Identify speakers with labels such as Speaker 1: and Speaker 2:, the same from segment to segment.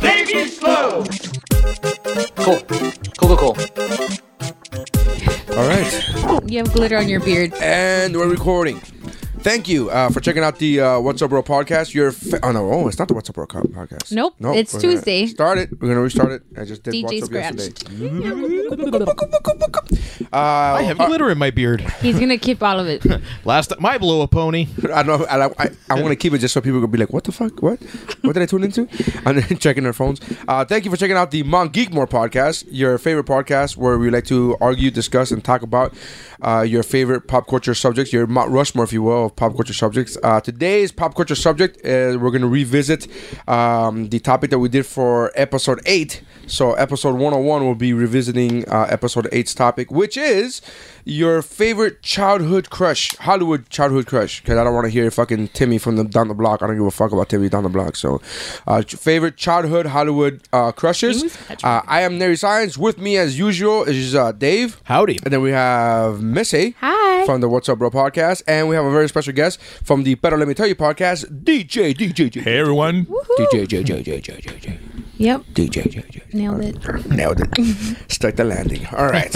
Speaker 1: They be slow.
Speaker 2: Cool. Cool, cool, cool.
Speaker 3: All right.
Speaker 4: You have glitter on your beard.
Speaker 3: And we're recording. Thank you uh, for checking out the uh, What's Up Bro podcast. Your fa- oh no, oh it's not the What's Up Bro co- podcast.
Speaker 4: Nope, it's
Speaker 3: we're gonna
Speaker 4: Tuesday.
Speaker 3: Start it. We're gonna restart it. I just did
Speaker 4: DJ
Speaker 3: What's Up
Speaker 4: scratched.
Speaker 3: yesterday. Uh,
Speaker 5: I have glitter in my beard.
Speaker 4: He's gonna keep all of it.
Speaker 5: Last time I blew a pony.
Speaker 3: I know. I, I, I want to keep it just so people gonna be like, "What the fuck? What? What did I tune into?" And then checking their phones. Uh, thank you for checking out the Mon Geekmore podcast, your favorite podcast, where we like to argue, discuss, and talk about uh, your favorite pop culture subjects, your Mount Rushmore, if you will, of pop culture subjects. Uh, today's pop culture subject is we're gonna revisit um, the topic that we did for episode eight. So episode 101 will be revisiting uh, episode 8's topic, which is your favorite childhood crush, Hollywood childhood crush. Because I don't want to hear fucking Timmy from the down the block. I don't give a fuck about Timmy down the block. So, uh, ch- favorite childhood Hollywood uh, crushes. Uh, I am Neri Science. With me, as usual, is uh, Dave.
Speaker 5: Howdy.
Speaker 3: And then we have Missy.
Speaker 4: Hi.
Speaker 3: From the What's Up Bro podcast, and we have a very special guest from the Better Let Me Tell You podcast, DJ DJ DJ
Speaker 5: Hey everyone.
Speaker 3: DJ DJ DJ DJ
Speaker 4: Yep,
Speaker 3: DJ DJ.
Speaker 4: nailed it.
Speaker 3: Nailed it. Strike the landing. All right.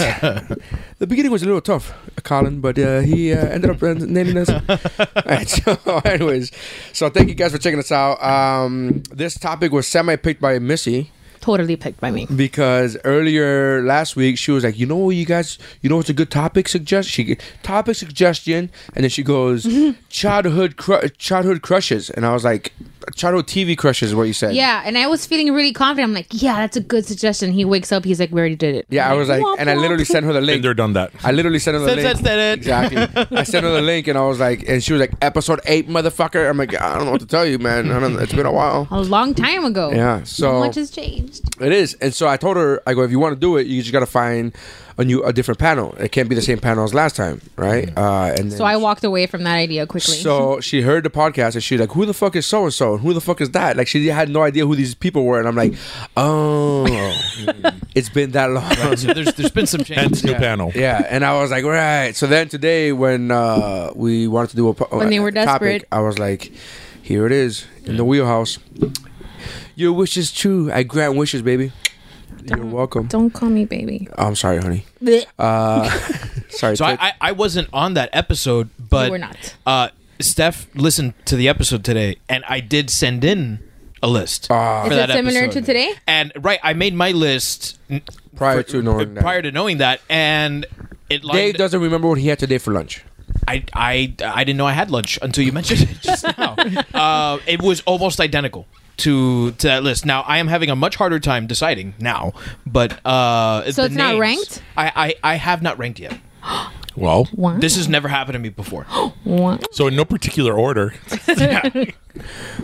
Speaker 3: the beginning was a little tough, Colin, but uh, he uh, ended up uh, nailing us. All right. So, anyways, so thank you guys for checking us out. Um, this topic was semi picked by Missy
Speaker 4: Totally picked by me.
Speaker 3: because earlier last week she was like, you know what, you guys, you know what's a good topic suggestion? She g- topic suggestion, and then she goes, childhood cru- childhood crushes, and I was like, childhood TV crushes, is what you said.
Speaker 4: Yeah, and I was feeling really confident. I'm like, yeah, that's a good suggestion. He wakes up, he's like, we already did it.
Speaker 3: Yeah, I was like, and I literally sent her the link.
Speaker 5: Been there, done that.
Speaker 3: I literally sent her the
Speaker 5: Said,
Speaker 3: link.
Speaker 5: said, said it.
Speaker 3: Exactly. I sent her the link, and I was like, and she was like, episode eight, motherfucker. I'm like, I don't know what to tell you, man. I don't, it's been a while.
Speaker 4: A long time ago.
Speaker 3: Yeah. Oh. So
Speaker 4: Much has changed.
Speaker 3: it is, and so I told her, I go, if you want to do it, you just gotta find a new, a different panel. It can't be the same panel as last time, right?
Speaker 5: Mm-hmm.
Speaker 3: Uh, and then
Speaker 4: So I walked away from that idea quickly.
Speaker 3: So she heard the podcast and she's like, "Who the fuck is so and so? Who the fuck is that?" Like she had no idea who these people were, and I'm like, "Oh, it's been that long."
Speaker 2: So there's there's been some changes.
Speaker 5: Hence new panel.
Speaker 3: Yeah, and I was like, right. So then today, when uh, we wanted to do a po-
Speaker 4: When they were
Speaker 3: a topic,
Speaker 4: desperate.
Speaker 3: I was like, here it is in the wheelhouse. Your wish is true. I grant wishes, baby. You're welcome.
Speaker 4: Don't call me baby.
Speaker 3: I'm sorry, honey. Uh, sorry.
Speaker 2: So I,
Speaker 3: Ted.
Speaker 2: I I wasn't on that episode, but
Speaker 4: You were not.
Speaker 2: Uh, Steph listened to the episode today, and I did send in a list for
Speaker 4: Uh, Is it
Speaker 2: that
Speaker 4: similar
Speaker 2: episode.
Speaker 4: to today?
Speaker 2: And right, I made my list n-
Speaker 3: prior to knowing that.
Speaker 2: prior to knowing that, and it
Speaker 3: Dave
Speaker 2: lined,
Speaker 3: doesn't remember what he had today for lunch.
Speaker 2: I, I I didn't know I had lunch until you mentioned it just now. uh, it was almost identical to to that list. Now I am having a much harder time deciding now, but uh,
Speaker 4: So
Speaker 2: the
Speaker 4: it's not
Speaker 2: names-
Speaker 4: ranked?
Speaker 2: I, I I have not ranked yet.
Speaker 5: Well,
Speaker 4: Wow.
Speaker 2: This has never happened to me before.
Speaker 4: Wow.
Speaker 5: so in no particular order.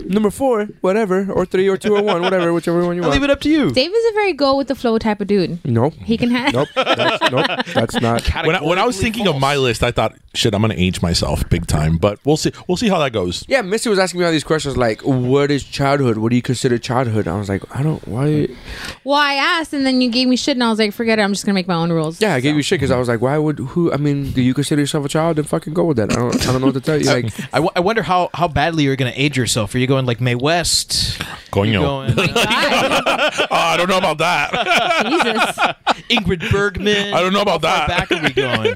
Speaker 3: Number four, whatever, or three, or two, or one, whatever, whichever one you want.
Speaker 2: Leave it up to you.
Speaker 4: Dave is a very go with the flow type of dude.
Speaker 3: Nope.
Speaker 4: He can have.
Speaker 3: Nope. That's, nope. That's not.
Speaker 5: When I, when I was thinking of my list, I thought, shit, I'm gonna age myself big time. But we'll see. We'll see how that goes.
Speaker 3: Yeah, Missy was asking me all these questions like, "What is childhood? What do you consider childhood?" I was like, "I don't. Why?"
Speaker 4: Well, I asked, and then you gave me shit, and I was like, forget it. I'm just gonna make my own rules.
Speaker 3: Yeah, I gave you shit because I was like, "Why would who?" I mean, do you consider yourself a child? Then fucking go with that. I don't. I don't know what to tell you. Like,
Speaker 2: I, w- I wonder how, how badly you're going to age yourself. Are you going like May West?
Speaker 5: Going on.
Speaker 2: Going like
Speaker 5: Oh, I don't know about that.
Speaker 4: Jesus.
Speaker 2: Ingrid Bergman?
Speaker 5: I don't know about
Speaker 2: How far
Speaker 5: that.
Speaker 2: back are we going?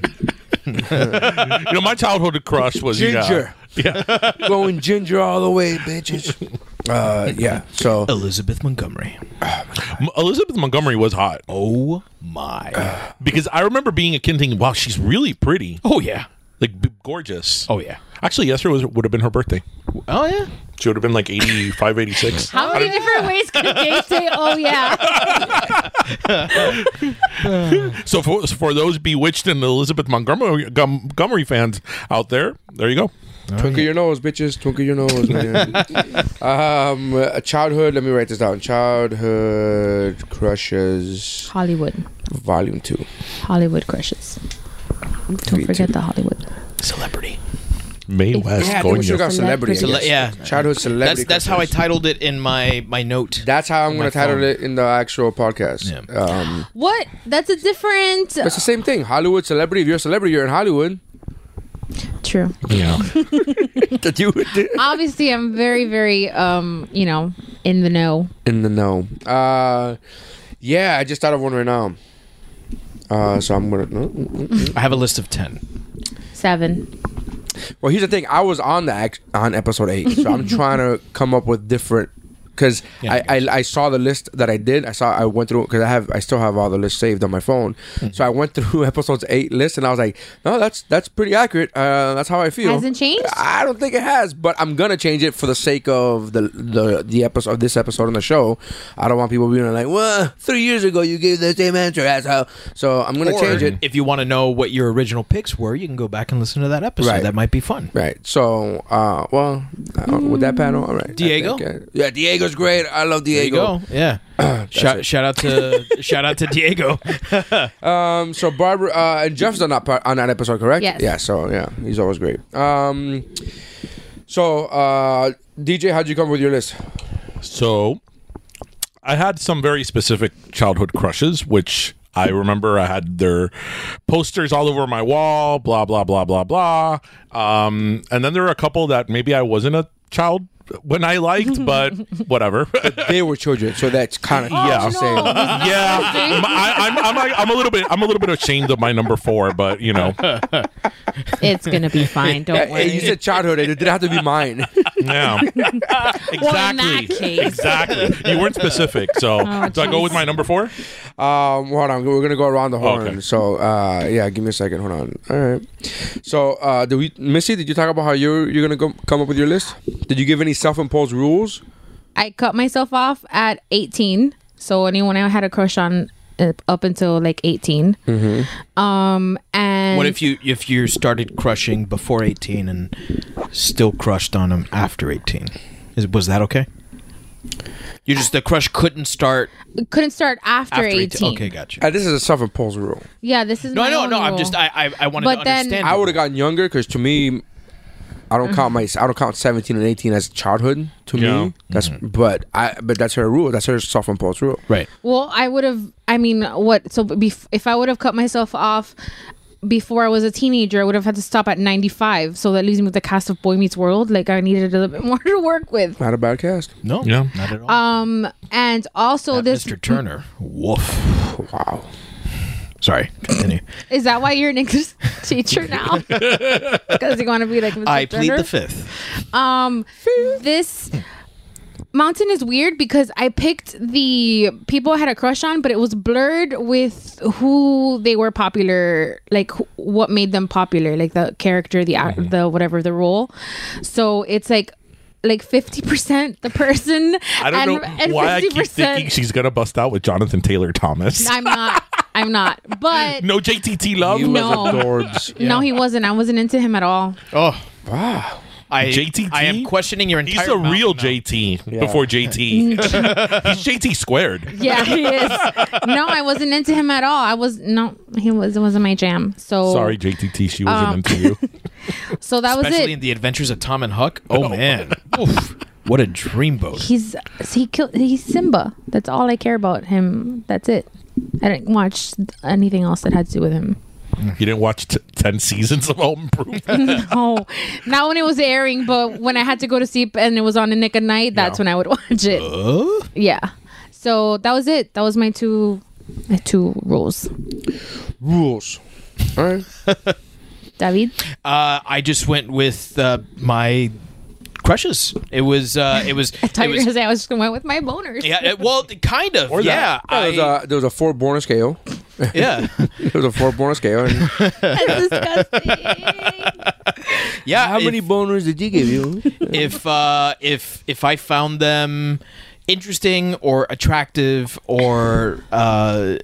Speaker 5: You know, my childhood crush was yeah.
Speaker 3: Ginger.
Speaker 5: Yeah.
Speaker 3: going ginger all the way, bitches. Uh, yeah. So
Speaker 2: Elizabeth Montgomery.
Speaker 5: M- Elizabeth Montgomery was hot
Speaker 2: Oh my.
Speaker 5: because I remember being a kid thinking, wow, she's really pretty,
Speaker 2: Oh yeah.
Speaker 5: like b- gorgeous.
Speaker 2: Oh yeah.
Speaker 5: Actually, yesterday was, would have been her birthday.
Speaker 2: Oh yeah.
Speaker 5: She would have been like 85, 86.
Speaker 4: How many different ways could Dave say, oh yeah?
Speaker 5: So for, so for those Bewitched and Elizabeth Montgomery, Gum- Montgomery fans out there, there you go.
Speaker 3: Twinkle your nose, bitches. Twinkle your nose, man. um, uh, childhood. Let me write this down. Childhood crushes,
Speaker 4: Hollywood.
Speaker 3: volume two.
Speaker 4: Hollywood crushes. Don't forget the Hollywood.
Speaker 2: Celebrity.
Speaker 5: May West
Speaker 3: Yeah, I think
Speaker 5: going
Speaker 3: we should
Speaker 5: your
Speaker 3: have got celebrity. I
Speaker 4: Cele-
Speaker 3: guess.
Speaker 2: yeah.
Speaker 3: childhood
Speaker 2: That's
Speaker 3: celebrity.
Speaker 2: that's how I
Speaker 3: crushes.
Speaker 2: titled it in my my note.
Speaker 3: That's how I'm
Speaker 2: my
Speaker 3: gonna title
Speaker 2: phone.
Speaker 3: it in the actual podcast.
Speaker 2: Yeah.
Speaker 3: Um,
Speaker 4: What? That's a different.
Speaker 3: it's the same thing. Hollywood celebrity. If you're a celebrity, you're in Hollywood.
Speaker 4: True.
Speaker 5: yeah.
Speaker 3: That you
Speaker 4: Obviously, I'm very, very, um, you know, in the know.
Speaker 3: in the know. Uh, yeah, I just thought of one right now. Uh, so I'm gonna.
Speaker 2: I have a list of ten.
Speaker 4: Seven.
Speaker 3: Well, here's the thing. I was on the act- on episode eight, so I'm trying to come up with different because
Speaker 2: Yeah, I
Speaker 3: I, I I saw the list that I did. I saw I went through because I have I still have all the lists saved on my phone.
Speaker 2: Hmm.
Speaker 3: So I went through episodes eight list and I was like, no, that's that's pretty accurate. Uh, that's how I feel.
Speaker 4: Hasn't changed?
Speaker 3: I don't think it has, but I'm gonna change it for the sake of the the the episode of this episode on the show. I don't want people being like, well, three years ago you gave the same answer as how. So I'm gonna
Speaker 2: Or
Speaker 3: change it.
Speaker 2: if you want to know what your original picks were, you can go back and listen to that episode.
Speaker 3: Right.
Speaker 2: That might be fun.
Speaker 3: Right. So, uh, well, I don't- with that panel, all right. I
Speaker 2: Diego?
Speaker 3: think, uh, yeah, Diego's great. I love
Speaker 2: There you
Speaker 3: Diego.
Speaker 2: go. Yeah. shout, shout out to shout out to Diego.
Speaker 3: Um, so Barbara uh, and Jeff's on that part, on that episode, correct?
Speaker 4: Yes.
Speaker 3: Yeah. So yeah, he's always great. Um, so uh, DJ, how'd you come up with your list?
Speaker 5: So I had some very specific childhood crushes, which I remember I had their posters all over my wall, blah, blah, blah, blah, blah. Um, and then there were a couple that maybe I wasn't a child when I liked, but whatever.
Speaker 3: They were children, so that's kind of
Speaker 5: Yeah.
Speaker 3: Same.
Speaker 5: yeah, I'm, I, am i am i am a little bit. I'm a little bit ashamed of my number four, but you know,
Speaker 4: It's gonna be fine. Don't
Speaker 3: Hey, you
Speaker 4: worry.
Speaker 3: said childhood. It didn't have to be mine.
Speaker 5: yeah,
Speaker 4: Well, in that
Speaker 5: exactly,
Speaker 4: case. Oh,
Speaker 5: exactly. You weren't specific, so do I go with my number four?
Speaker 3: Um, hold on, we're gonna go around the horn.
Speaker 5: Okay.
Speaker 3: So uh, yeah, give me a second. Hold on. All right. So uh, do we, Missy? Did you talk about how you're you're gonna go, come up with your list? Did you give any self-imposed rules?
Speaker 4: I cut myself off at 18. So anyone I had a crush on uh, up until like 18. Um, and
Speaker 2: Mm-hmm. what if you if you started crushing before eighteen and still crushed on him after eighteen? Is was that okay? You just the crush couldn't start
Speaker 4: couldn't start after,
Speaker 2: after
Speaker 4: 18.
Speaker 2: eighteen. Okay, gotcha.
Speaker 3: Uh, this is a self-imposed rule.
Speaker 4: Yeah, this is
Speaker 2: No,
Speaker 4: my
Speaker 2: I know,
Speaker 4: own
Speaker 2: no. I'm
Speaker 4: rule.
Speaker 2: just I I, I wanted
Speaker 4: But
Speaker 2: to
Speaker 4: then-
Speaker 2: understand.
Speaker 3: I would have gotten younger because to me, I don't count my I don't count seventeen and eighteen as childhood. To
Speaker 5: Yeah.
Speaker 3: me, that's
Speaker 2: Mm-hmm.
Speaker 3: but I but that's her rule. That's her self-imposed rule.
Speaker 2: right.
Speaker 4: Well, I would have. I mean, what? So bef- if I would have cut myself off before I was a teenager, I would have had to stop at 95. So that leaves me with the cast of Boy Meets World. Like I needed a little bit more to work with.
Speaker 3: Not a bad cast.
Speaker 2: No,
Speaker 5: Yeah.
Speaker 2: not at all.
Speaker 4: Um, and also
Speaker 2: That
Speaker 4: this
Speaker 2: Mr. Turner. Woof.
Speaker 3: Wow.
Speaker 2: Sorry. Continue.
Speaker 4: is that why you're an English teacher now? Because you want to be like Mr.
Speaker 2: I plead
Speaker 4: Turner?
Speaker 2: the fifth.
Speaker 4: Um, this mountain is weird because I picked the people I had a crush on, but it was blurred with who they were popular, like wh- what made them popular, like the character, the
Speaker 5: Mm-hmm.
Speaker 4: act, the whatever the role. So it's like like fifty percent the person.
Speaker 5: I don't know why I keep
Speaker 4: 50%
Speaker 5: thinking she's gonna bust out with Jonathan Taylor Thomas.
Speaker 4: I'm not. I'm not. But
Speaker 5: No JTT love.
Speaker 3: You
Speaker 4: No.
Speaker 3: as adorbs.
Speaker 4: no, he wasn't. I wasn't into him at all.
Speaker 2: Oh,
Speaker 3: wow.
Speaker 2: I
Speaker 5: JTT?
Speaker 2: I am questioning your entire.
Speaker 5: He's a
Speaker 2: amount
Speaker 5: real
Speaker 2: now.
Speaker 5: JT before JT. He's JT squared.
Speaker 4: Yeah, he is. No, I wasn't into him at all. I was no, he was it wasn't my jam. So
Speaker 5: Sorry, JTT, she wasn't
Speaker 4: Oh. Um,
Speaker 5: into you.
Speaker 4: So that was
Speaker 2: Especially
Speaker 4: it.
Speaker 2: in the Adventures of Tom and Huck. Oh, man, Oof. what a dreamboat!
Speaker 4: he's he killed. He's Simba. That's all I care about him. That's it. I didn't watch anything else that had to do with him.
Speaker 5: You didn't watch t- ten seasons of Home Improvement.
Speaker 4: No, Oh, not when it was airing, but when I had to go to sleep and it was on a nick of night. That's when I would watch it. Yeah. So that was it. That was my two, my two rules.
Speaker 3: Rules. All right.
Speaker 4: David,
Speaker 2: Uh, I just went with uh, my crushes. It was uh, it was
Speaker 4: I thought
Speaker 2: it
Speaker 4: you were gonna
Speaker 2: was
Speaker 4: say I was just gonna went with my boners.
Speaker 2: yeah. It, well, kind of.
Speaker 5: Or
Speaker 2: yeah,
Speaker 5: that.
Speaker 3: There was, uh, a, there was a four born scale.
Speaker 2: I- yeah,
Speaker 3: There was a four born scale. And
Speaker 4: That's disgusting.
Speaker 2: yeah.
Speaker 3: how
Speaker 2: if-
Speaker 3: many boners did you give you?
Speaker 2: if uh, if if I found them interesting or attractive or uh,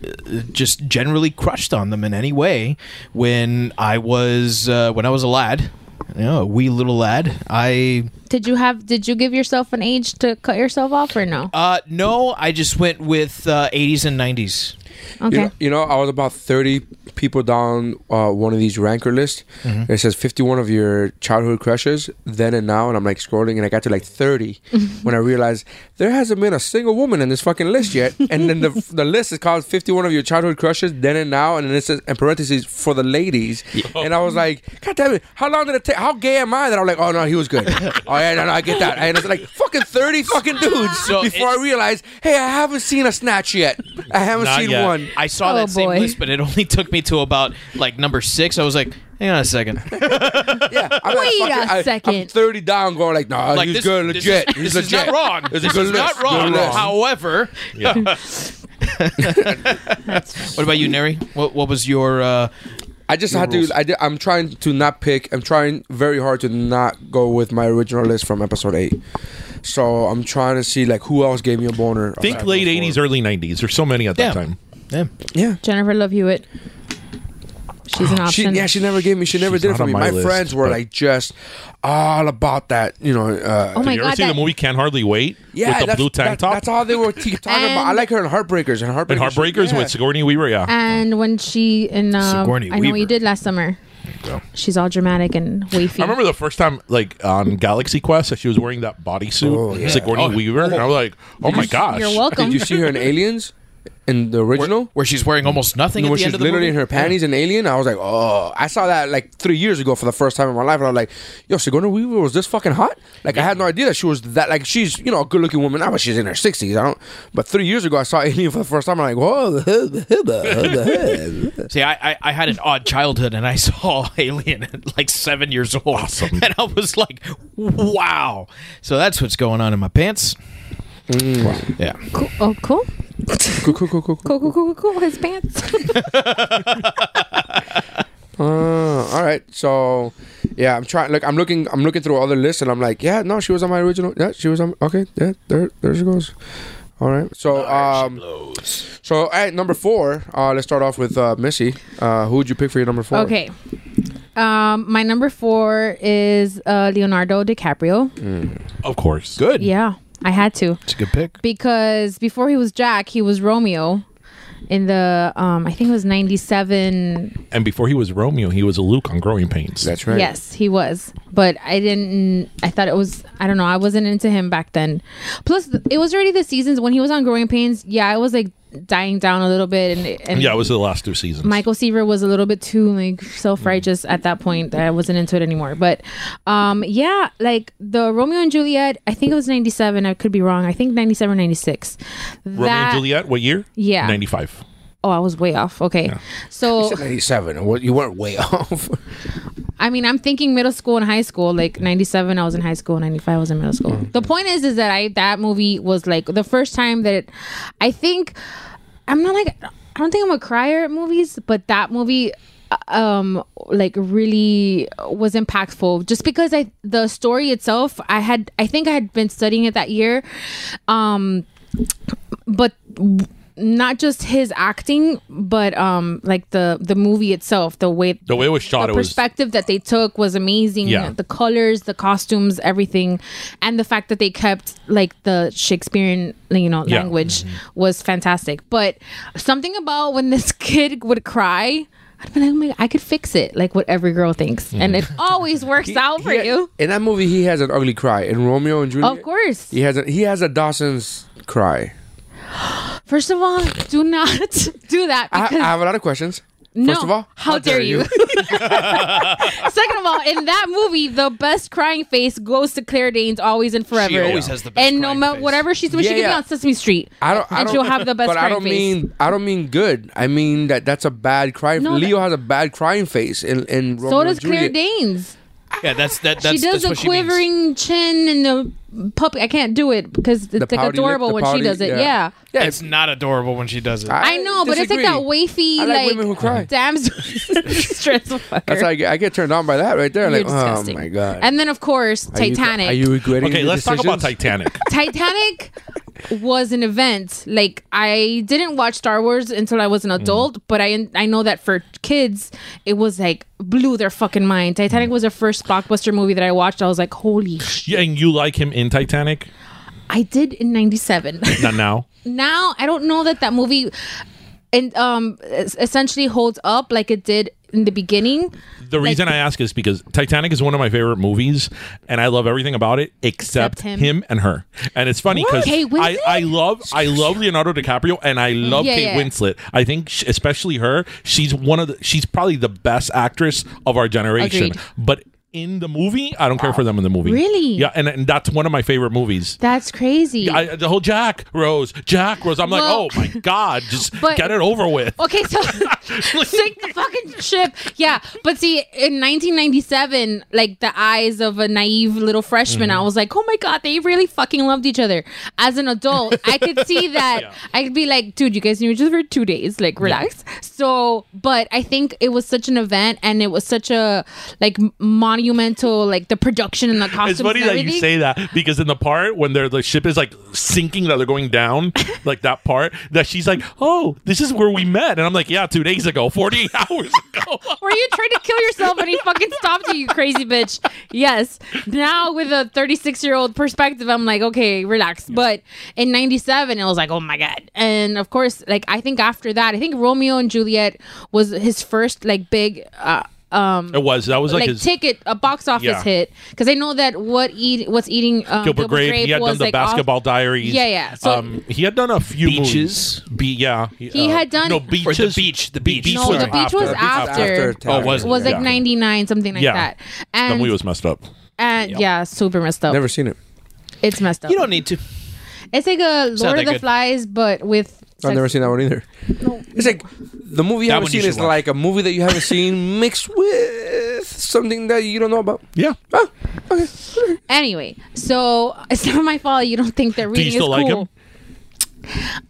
Speaker 2: just generally crushed on them in any way when I was uh, when I was a lad. you know, a wee little lad. I
Speaker 4: Did you have? Did you give yourself an age to cut yourself off or no?
Speaker 2: uh no, I just went with uh, 80s and 90s.
Speaker 3: You
Speaker 4: Okay.
Speaker 3: know, you know, I was about 30 people down uh, one of these ranker lists. and It says 51 of your childhood crushes, then and now. And I'm like scrolling, and I got to like 30 when I realized there hasn't been a single woman in this fucking list yet. And then the, the list is called 51 of your childhood crushes, then and now. And then it says, in parentheses, for the ladies. And I was like, God damn it, how long did it take? How gay am I? That I'm like, oh no, he was good. oh yeah, no, no, I get that. And it's like, fucking 30 fucking dudes
Speaker 2: So
Speaker 3: before
Speaker 2: it's-
Speaker 3: I realized, hey, I haven't seen a snatch yet. I haven't
Speaker 5: Not
Speaker 3: seen
Speaker 5: yet.
Speaker 3: one.
Speaker 2: I saw
Speaker 4: Oh,
Speaker 2: that same
Speaker 4: boy.
Speaker 2: list, but it only took me to about like number 6. I was like, hang on a second.
Speaker 3: Yeah, I'm not
Speaker 4: Wait
Speaker 3: fucking-
Speaker 4: a
Speaker 3: I- I'm
Speaker 4: second.
Speaker 3: 30 down, going like, nah,
Speaker 2: Like
Speaker 3: he's
Speaker 2: this,
Speaker 3: good,
Speaker 2: this
Speaker 3: legit.
Speaker 2: is-
Speaker 3: he's
Speaker 2: This, is
Speaker 3: legit.
Speaker 2: not wrong.
Speaker 3: It's a
Speaker 2: this
Speaker 3: good
Speaker 2: is
Speaker 3: list,
Speaker 2: not
Speaker 3: good
Speaker 2: wrong.
Speaker 3: list.
Speaker 2: However, what about you, Neri? What what was your uh,
Speaker 3: I just had to. I did, I'm trying to not pick. I'm trying very hard to not go with my original list from episode eight. So I'm trying to see like who else gave me a boner.
Speaker 5: Think late 80s, early 90s. There's so many at that
Speaker 2: Damn.
Speaker 5: time.
Speaker 2: yeah.
Speaker 3: Yeah.
Speaker 4: Jennifer Love Hewitt. She's an
Speaker 3: She,
Speaker 4: option.
Speaker 3: yeah, she never gave me. She never
Speaker 5: She's
Speaker 3: did it
Speaker 5: not
Speaker 3: for
Speaker 5: on
Speaker 3: me.
Speaker 5: my
Speaker 3: My,
Speaker 5: list,
Speaker 3: friends were
Speaker 5: but-
Speaker 3: like just all about that. You know. Uh,
Speaker 4: oh my
Speaker 5: Have you ever
Speaker 4: god.
Speaker 5: seen
Speaker 4: that-
Speaker 5: the movie Can't Hardly Wait?
Speaker 3: yeah,
Speaker 5: With the
Speaker 3: that's,
Speaker 5: blue tank
Speaker 3: that-
Speaker 5: top?
Speaker 3: That's all they were t- talking about. I
Speaker 4: And-
Speaker 3: like her in Heartbreakers and Heartbreakers.
Speaker 5: and
Speaker 3: she-
Speaker 5: Heartbreakers
Speaker 3: yeah.
Speaker 5: with Sigourney Weaver, yeah.
Speaker 4: And when she in uh,
Speaker 2: Sigourney
Speaker 4: I know what
Speaker 2: Weaver.
Speaker 4: you did last summer. She's all dramatic and wafy.
Speaker 5: I remember the first time, like on Galaxy Quest, that she was wearing that bodysuit,
Speaker 3: Oh, yeah.
Speaker 5: Sigourney Weaver, and I was like, "Oh my gosh!"
Speaker 4: You're welcome.
Speaker 3: Did you see her in Aliens? In the original,
Speaker 2: where she's wearing almost nothing at
Speaker 3: when
Speaker 2: the
Speaker 3: she's
Speaker 2: end of the
Speaker 3: literally
Speaker 2: movie?
Speaker 3: in her panties and alien, I was like, oh, I saw that like three years ago for the first time in my life, and I was like, yo, Sigourney Weaver was this fucking hot? Like, I had no idea that she was that. Like, she's you know a good looking woman now, but she's in her sixties. I don't. But three years ago, I saw Alien for the first time. I'm like, whoa,
Speaker 2: See, I, I, I had an odd childhood, and I saw Alien at like seven years old, and I was like, "Wow!" So that's what's going on in my pants.
Speaker 3: Mm.
Speaker 2: Yeah,
Speaker 4: cool. Oh, cool.
Speaker 3: cool, cool, cool, cool.
Speaker 4: Cool, cool, cool, cool, cool. His pants.
Speaker 3: Uh, all right, so yeah, I'm trying. Like, I'm looking, I'm looking through other lists, and I'm like, yeah, no, she was on my original. Yeah, she was on. Okay, yeah, there, there she goes. All right, so um, so at number four, uh, let's start off with uh, Missy. Uh, who would you pick for your number four?
Speaker 4: okay. Um, my number four is uh, Leonardo DiCaprio.
Speaker 5: Of course,
Speaker 2: good.
Speaker 4: Yeah, I had to
Speaker 2: it's a good pick.
Speaker 4: because before he was Jack, he was Romeo in the um, I think it was '97
Speaker 5: And before he was Romeo, he was Luke on Growing Pains.
Speaker 3: that's right.
Speaker 4: Yes, he was. But I didn't. I thought it was. I don't know. I wasn't into him back then. Plus, th- it was already the seasons when he was on Growing Pains. Yeah, I was like dying down a little bit, and, and
Speaker 5: yeah, it was the last two seasons.
Speaker 4: Michael Seaver was a little bit too like self righteous at that point. I wasn't into it anymore. But um, yeah, like the Romeo and Juliet. I think it was ninety seven. I could be wrong. I think 97, 96.
Speaker 5: Romeo
Speaker 4: That-
Speaker 5: and Juliet, what year?
Speaker 4: Yeah.
Speaker 5: ninety-five.
Speaker 4: Oh, I was way off. Okay, so
Speaker 3: Ninety-seven. What you weren't way off.
Speaker 4: I mean, I'm thinking middle school and high school. Like '97, I was in high school. '95, I was in middle school. The point is, is that I that movie was like the first time that it, I think I'm not like I don't think I'm a crier at movies, but that movie um like really was impactful just because i the story itself i had i think i had been studying it that year um but w- not just his acting but um like the the movie itself the way
Speaker 5: The way it was shot,
Speaker 4: the
Speaker 5: it was
Speaker 4: perspective that they took was amazing.
Speaker 5: Yeah.
Speaker 4: The colors, the costumes, everything, and the fact that they kept like the Shakespearean, you
Speaker 5: Yeah.
Speaker 4: know,
Speaker 5: Mm-hmm.
Speaker 4: language was fantastic. But something about when this kid would cry. I'd be like, oh my, I could fix it, like what every girl thinks, and it
Speaker 5: Mm.
Speaker 4: always works out for
Speaker 3: He-
Speaker 4: you.
Speaker 3: In that movie, he has an ugly cry. In Romeo and Juliet,
Speaker 4: Of course.
Speaker 3: he has a he has a Dawson's cry.
Speaker 4: First of all, do not do that
Speaker 3: I, I
Speaker 4: because
Speaker 3: have a lot of questions.
Speaker 4: no.
Speaker 3: First of all,
Speaker 4: how, dare, you? Second of all, in that movie, the best crying face goes to Claire Danes, always and forever.
Speaker 2: She always has the best
Speaker 4: and no
Speaker 2: crying
Speaker 4: matter
Speaker 2: face.
Speaker 4: whatever she's doing,
Speaker 3: Yeah,
Speaker 4: she could be
Speaker 3: yeah.
Speaker 4: on Sesame Street.
Speaker 3: I don't. I
Speaker 4: and
Speaker 3: don't,
Speaker 4: she'll have the best.
Speaker 3: But I
Speaker 4: crying
Speaker 3: don't
Speaker 4: face.
Speaker 3: mean. I don't mean good. I mean that that's a bad crying.
Speaker 4: No,
Speaker 3: Leo
Speaker 4: that-
Speaker 3: has a bad crying face in in Romeo
Speaker 4: So
Speaker 3: and
Speaker 4: does Claire
Speaker 3: Juliet.
Speaker 4: Danes.
Speaker 2: Yeah, that's that. That's,
Speaker 4: she does
Speaker 2: that's
Speaker 4: the
Speaker 2: what means.
Speaker 4: quivering chin and the puppy. I can't do it because it's
Speaker 3: pouty
Speaker 4: like
Speaker 3: lip,
Speaker 4: adorable
Speaker 3: the
Speaker 4: when
Speaker 3: pouty-
Speaker 4: she does it. Yeah.
Speaker 3: Yeah.
Speaker 2: It's not adorable when she does it.
Speaker 4: I know, but it's like that
Speaker 3: disagree.
Speaker 4: wafy,
Speaker 3: I like
Speaker 4: like,
Speaker 3: women who cry.
Speaker 4: damn stressful fucker.
Speaker 3: That's how I get, I get turned on by that right there.
Speaker 4: You're
Speaker 3: Like, oh
Speaker 4: disgusting.
Speaker 3: my god.
Speaker 4: And then of course
Speaker 3: Are you-
Speaker 4: Titanic.
Speaker 3: Are you, regretting?
Speaker 5: okay.
Speaker 3: your
Speaker 5: Let's talk about
Speaker 3: decisions?
Speaker 5: Titanic.
Speaker 4: Titanic was an event. Like I didn't watch Star Wars until I was an adult, but I I know that for kids it was like blew their fucking mind. Titanic was the first blockbuster movie that I watched. I was like, holy, sh-
Speaker 5: Yeah, and you like him in Titanic?
Speaker 4: I did in '97.
Speaker 5: Not now.
Speaker 4: now I don't know that that movie and um es- essentially holds up like it did in the beginning.
Speaker 5: The reason I ask is because Titanic is one of my favorite movies, and I love everything about it except,
Speaker 4: Except him.
Speaker 5: him. and her. And it's funny because
Speaker 4: Kate
Speaker 5: I,
Speaker 4: Winslet?
Speaker 5: I love I love Leonardo DiCaprio and I love
Speaker 4: Yeah,
Speaker 5: Kate
Speaker 4: yeah.
Speaker 5: Winslet. I think sh especially her, she's one of the she's probably the best actress of our generation.
Speaker 4: Agreed.
Speaker 5: But in the movie, I don't care for them in the movie.
Speaker 4: Really?
Speaker 5: Yeah, and, and that's one of my favorite movies.
Speaker 4: That's crazy.
Speaker 5: I, the whole Jack Rose, Jack Rose. I'm
Speaker 4: Well-
Speaker 5: like, oh my god, just
Speaker 4: But-
Speaker 5: get it over with.
Speaker 4: Okay, so sink the fucking ship. Yeah, but see, in 1997, like the eyes of a naive little
Speaker 5: Mm-hmm.
Speaker 4: freshman, I was like, oh my god, they really fucking loved each other. As an adult, I could see that. I could be like, dude, you guys knew each other for two days. Like, relax. So, but I think it was such an event, and it was such a like monumental, like the production and the costumes.
Speaker 5: It's funny
Speaker 4: and
Speaker 5: that you
Speaker 4: everything.
Speaker 5: say that because in the part when they're the ship is like sinking that they're going down, like that part that she's like, "Oh, this is where we met," and I'm like, "Yeah, two days ago, 48 hours ago."
Speaker 4: Were you trying to kill yourself when he fucking stopped you, you crazy bitch? Yes. Now with a 36 year old perspective, I'm like, okay, relax. But in 97, it was like, oh my God. And of course, like, I think after that, I think Romeo and Juliet was his first, like, big, uh, um,
Speaker 5: it was that was like,
Speaker 4: like,
Speaker 5: his
Speaker 4: ticket, a box office
Speaker 5: Yeah.
Speaker 4: hit. Because I know that what eat, what's eating um,
Speaker 5: Gilbert Grape. He had done the
Speaker 4: off-
Speaker 5: Basketball Diaries.
Speaker 4: Yeah, yeah. So-
Speaker 5: um, he had done a few
Speaker 2: Beaches?
Speaker 5: movies. Be yeah. Uh,
Speaker 4: He had done-
Speaker 5: no
Speaker 4: Or the
Speaker 5: beaches.
Speaker 2: beach, the beach.
Speaker 4: No, the beach was after.
Speaker 2: Oh, was it?
Speaker 4: was like
Speaker 5: Yeah.
Speaker 4: 99, something like
Speaker 5: Yeah.
Speaker 4: that.
Speaker 5: The
Speaker 4: And,
Speaker 5: movie was messed up.
Speaker 4: and yeah, super messed up.
Speaker 3: Never seen it.
Speaker 4: It's messed up.
Speaker 2: You don't need to.
Speaker 4: It's like a Lord
Speaker 2: that
Speaker 4: of the
Speaker 2: good.
Speaker 4: Flies, but with.
Speaker 3: I've never seen that one either. It's like the movie you
Speaker 2: That
Speaker 3: haven't
Speaker 2: one you
Speaker 3: seen is
Speaker 2: should watch.
Speaker 3: like a movie that you haven't seen mixed with something that you don't know about.
Speaker 5: Yeah.
Speaker 4: Anyway, so it's not my fault. You don't think they're
Speaker 5: Do
Speaker 4: reading
Speaker 5: you still
Speaker 4: is
Speaker 5: like
Speaker 4: cool.
Speaker 5: him?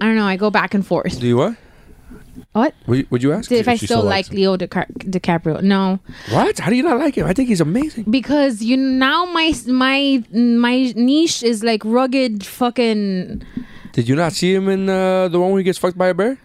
Speaker 4: I don't know. I go back and forth.
Speaker 3: Do you what?
Speaker 4: What?
Speaker 3: Would you, would you ask?
Speaker 4: If I
Speaker 5: if she
Speaker 4: still,
Speaker 5: still
Speaker 4: like
Speaker 5: likes him.
Speaker 4: Leo Dica- DiCaprio, no,
Speaker 3: what? How do you not like him? I think he's amazing.
Speaker 4: because you now my my my niche is like rugged fucking.
Speaker 3: Did you not see him in uh, the one where he gets fucked by a bear?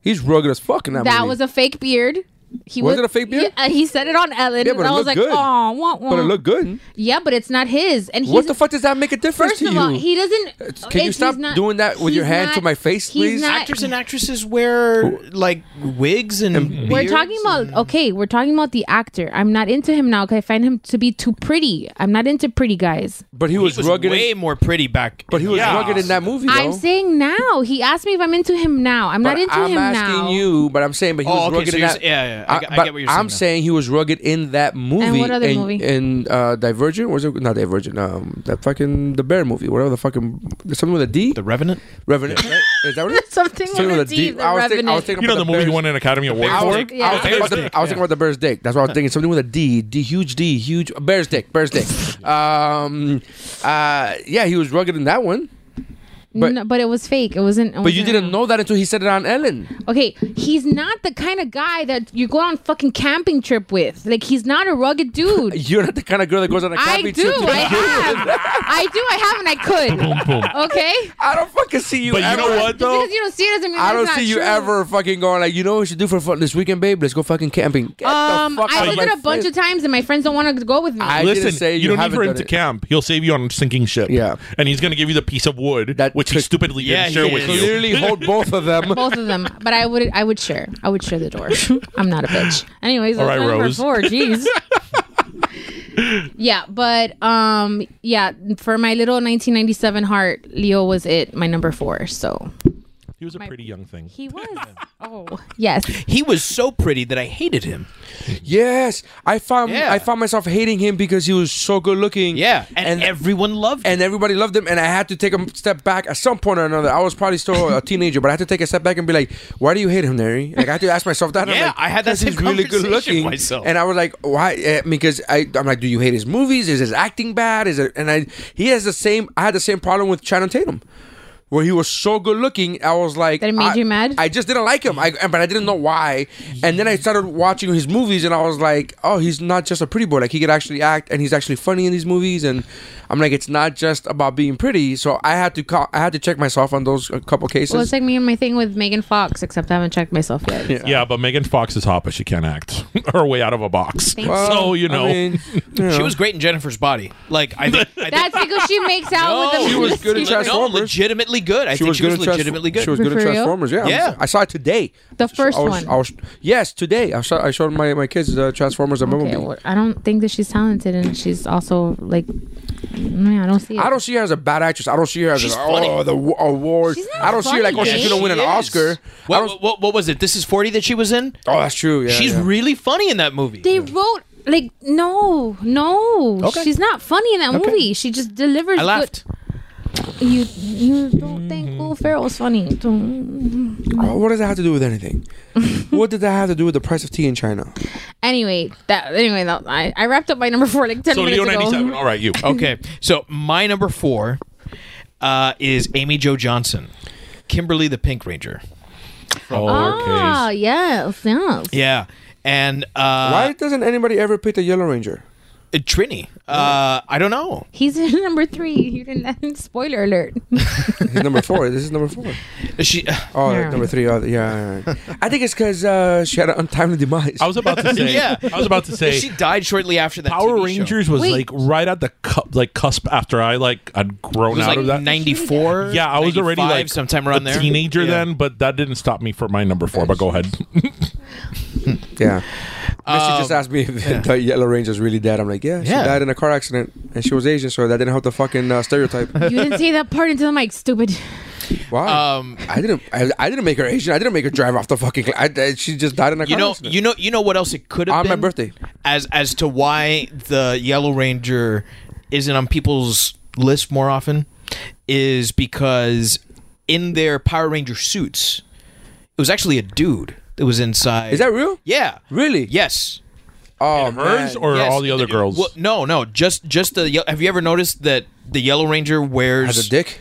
Speaker 3: He's rugged as fuck in that,
Speaker 4: That
Speaker 3: movie.
Speaker 4: was a fake beard. He
Speaker 3: Was it a fake beard?
Speaker 4: Yeah, he said it on Ellen.
Speaker 3: Yeah, but
Speaker 4: and
Speaker 3: it
Speaker 4: I was
Speaker 3: looked
Speaker 4: like,
Speaker 3: good.
Speaker 4: oh, wah, wah.
Speaker 3: but it looked good.
Speaker 4: Yeah, but it's not his. And he's
Speaker 3: What the fuck does that make a difference
Speaker 4: First
Speaker 3: to
Speaker 4: of
Speaker 3: you?
Speaker 4: all, he doesn't.
Speaker 3: Can you
Speaker 4: it's-
Speaker 3: stop
Speaker 4: he's not-
Speaker 3: doing that with your
Speaker 4: he's
Speaker 3: hand to
Speaker 4: not-
Speaker 3: my face,
Speaker 4: he's
Speaker 3: please?
Speaker 4: not-
Speaker 2: Actors and actresses wear like wigs and.
Speaker 4: We're
Speaker 2: beards
Speaker 4: talking about okay. We're talking about the actor. I'm not into him now because I find him to be too pretty. I'm not into pretty guys.
Speaker 3: but he
Speaker 2: and- He
Speaker 3: was,
Speaker 2: was
Speaker 3: rugged.
Speaker 2: way
Speaker 3: in,
Speaker 2: more pretty back.
Speaker 3: but he was rugged in that movie.
Speaker 4: I'm
Speaker 3: though.
Speaker 4: saying now. He asked me if I'm into him now. I'm
Speaker 3: But
Speaker 4: not into
Speaker 3: I'm
Speaker 4: him
Speaker 3: asking
Speaker 4: now.
Speaker 3: you, but I'm saying, but he
Speaker 2: Oh,
Speaker 3: was
Speaker 2: okay,
Speaker 3: rugged
Speaker 2: so
Speaker 3: in
Speaker 2: you're
Speaker 3: that.
Speaker 2: s- yeah, yeah, I
Speaker 3: Uh,
Speaker 2: g- I
Speaker 3: but
Speaker 2: get what you're saying
Speaker 3: I'm
Speaker 2: now.
Speaker 3: saying he was rugged in that movie.
Speaker 4: what other
Speaker 3: and,
Speaker 4: movie?
Speaker 3: And uh, Divergent was it not Divergent? Um, that fucking the bear movie, whatever the fucking something with a D.
Speaker 2: The Revenant.
Speaker 3: Revenant. right? Is that what it is?
Speaker 4: Something with a D. The
Speaker 3: I was thinking, I was
Speaker 4: Revenant.
Speaker 3: thinking
Speaker 5: You know
Speaker 3: about
Speaker 5: the movie
Speaker 3: bear's-
Speaker 5: he won an Academy Award
Speaker 3: I was,
Speaker 5: for.
Speaker 4: Bear's Yeah.
Speaker 3: I was thinking about the, I was thinking about the bear's dick. That's what I'm thinking. Something with a D, D, huge D, huge bear's dick, bear's dick. Um, uh, yeah, he was rugged in that one, but-
Speaker 4: But, no, but it was fake. It wasn't.
Speaker 3: but you didn't know that until he said it on Ellen.
Speaker 4: Okay, he's not the kind of guy that you go on fucking camping trip with. Like he's not a rugged dude.
Speaker 3: You're not the kind of girl that goes on a
Speaker 4: I
Speaker 3: camping
Speaker 4: do.
Speaker 3: trip. to
Speaker 4: I have. I do. I have, and I could.
Speaker 5: Boom, boom.
Speaker 4: Okay.
Speaker 3: I don't fucking see you.
Speaker 5: But you
Speaker 3: ever.
Speaker 5: know what though?
Speaker 4: Because you don't see it doesn't mean
Speaker 3: I
Speaker 4: it's
Speaker 3: don't
Speaker 4: not
Speaker 3: see you
Speaker 4: true.
Speaker 3: ever fucking going like, you know what we should do for fun this weekend, babe? Let's go fucking camping. Get
Speaker 4: Um,
Speaker 3: the fuck out
Speaker 4: I
Speaker 3: of
Speaker 4: did
Speaker 3: my
Speaker 4: it a bunch
Speaker 3: face.
Speaker 4: of times, and my friends don't want to go with me.
Speaker 3: I didn't
Speaker 5: Listen,
Speaker 3: say
Speaker 5: you,
Speaker 3: you
Speaker 5: don't need
Speaker 3: haven't
Speaker 5: for
Speaker 3: done
Speaker 5: him to
Speaker 3: it.
Speaker 5: camp. He'll save you on a sinking ship.
Speaker 3: Yeah.
Speaker 5: and he's gonna give you the piece of wood
Speaker 3: That
Speaker 5: that which he
Speaker 3: took-
Speaker 5: stupidly
Speaker 2: Yeah,
Speaker 5: didn't share
Speaker 2: he
Speaker 5: with
Speaker 2: is.
Speaker 5: you.
Speaker 3: Clearly hold both of them.
Speaker 4: both of them, but I would I would share. I would share the door. I'm not a bitch. Anyways,
Speaker 5: All right,
Speaker 4: that's number
Speaker 5: Rose.
Speaker 4: four. Jeez. yeah, but um, yeah, for my little 1997 heart, Leo was it. My number four. So
Speaker 5: He was a pretty young thing.
Speaker 4: he was. oh yes.
Speaker 2: He was so pretty that I hated him.
Speaker 3: yes, I found
Speaker 2: Yeah.
Speaker 3: I found myself hating him because he was so good looking.
Speaker 2: Yeah, and,
Speaker 3: and
Speaker 2: everyone loved him.
Speaker 3: and everybody loved him, and I had to take a step back at some point or another. I was probably still a teenager, but I had to take a step back and be like, "Why do you hate him, Nary?" Like I had to ask myself that. I'm
Speaker 2: Yeah,
Speaker 3: like,
Speaker 2: I had that
Speaker 3: 'cause
Speaker 2: same
Speaker 3: he's really good
Speaker 2: conversation
Speaker 3: looking.
Speaker 2: myself.
Speaker 3: And I was like, "Why?" Eh, Because I, I'm like, "Do you hate his movies? Is his acting bad? Is it?" And I, he has the same. I had the same problem with Channing Tatum. where he was so good looking. I was like,
Speaker 4: That it made
Speaker 3: I-
Speaker 4: you mad?
Speaker 3: I just didn't like him, I, but I didn't know why. And then I started watching his movies, and I was like, oh, he's not just a pretty boy. Like he could actually act, and he's actually funny in these movies. And I'm like, it's not just about being pretty. So I had to call, I had to check myself on those a couple cases.
Speaker 4: Well, it's like me and my thing with Megan Fox, except I haven't checked myself yet.
Speaker 3: Yeah.
Speaker 5: Yeah, but Megan Fox is hot, but she can't act her way out of a box.
Speaker 3: Well,
Speaker 5: so you
Speaker 3: I
Speaker 5: know,
Speaker 3: mean, you
Speaker 2: She
Speaker 3: know.
Speaker 2: was great in Jennifer's Body. Like I think, I think
Speaker 4: That's because she makes out with
Speaker 2: No,
Speaker 4: the
Speaker 3: She was good in
Speaker 2: like, no,
Speaker 3: Transformers.
Speaker 2: legitimately good. I think she was
Speaker 3: in Transform-
Speaker 2: legitimately good.
Speaker 3: She was good in
Speaker 4: For real?
Speaker 3: Transformers. Yeah,
Speaker 2: Yeah.
Speaker 3: I saw it today.
Speaker 4: The first
Speaker 3: I was,
Speaker 4: one.
Speaker 3: I was, yes, today. I saw. I showed my my kids uh, Transformers and
Speaker 4: Okay,
Speaker 3: Bumblebee.
Speaker 4: well, I don't think that she's talented, and she's also like, mm, I don't see it.
Speaker 3: I don't see her as a bad actress. I don't see her as
Speaker 2: She's
Speaker 3: a,
Speaker 2: funny.
Speaker 3: oh the w- award.
Speaker 4: She's not
Speaker 3: I don't see her like oh
Speaker 4: funny,
Speaker 3: she's
Speaker 4: Jake.
Speaker 3: gonna win an
Speaker 2: She is.
Speaker 3: Oscar. I
Speaker 2: What,
Speaker 3: don't,
Speaker 2: what, what, was it? This is forty that she was in.
Speaker 3: oh, that's true. Yeah,
Speaker 2: She's
Speaker 3: yeah.
Speaker 2: really funny in that movie.
Speaker 4: They wrote like no, no.
Speaker 2: Okay.
Speaker 4: She's not funny in that movie. She just delivers.
Speaker 2: I laughed.
Speaker 4: Good. You you don't think Will Ferrell's funny? Don't.
Speaker 3: Oh, what does that have to do with anything? what did that have to do with the price of tea in China?
Speaker 4: Anyway, that anyway, that, I I wrapped up my number four like ten
Speaker 5: so Leo
Speaker 4: minutes
Speaker 5: ninety seven.
Speaker 4: ago.
Speaker 5: All right, you.
Speaker 3: Oh,
Speaker 2: Okay, so my number four uh, is Amy Jo Johnson, Kimberly the Pink Ranger.
Speaker 4: Ah, yes, yes.
Speaker 2: Yeah, and
Speaker 3: Why
Speaker 2: uh,
Speaker 3: doesn't anybody ever pick the Yellow Ranger?
Speaker 2: Trini. Uh, I don't know.
Speaker 4: He's in number three. You didn't. Spoiler alert.
Speaker 3: He's number four. this is number four.
Speaker 2: She.
Speaker 3: Oh,
Speaker 4: Yeah.
Speaker 3: number three. Oh, yeah, yeah, yeah. I think it's because uh, she had an untimely demise.
Speaker 5: I was about to say.
Speaker 2: Yeah.
Speaker 5: I was about to say.
Speaker 2: she died shortly after that.
Speaker 5: Power
Speaker 2: TV show.
Speaker 5: Rangers was
Speaker 4: Wait.
Speaker 5: like right at the cu- like cusp after I like I'd
Speaker 2: It
Speaker 5: grown
Speaker 2: was
Speaker 5: out of
Speaker 2: like
Speaker 5: that.
Speaker 2: ninety four.
Speaker 5: yeah, I was already like
Speaker 2: sometime around
Speaker 5: a
Speaker 2: there.
Speaker 5: teenager
Speaker 2: Yeah.
Speaker 5: then, but that didn't stop me for my number four. But go ahead.
Speaker 3: Yeah. Missy just asked me if the Yellow Ranger's really dead. I'm like, yeah, she
Speaker 2: Um, Yeah.
Speaker 3: died in a car accident, and she was Asian, so that didn't help the fucking uh, stereotype.
Speaker 4: You didn't say that part into the mic, stupid.
Speaker 3: Wow.
Speaker 2: Um,
Speaker 3: I didn't. I, I didn't make her Asian. I didn't make her drive off the fucking. cl- I, I- she just died in a
Speaker 2: You
Speaker 3: car
Speaker 2: know,
Speaker 3: accident.
Speaker 2: you know, you know what else it could have
Speaker 3: On
Speaker 2: been
Speaker 3: my birthday.
Speaker 2: as as to why the Yellow Ranger isn't on people's list more often is because in their Power Ranger suits, it was actually a dude that was inside.
Speaker 3: Is that real?
Speaker 2: Yeah.
Speaker 3: Really?
Speaker 2: Yes.
Speaker 3: Oh,
Speaker 5: Hers
Speaker 3: man.
Speaker 5: or
Speaker 2: Yes.
Speaker 5: all the other girls?
Speaker 2: Well, no, no, just just the. ye- Have you ever noticed that the Yellow Ranger wears
Speaker 3: as a dick.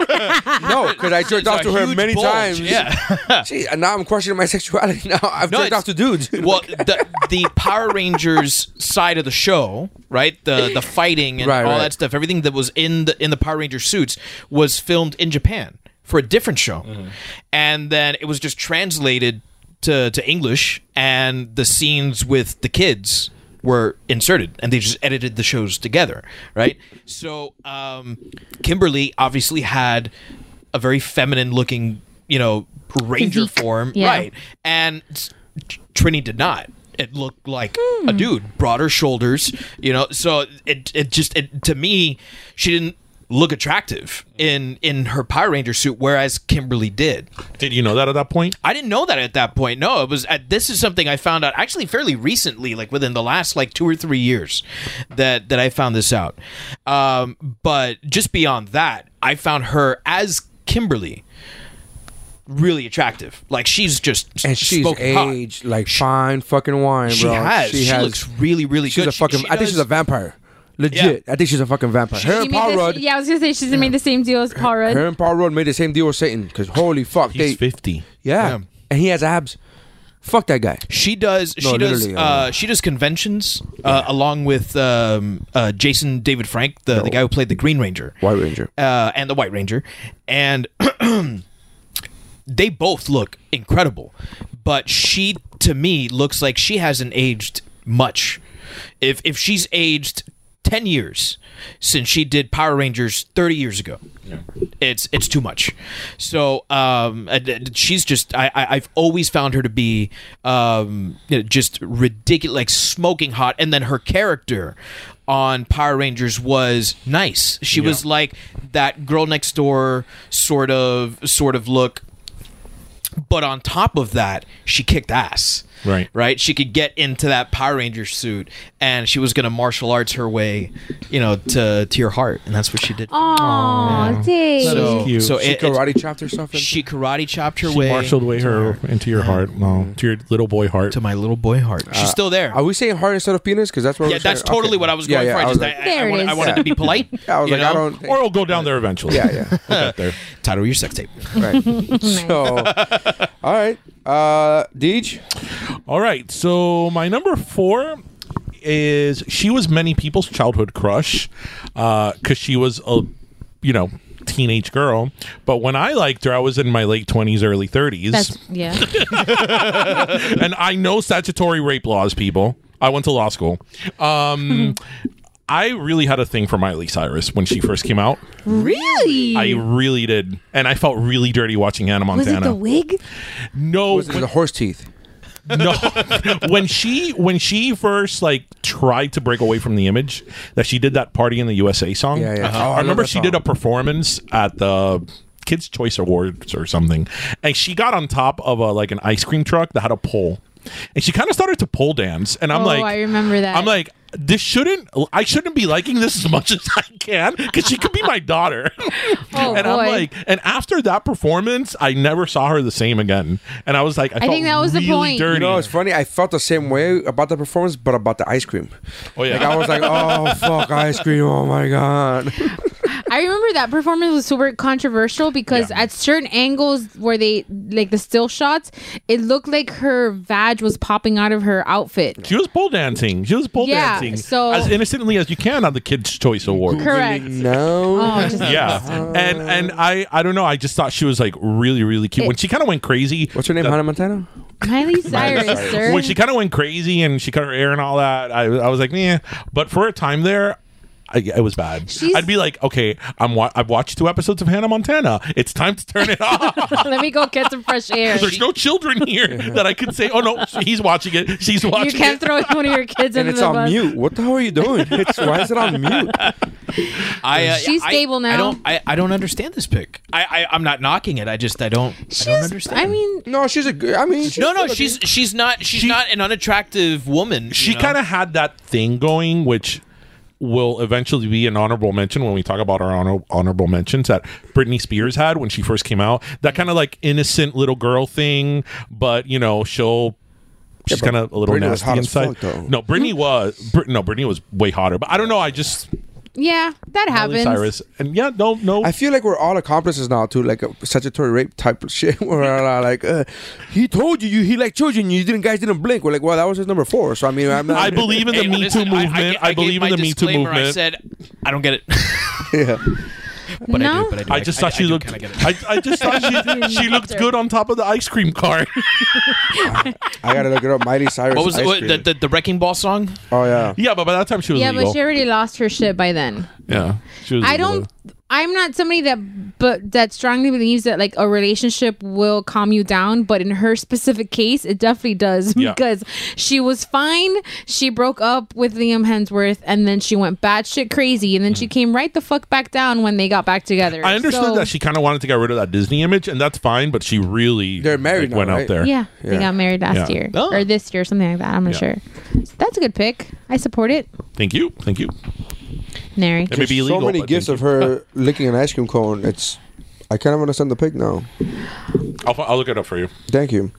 Speaker 3: no, because I jerked
Speaker 2: a
Speaker 3: off to her
Speaker 2: huge
Speaker 3: many
Speaker 2: bulge?
Speaker 3: times.
Speaker 2: Yeah.
Speaker 3: Gee, and now I'm questioning my sexuality. Now I've jerked
Speaker 2: it's-
Speaker 3: off to dudes.
Speaker 2: Well, the, the Power Rangers side of the show, right? The the fighting and
Speaker 3: Right,
Speaker 2: all
Speaker 3: right.
Speaker 2: that stuff. Everything that was in the in the Power Ranger suits was filmed in Japan for a different show, and then it was just translated to to English, and the scenes with the kids were inserted and they just edited the shows together right so um kimberly obviously had a very feminine looking you know ranger
Speaker 4: Physique.
Speaker 2: form
Speaker 4: Yeah.
Speaker 2: right and Trini did not. It looked like a
Speaker 4: Hmm.
Speaker 2: dude, broader shoulders, you know. So it it just it, to me, she didn't look attractive in in her Power Ranger suit, whereas Kimberly did.
Speaker 5: Did you know that at that point?
Speaker 2: I didn't know that at that point. No, it was. Uh, this is something I found out actually fairly recently, like within the last like two or three years, that that I found this out. Um, but just beyond that, I found her as Kimberly really attractive. Like she's just
Speaker 3: and she's
Speaker 2: spoken hot.
Speaker 3: aged like fine fucking wine,
Speaker 2: She
Speaker 3: bro.
Speaker 2: has. She, looks really, really
Speaker 3: She's
Speaker 2: good.
Speaker 3: a fucking. I think she's a vampire. Legit. I think she's a fucking vampire. Her
Speaker 4: She
Speaker 3: and
Speaker 4: made
Speaker 3: Paul
Speaker 4: this-
Speaker 3: Rudd.
Speaker 4: Yeah, I was gonna say she's made the same deal as Paul Rudd.
Speaker 3: Her and Paul Rudd made the same deal with Satan because holy fuck,
Speaker 5: He's
Speaker 3: they
Speaker 5: fifty.
Speaker 3: yeah.
Speaker 2: Yeah.
Speaker 3: and he has abs. Fuck that guy.
Speaker 2: She does.
Speaker 3: No,
Speaker 2: she does.
Speaker 3: literally,
Speaker 2: Uh,
Speaker 3: uh,
Speaker 2: she does conventions uh, along with um, uh, Jason David Frank, the, the guy who played the Green Ranger,
Speaker 3: White Ranger.
Speaker 2: uh, and the White Ranger, and they both look incredible. But she, to me, looks like she hasn't aged much. If if she's aged ten years since she did Power Rangers thirty years ago, it's it's too much. So um, and- and she's just I, I I've always found her to be um you know, just ridiculous, like smoking hot. And then her character on Power Rangers was nice. She was like that girl next door sort of sort of look. But on top of that, she kicked ass.
Speaker 5: Right.
Speaker 2: Right. She could get into that Power Ranger suit, and she was gonna martial arts her way, you know, to to your heart, and that's what she did.
Speaker 4: Aw, Dave.
Speaker 2: so
Speaker 5: cute.
Speaker 2: so
Speaker 3: She
Speaker 2: it, it-
Speaker 3: karate chopped herself. in-
Speaker 2: she karate chopped her
Speaker 5: She
Speaker 2: way
Speaker 5: marshaled way her into your heart, well, to your little boy heart.
Speaker 2: to my little boy heart. She's still there.
Speaker 3: Are we saying heart instead of penis? Because that's what.
Speaker 2: yeah,
Speaker 3: we're trying-
Speaker 2: that's totally
Speaker 3: Uh, okay.
Speaker 2: what I was
Speaker 3: Yeah,
Speaker 2: going
Speaker 3: yeah,
Speaker 2: for. I,
Speaker 3: I
Speaker 2: just,
Speaker 3: was
Speaker 2: I,
Speaker 3: like-
Speaker 2: I
Speaker 4: There it
Speaker 2: wanted, I
Speaker 4: is.
Speaker 2: wanted to be polite.
Speaker 3: I was
Speaker 2: you
Speaker 3: like,
Speaker 2: know?
Speaker 3: I don't.
Speaker 5: Or it'll go down there eventually.
Speaker 3: yeah, yeah.
Speaker 5: We'll get there.
Speaker 2: Title of your sex tape.
Speaker 3: Right. So, all right, uh, Deej.
Speaker 5: All right. So my number four is she was many people's childhood crush because she was a you know teenage girl. But when I liked her, I was in my late twenties, early
Speaker 4: That's
Speaker 5: thirties,
Speaker 4: yeah.
Speaker 5: and I know statutory rape laws. People, I went to law school. Um, I really had a thing for Miley Cyrus when she first came out.
Speaker 4: really?
Speaker 5: I really did, and I felt really dirty watching Hannah
Speaker 4: was it
Speaker 5: Montana.
Speaker 4: the wig?
Speaker 5: no,
Speaker 3: Was it the horse teeth?
Speaker 5: no when she when she first like tried to break away from the image that she did that party in the usa song
Speaker 3: Yeah, yeah. Uh-huh. Oh, I
Speaker 5: i
Speaker 3: love
Speaker 5: remember
Speaker 3: that
Speaker 5: she did a
Speaker 3: song.
Speaker 5: performance at the kids choice awards or something and she got on top of a like an ice cream truck that had a pole and she kind of started to pole dance and i'm
Speaker 4: Oh,
Speaker 5: like
Speaker 4: I remember that.
Speaker 5: i'm like this shouldn't i shouldn't be liking this as much as i can because she could be my daughter
Speaker 4: Oh
Speaker 5: and
Speaker 4: boy.
Speaker 5: i'm like and after that performance i never saw her the same again and i was like i, felt
Speaker 4: think that was the
Speaker 5: really
Speaker 4: point.
Speaker 5: dirty.
Speaker 3: You know, it's funny. I felt the same way about the performance, but about the ice cream.
Speaker 5: Oh yeah.
Speaker 3: Like I was like, oh fuck, ice cream. Oh my god.
Speaker 4: I remember that performance was super controversial because
Speaker 5: Yeah.
Speaker 4: at certain angles where they like the still shots, it looked like her vag was popping out of her outfit.
Speaker 5: she was pole dancing. She was pole
Speaker 4: Yeah,
Speaker 5: dancing
Speaker 4: so-
Speaker 5: as innocently as you can on the Kids Choice Award.
Speaker 4: Correct.
Speaker 3: No.
Speaker 4: Oh, just
Speaker 5: Yeah, and and I I don't know. I just thought she was like really really cute when she kind of went crazy.
Speaker 3: What's her name? Hannah Montana.
Speaker 4: Miley Cyrus, sir.
Speaker 5: When she kind of went crazy and she cut her hair and all that, I, I was like, yeah. But for a time there, I, it was bad.
Speaker 4: She's-
Speaker 5: I'd be like, okay, I'm wa- I've watched two episodes of Hannah Montana. It's time to turn it off.
Speaker 4: Let me go get some fresh air.
Speaker 5: There's no children here that I could say, oh no, he's watching it. She's
Speaker 4: you
Speaker 5: watching
Speaker 4: can't
Speaker 5: it.
Speaker 4: throw one of your kids
Speaker 3: And
Speaker 4: into
Speaker 3: it's
Speaker 4: the
Speaker 3: on
Speaker 4: bus.
Speaker 3: mute. What the hell are you doing? It's why is it on mute?
Speaker 2: I, uh,
Speaker 4: She's
Speaker 2: I-
Speaker 4: stable now.
Speaker 2: I don't. I, I don't understand this pick. I, I I'm not knocking it. I just I don't. I don't
Speaker 4: She's,
Speaker 2: understand.
Speaker 4: I mean,
Speaker 3: No, she's a. g- I mean, she's
Speaker 2: no, no,
Speaker 3: still a-
Speaker 2: she's she's not she's not an unattractive woman.
Speaker 5: she kind of had that thing going, which will eventually be an honorable mention when we talk about our honor- honorable mentions that Britney Spears had when she first came out. That kind of like innocent little girl thing, but you know she'll. She's
Speaker 3: but
Speaker 5: kind of a little
Speaker 3: Britney was
Speaker 5: nasty
Speaker 3: hot as
Speaker 5: inside.
Speaker 3: fuck, though.
Speaker 5: no, Britney was Brit- no, Britney was way hotter. But I don't know. I just
Speaker 4: yeah, that
Speaker 5: Miley
Speaker 4: happens.
Speaker 5: Cyrus and yeah, no, no.
Speaker 3: I feel like we're all accomplices now to like a statutory rape type of shit. We're all like, uh, he told you, you he liked children. You didn't guys didn't blink. We're like, well, that was his number four. So I mean, I'm not.
Speaker 5: I believe in the Me Too movement. I, believe in the Me Too movement.
Speaker 2: I said I don't get it,
Speaker 3: Yeah.
Speaker 2: but I
Speaker 4: No.
Speaker 2: do. But I do.
Speaker 5: I just thought she
Speaker 2: do
Speaker 5: looked.
Speaker 2: kinda get it.
Speaker 5: I, I just thought she, she looked good on top of the ice cream cart.
Speaker 3: I gotta look it up. Miley Cyrus.
Speaker 2: What was
Speaker 3: ice
Speaker 2: the, what,
Speaker 3: cream.
Speaker 2: the, the the wrecking ball song?
Speaker 3: oh yeah.
Speaker 5: yeah, but by that time she was
Speaker 4: Yeah,
Speaker 5: legal.
Speaker 4: but she already lost her shit by then.
Speaker 5: Yeah, she was.
Speaker 4: I don't. I'm not somebody that, but that strongly believes that like a relationship will calm you down. But in her specific case, it definitely does
Speaker 5: Yeah.
Speaker 4: because she was fine. She broke up with Liam Hemsworth, and then she went batshit crazy, and then she came right the fuck back down when they got back together.
Speaker 5: Mm. I understood
Speaker 4: So-
Speaker 5: that she kind of wanted to get rid of that Disney image, and that's fine. But she really
Speaker 3: They're married now,
Speaker 5: went out
Speaker 3: right?
Speaker 5: there.
Speaker 4: Yeah, they
Speaker 3: Yeah.
Speaker 4: got married last
Speaker 5: Yeah.
Speaker 4: year
Speaker 2: Oh.
Speaker 4: or this year, something like that. I'm not
Speaker 5: Yeah.
Speaker 4: sure. So that's a good pick. I support it.
Speaker 5: Thank you. Thank you.
Speaker 4: Nary.
Speaker 5: It may be
Speaker 3: so
Speaker 5: illegal.
Speaker 3: many
Speaker 5: but
Speaker 3: gifts
Speaker 5: thank
Speaker 3: of her licking an ice cream cone. It's. I kind of understand the pic now.
Speaker 5: you. I'll, fi- I'll look it up for you.
Speaker 3: Thank you.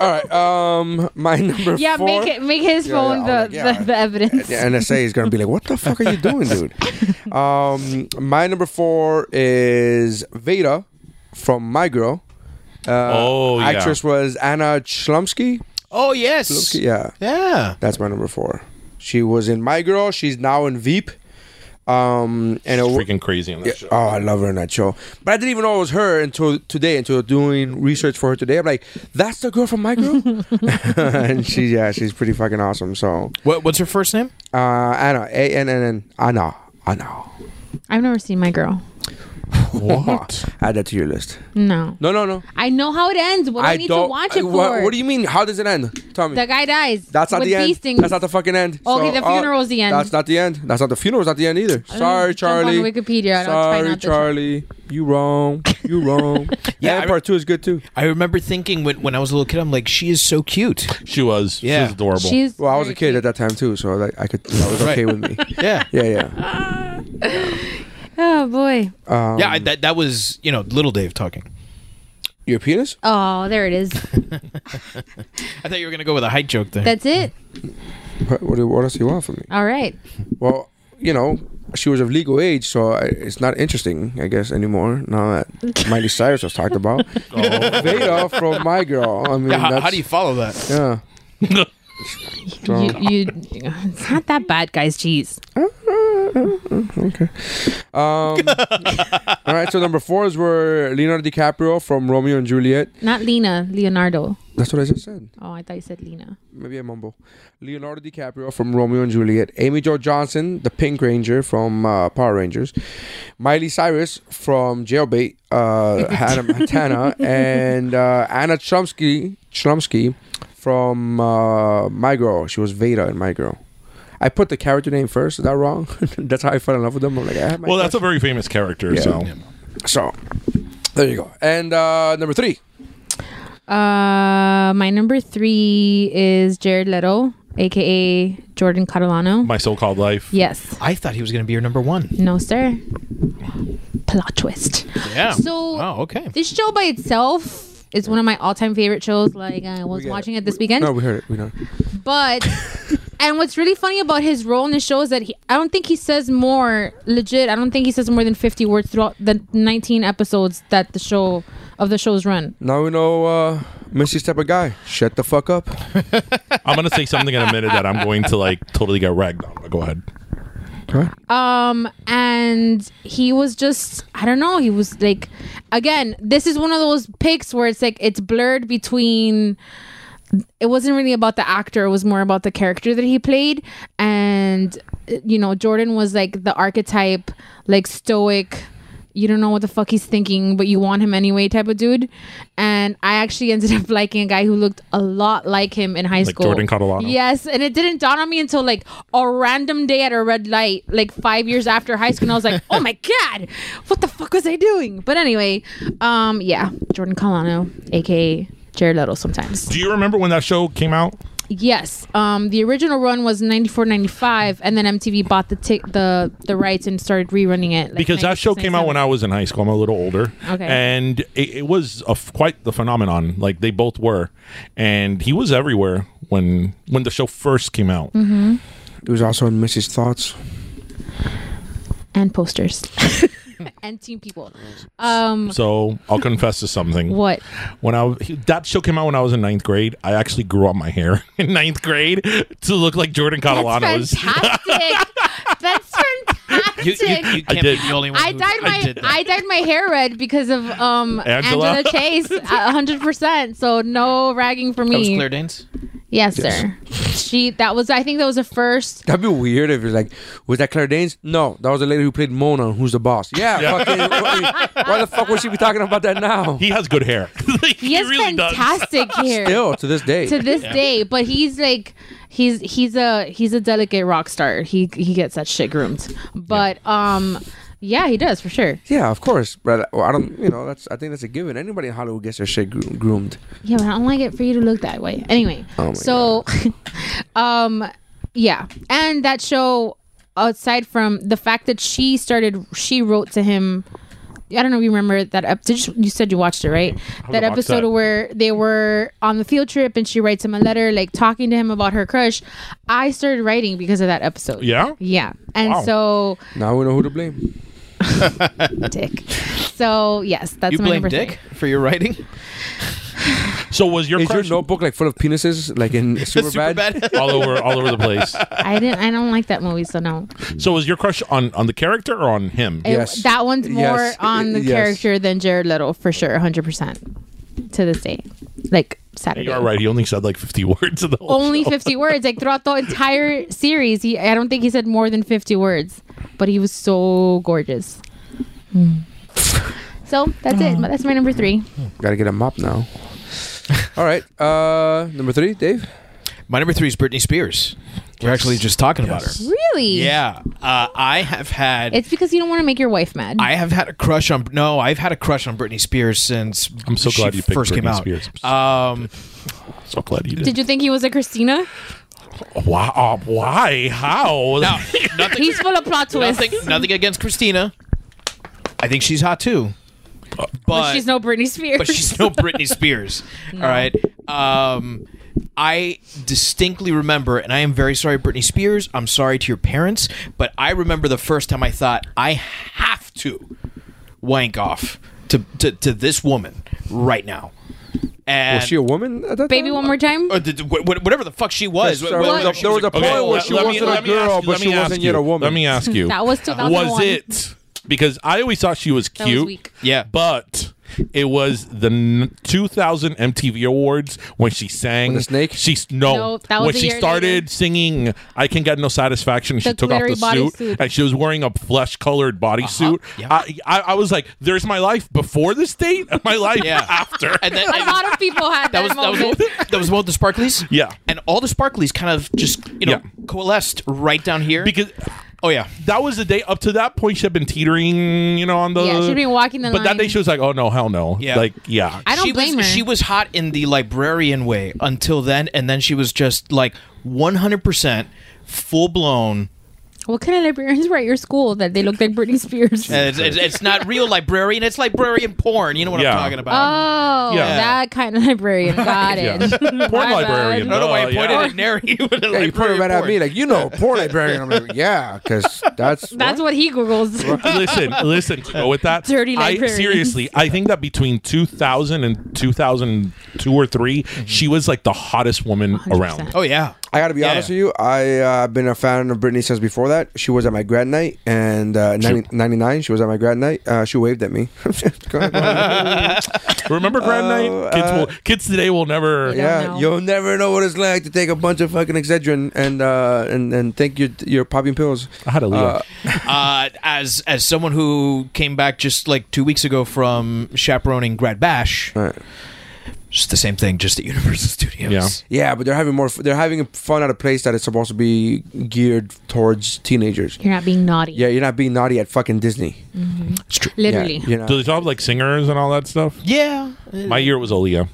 Speaker 3: All right. Um, my number.
Speaker 4: Yeah,
Speaker 3: four,
Speaker 4: make it make his
Speaker 3: Yeah,
Speaker 4: phone
Speaker 3: yeah, oh
Speaker 4: the,
Speaker 3: my God.
Speaker 4: the the evidence.
Speaker 3: The NSA is gonna be like, "What the fuck are you doing, dude?" Um, my number four is Veda from My Girl. Uh,
Speaker 5: Oh, yeah.
Speaker 3: actress was Anna Chlumsky.
Speaker 2: Oh yes,
Speaker 3: Chlumsky, Yeah,
Speaker 2: yeah.
Speaker 3: that's my number four. She was in My Girl. She's now in Veep. Um, and it, wa-
Speaker 5: Freaking crazy on that show.
Speaker 3: Oh, I love her in that show. But I didn't even know it was her until today, until doing research for her today. I'm like, that's the girl from My Girl? and she, yeah, she's pretty fucking awesome. So,
Speaker 2: What, what's her first name?
Speaker 3: uh, Anna, A N N N, Anna, Anna.
Speaker 4: I've never seen my girl.
Speaker 5: What?
Speaker 3: Uh-huh. Add that to your list.
Speaker 4: No.
Speaker 3: No, no, no.
Speaker 4: I know how it ends. What do I, need to watch it
Speaker 3: I-
Speaker 4: for?
Speaker 3: wha- What, do you mean? How does it end? Tell me.
Speaker 4: The guy dies.
Speaker 3: that's not
Speaker 4: with
Speaker 3: the end.
Speaker 4: bee stings.
Speaker 3: That's not the fucking end.
Speaker 4: Okay, the
Speaker 3: uh,
Speaker 4: funeral's the end.
Speaker 3: That's not the end. That's not the funeral's not the end either.
Speaker 4: I don't
Speaker 3: Sorry,
Speaker 4: jump on
Speaker 3: Charlie.
Speaker 4: Wikipedia. I don't find
Speaker 3: Sorry,
Speaker 4: out the-
Speaker 3: Charlie. You wrong. You wrong.
Speaker 2: Yeah,
Speaker 3: yeah,
Speaker 2: I-
Speaker 3: and part two is good too.
Speaker 2: I remember thinking when, when I was a little kid, I'm like, she is so cute.
Speaker 5: She was. She
Speaker 2: Yeah.
Speaker 5: was adorable.
Speaker 4: She's
Speaker 3: Well, I was
Speaker 4: very
Speaker 3: a kid
Speaker 4: cute.
Speaker 3: at that time too, so like I could that was okay with me.
Speaker 2: Yeah,
Speaker 3: Yeah, yeah.
Speaker 4: Oh boy.
Speaker 3: Um,
Speaker 2: yeah. I, that that was you know little Dave talking.
Speaker 3: your penis?
Speaker 4: Oh, there it is.
Speaker 2: I thought you were gonna go with a height joke there.
Speaker 4: That's it.
Speaker 3: What, what, do- what else do you want from me?
Speaker 4: All right.
Speaker 3: Well, you know, she was of legal age, so I, it's not interesting, I guess, anymore. Now that Miley Cyrus was talked about, Oh. Veda from My Girl. I mean,
Speaker 2: yeah, how,
Speaker 3: that's-
Speaker 2: how do you follow that?
Speaker 3: Yeah.
Speaker 4: You, you, it's not that bad, guys. Jeez.
Speaker 3: Okay. Um, all right. So number four is where Leonardo DiCaprio from Romeo and Juliet.
Speaker 4: Not Lena, Leonardo.
Speaker 3: That's what I just said.
Speaker 4: Oh, I thought you said Lena.
Speaker 3: Maybe I mumble. Leonardo DiCaprio from Romeo and Juliet. Amy Jo Johnson, the Pink Ranger from uh, Power Rangers. Miley Cyrus from Jailbait, uh, Hannah Montana. And uh, Anna Chomsky, Chlumsky from uh, My Girl. She was Veda in My Girl. I put the character name first. Is that wrong? that's how I fell in love with them. I'm like, I have my
Speaker 5: well, that's a very famous character. So
Speaker 3: So, there you go. And uh, number three.
Speaker 4: Uh, my number three is Jared Leto, aka Jordan Catalano.
Speaker 5: my so-called life.
Speaker 4: Yes.
Speaker 2: I thought he was gonna be your number one.
Speaker 4: No, sir. Plot twist.
Speaker 2: Yeah.
Speaker 4: So-
Speaker 2: oh, okay.
Speaker 4: This show by itself is one of my all-time favorite shows. Like I was
Speaker 3: We got
Speaker 4: watching
Speaker 3: it.
Speaker 4: it this weekend,
Speaker 3: No, we heard it. We know.
Speaker 4: but and what's really funny about his role in the show is that he, I don't think he says more legit. I don't think he says more than fifty words throughout the nineteen episodes that the show of the show's run.
Speaker 3: Now we know uh, Missy's type of guy. Shut the fuck up.
Speaker 5: I'm gonna say something in a minute that I'm going to like totally get ragged on. But go ahead.
Speaker 4: Um, and he was just I don't know. He was like, again, this is one of those picks where it's like it's blurred between. It wasn't really about the actor; it was more about the character that he played. And uh, you know, Jordan was like the archetype, like stoic. You don't know what the fuck he's thinking, but you want him anyway, type of dude. And I actually ended up liking a guy who looked a lot like him in high
Speaker 5: Like
Speaker 4: school.
Speaker 5: Jordan Catalano.
Speaker 4: Yes, and it didn't dawn on me until like a random day at a red light, like five years after high school. And I was like, oh my God, what the fuck was I doing? But anyway, um, yeah, Jordan Colano, aka Jared Leto sometimes.
Speaker 5: Do you remember when that show came out?
Speaker 4: Yes. Um, the original run was 94, 95, and then MTV bought the tic- the the rights and started rerunning it. like,
Speaker 5: because that show
Speaker 4: 96,
Speaker 5: came out when I
Speaker 4: 97.
Speaker 5: was in high school. I'm a little older,
Speaker 4: Okay.
Speaker 5: and it, it was a f- quite the phenomenon. Like they both were, and he was everywhere when when the show first came out.
Speaker 4: Mm-hmm.
Speaker 3: It was also in Missy's thoughts.
Speaker 4: And posters. and Team People. Um,
Speaker 5: So I'll confess to something.
Speaker 4: what?
Speaker 5: When I w- he- that show came out when I was in ninth grade, I actually grew out my hair in ninth grade to look like Jordan
Speaker 4: That's
Speaker 5: Catalano's.
Speaker 4: fantastic. That's fantastic.
Speaker 2: You, you, you can't be
Speaker 5: did.
Speaker 2: the only one.
Speaker 4: I
Speaker 2: who,
Speaker 4: dyed my
Speaker 2: did that.
Speaker 4: I, dyed my hair red because of um
Speaker 5: Angela?
Speaker 4: Angela, Chase, a hundred percent. So no ragging for
Speaker 2: that was
Speaker 4: me.
Speaker 2: Claire Danes.
Speaker 4: yes, sir. she that was I think that was the first.
Speaker 3: That'd be weird if it's like, was that Claire Danes? No, that was the lady who played Mona, who's the boss. Yeah, fucking. why, why the fuck would she be talking about that now?
Speaker 5: He has good hair.
Speaker 4: He has fantastic hair
Speaker 3: Still to this day.
Speaker 4: to this day, but he's like he's he's a he's a delicate rock star. He he gets that shit groomed, but um yeah he does for sure.
Speaker 3: yeah, of course, but I don't. You know, that's. I think that's a given. Anybody in Hollywood gets their shit gro- groomed.
Speaker 4: Yeah, but I don't like it for you to look that way. Anyway,
Speaker 2: Oh
Speaker 4: so, um, yeah, and that show, aside from the fact that she started, she wrote to him. I don't know if you remember that. Ep- did you, you said you watched it, right? That
Speaker 5: watch
Speaker 4: episode
Speaker 5: that.
Speaker 4: where they were on the field trip and she writes him a letter, like talking to him about her crush. I started writing because of that episode.
Speaker 5: Yeah?
Speaker 4: Yeah, and
Speaker 5: Wow.
Speaker 4: so
Speaker 3: Now we know who to blame.
Speaker 4: Dick. So yes, that's
Speaker 2: You
Speaker 4: my
Speaker 2: blame
Speaker 4: number three.
Speaker 2: Dick for your writing.
Speaker 5: So was your
Speaker 3: Is your
Speaker 5: crush
Speaker 3: notebook like full of penises, like in Superbad?
Speaker 2: Super bad.
Speaker 5: all over all over the place?
Speaker 4: I didn't. I don't like that movie, so no.
Speaker 5: So was your crush on on the character or on him?
Speaker 4: It-
Speaker 3: Yes.
Speaker 4: that one's more
Speaker 3: Yes.
Speaker 4: on the
Speaker 3: Yes.
Speaker 4: character than Jared Little for sure, hundred percent. To this day, like Saturday.
Speaker 5: You are right. He only said like 50 words of the whole
Speaker 4: Only
Speaker 5: show.
Speaker 4: fifty words. Like throughout the entire series, he I don't think he said more than fifty words, but he was so gorgeous. Mm. So that's it. That's my number three.
Speaker 3: Gotta get a mop now. All right, uh, number three, Dave.
Speaker 2: My number three is Britney Spears. We're actually just talking about her.
Speaker 4: Really?
Speaker 2: Yeah, Uh, I have had.
Speaker 4: It's because you don't want to make your wife mad.
Speaker 2: I have had a crush on no, I've had a crush on Britney Spears since
Speaker 5: I'm so
Speaker 2: she
Speaker 5: glad you picked
Speaker 2: first came
Speaker 5: Britney
Speaker 2: out.
Speaker 5: Spears.
Speaker 2: Um,
Speaker 5: So glad you did.
Speaker 4: Did you think he was a Christina?
Speaker 5: Wow. uh, Why? How?
Speaker 2: now, nothing,
Speaker 4: He's full of plot twists.
Speaker 2: nothing, nothing against Christina. I think she's hot too, but
Speaker 4: She's no Britney Spears.
Speaker 2: but she's no Britney Spears. All right. Um, I distinctly remember, and I am very sorry, Britney Spears. I'm sorry to your parents, but I remember the first time I thought I have to wank off to to, to this woman right now. And
Speaker 3: Was she a woman at that
Speaker 4: Baby,
Speaker 3: time?
Speaker 4: one more time.
Speaker 2: or the, wh- wh- whatever the fuck she was.
Speaker 3: Yes, sir, there was a-
Speaker 2: whether she
Speaker 3: there was a point where
Speaker 5: let-
Speaker 3: she
Speaker 5: let me-
Speaker 3: wasn't a
Speaker 5: let me
Speaker 3: girl,
Speaker 5: ask you-
Speaker 3: but
Speaker 5: let
Speaker 3: she
Speaker 5: me ask
Speaker 3: wasn't
Speaker 5: you.
Speaker 3: yet a woman.
Speaker 5: Let me ask you.
Speaker 4: That was
Speaker 5: was
Speaker 4: 2001.
Speaker 5: it because I always thought she was
Speaker 4: was
Speaker 5: cute.
Speaker 4: weak.
Speaker 2: Yeah.
Speaker 5: but it was the n- 2000 MTV Awards when she sang
Speaker 3: With the snake?
Speaker 5: She's no,
Speaker 4: No, that was
Speaker 5: when
Speaker 4: a
Speaker 5: she
Speaker 4: year
Speaker 5: started
Speaker 4: later.
Speaker 5: singing "I Can Get No Satisfaction." she
Speaker 4: The
Speaker 5: took off
Speaker 4: glittery
Speaker 5: the
Speaker 4: bodysuit.
Speaker 5: suit, and she was wearing a flesh-colored bodysuit.
Speaker 3: Uh-huh.
Speaker 5: I, I I was like, "There's my life before this date, and my life
Speaker 2: Yeah.
Speaker 5: after."
Speaker 2: And then,
Speaker 4: A lot of people had that,
Speaker 2: that was that was
Speaker 4: moment.
Speaker 2: one- that was one of the sparklies.
Speaker 5: Yeah.
Speaker 2: and all the sparklies kind of just you know
Speaker 5: Yeah.
Speaker 2: coalesced right down here.
Speaker 5: because
Speaker 2: oh yeah,
Speaker 5: that was the day up to that point she had been teetering, you know, on the
Speaker 4: Yeah, she'd been walking the
Speaker 5: But that
Speaker 4: line.
Speaker 5: day she was like, "Oh no, hell no!"
Speaker 2: Yeah.
Speaker 5: like yeah,
Speaker 4: I don't
Speaker 2: she
Speaker 4: blame
Speaker 2: was,
Speaker 4: her.
Speaker 2: She was hot in the librarian way until then, and then she was just like 100 percent full blown.
Speaker 4: what kind of librarians were at your school that they looked like Britney Spears?
Speaker 2: and It's, it's- it's not real librarian; it's librarian porn. You know what
Speaker 5: Yeah.
Speaker 2: I'm talking
Speaker 3: um,
Speaker 2: about?
Speaker 4: oh,
Speaker 5: Yeah.
Speaker 4: that kind of librarian. Got it.
Speaker 5: porn
Speaker 4: My
Speaker 5: librarian.
Speaker 4: bad.
Speaker 2: no, no, I
Speaker 5: Oh, yeah.
Speaker 2: pointed at Neri. with a
Speaker 3: Yeah, you pointed
Speaker 2: librarian
Speaker 3: right at
Speaker 2: porn.
Speaker 3: me, like you know, porn librarian. I'm like, yeah, because that's
Speaker 4: That's what he googles.
Speaker 5: listen, listen. To go with that,
Speaker 4: Dirty
Speaker 5: I,
Speaker 4: librarians.
Speaker 5: seriously, I think that between 2000 and 2002 or 3
Speaker 4: Mm-hmm.
Speaker 5: she was like the hottest woman around.
Speaker 2: Oh yeah,
Speaker 3: I gotta be
Speaker 2: Yeah.
Speaker 3: honest with you. I uh, been a fan of Britney since before that. She was at my grad night, and uh, 90, 99, she was at my grad night. Uh, she waved at me. Go ahead, go ahead.
Speaker 5: Remember Grand Night? Kids will, kids today will never.
Speaker 4: Yeah.
Speaker 3: Uh, yeah,
Speaker 4: know.
Speaker 3: you'll never know what it's like to take a bunch of fucking Excedrin and uh, and and think you're you're popping pills.
Speaker 5: I had a Leo.
Speaker 3: Uh,
Speaker 2: uh, as as someone who came back just like two weeks ago from chaperoning Grad Bash,
Speaker 3: Right.
Speaker 2: just the same thing, just at Universal Studios.
Speaker 5: Yeah.
Speaker 3: Yeah, but they're having more. f- They're having fun at a place that is supposed to be geared towards teenagers.
Speaker 4: You're not being naughty.
Speaker 3: Yeah, you're not being naughty at fucking Disney. Yeah,
Speaker 4: Literally.
Speaker 3: you know,
Speaker 5: Do they still have like singers and all that stuff?
Speaker 2: Yeah, uh,
Speaker 5: My year was Aaliyah.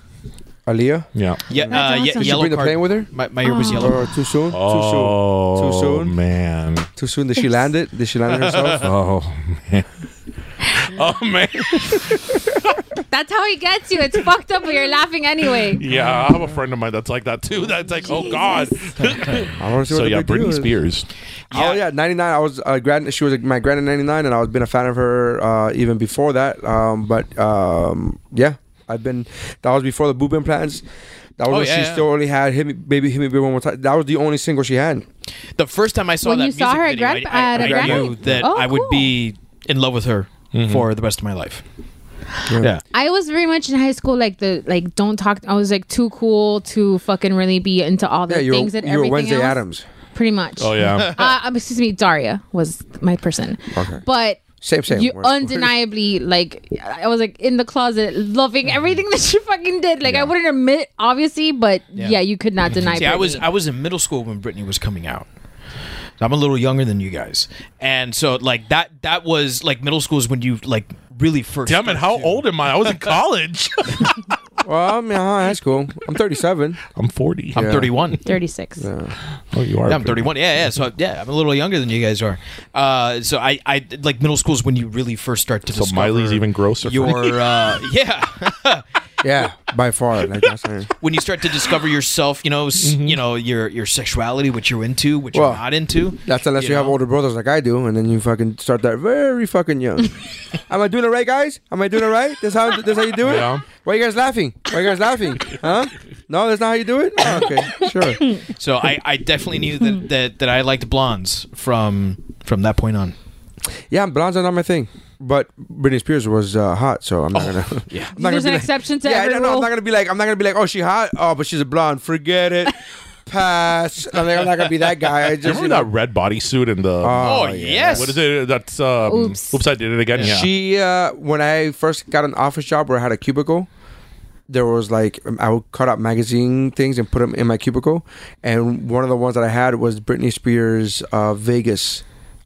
Speaker 3: Aaliyah.
Speaker 5: Yeah.
Speaker 2: yeah, uh,
Speaker 4: awesome. Did
Speaker 2: ye-
Speaker 4: you
Speaker 3: Did you
Speaker 2: yellow
Speaker 3: bring the
Speaker 2: card.
Speaker 3: plane with her?
Speaker 2: My, my year was yellow.
Speaker 3: Or too soon?
Speaker 5: Oh
Speaker 3: too soon? Too soon?
Speaker 5: man.
Speaker 3: Too soon? Did she land it? Did she land it herself?
Speaker 5: Oh man. oh man.
Speaker 4: That's how he gets you. It's fucked up, but you're laughing anyway.
Speaker 5: Yeah, I have a friend of mine that's like that too. That's like, oh god.
Speaker 3: I don't see
Speaker 5: so
Speaker 3: what the
Speaker 5: yeah,
Speaker 3: big deal
Speaker 5: Britney
Speaker 3: is.
Speaker 5: Spears.
Speaker 3: Oh yeah, ninety nine. I was uh, grad. She was uh, my grad in ninety nine, and I was been a fan of her uh, even before that. Um, but um, yeah, I've been. That was before the boob implants. That was
Speaker 2: Oh,
Speaker 3: when
Speaker 2: yeah,
Speaker 3: she
Speaker 2: yeah.
Speaker 3: still only had hit me, baby, hit me baby one more time. That was the only single she had.
Speaker 2: The first time I saw
Speaker 4: When
Speaker 2: that
Speaker 4: you saw
Speaker 2: music
Speaker 4: her at
Speaker 2: video,
Speaker 4: Grand-
Speaker 2: I, I-
Speaker 4: at
Speaker 2: I
Speaker 4: Grand
Speaker 2: knew
Speaker 4: Night?
Speaker 2: that
Speaker 4: Oh,
Speaker 2: I would
Speaker 4: cool.
Speaker 2: be in love with her
Speaker 5: Mm-hmm.
Speaker 2: for the rest of my life. Yeah.
Speaker 4: I was very much in high school like the like don't talk. I was like too cool to fucking really be into all the
Speaker 3: Yeah, you were,
Speaker 4: things that
Speaker 3: you were
Speaker 4: everything
Speaker 3: Wednesday
Speaker 4: else.
Speaker 3: Adams.
Speaker 4: Pretty much.
Speaker 5: Oh yeah.
Speaker 4: Uh, um, excuse me, Daria was my person.
Speaker 3: Okay.
Speaker 4: But
Speaker 3: Same, same.
Speaker 4: you
Speaker 3: We're-
Speaker 4: undeniably like I was like in the closet loving everything that she fucking did. Like I wouldn't admit obviously, but yeah, you could not deny.
Speaker 2: See, I was
Speaker 4: Britney.
Speaker 2: I was in middle school when Britney was coming out. So I'm a little younger than you guys, and so like that that was like middle school is when you like really first.
Speaker 5: Damn it,
Speaker 2: start
Speaker 5: how
Speaker 2: to-
Speaker 5: old am I? I was in college.
Speaker 3: Well, I'm in high school. I'm 37.
Speaker 5: I'm 40.
Speaker 2: I'm
Speaker 3: Yeah.
Speaker 2: 31.
Speaker 4: 36.
Speaker 5: Oh, you are.
Speaker 2: Yeah, I'm 31. Yeah, yeah. So yeah, I'm a little younger than you guys are. Uh, so I, I like middle school is when you really first start to.
Speaker 5: So Miley's even grosser for
Speaker 2: Your uh, yeah.
Speaker 3: Yeah, by far. Like that's her.
Speaker 2: when you start to discover yourself, you know, s you know your your sexuality, what you're into, what you're
Speaker 3: Mm-hmm. Well,
Speaker 2: not into.
Speaker 3: That's unless you, have
Speaker 2: know?
Speaker 3: older brothers like I do, and then you fucking start that very fucking young. Am I doing it right, guys? Am I doing it right? This how this how you do it?
Speaker 5: Yeah.
Speaker 3: Why you guys laughing? Why you guys laughing? Huh? No, that's not how you do it. Oh, okay, sure.
Speaker 2: So I, I definitely knew that, that that I liked blondes from from that point on.
Speaker 3: Yeah, blondes are not my thing, but Britney Spears was uh, hot, so I'm not gonna. Yeah, I'm not
Speaker 4: There's
Speaker 3: gonna be like,
Speaker 4: an exception to
Speaker 3: yeah,
Speaker 4: every
Speaker 3: no, no, I'm
Speaker 4: rule.
Speaker 3: not gonna be like, I'm not gonna be like, oh, she hot, oh, but she's a blonde. Forget it. Pass. I'm not, I'm not gonna be that guy. I
Speaker 5: Do you
Speaker 3: just
Speaker 5: remember
Speaker 3: you
Speaker 5: that
Speaker 3: know,
Speaker 5: red bodysuit and the.
Speaker 2: Oh, yes.
Speaker 5: What is it? That's. Um, oops.
Speaker 4: Oops.
Speaker 5: I did it again. Yeah.
Speaker 3: She uh, when I first got an office job where I had a cubicle, there was like um, I would cut out magazine things and put them in my cubicle, and one of the ones that I had was Britney Spears' uh, Vegas.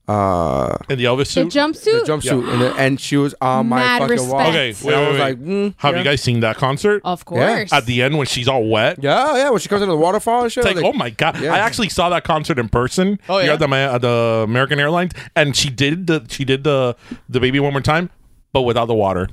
Speaker 3: uh,
Speaker 5: in the Elvis
Speaker 4: The
Speaker 5: suit.
Speaker 3: the
Speaker 4: jumpsuit.
Speaker 3: jumpsuit, and, the, and she was on my
Speaker 4: Mad
Speaker 3: fucking wall.
Speaker 4: respect.
Speaker 5: okay, wait,
Speaker 3: And I
Speaker 5: wait,
Speaker 3: was
Speaker 5: wait.
Speaker 3: like, mm,
Speaker 5: have you guys seen that concert?
Speaker 4: of course.
Speaker 5: At the end when she's all wet.
Speaker 3: yeah, yeah. When she comes into the waterfall and shit,
Speaker 5: It's
Speaker 3: I
Speaker 5: like,
Speaker 3: was
Speaker 5: oh my god!
Speaker 3: Yeah.
Speaker 5: I actually saw that concert in person.
Speaker 2: Oh,
Speaker 5: here
Speaker 2: yeah?
Speaker 5: at the, Ma- at the American Airlines, and she did the she did the the baby one more time, but without the water.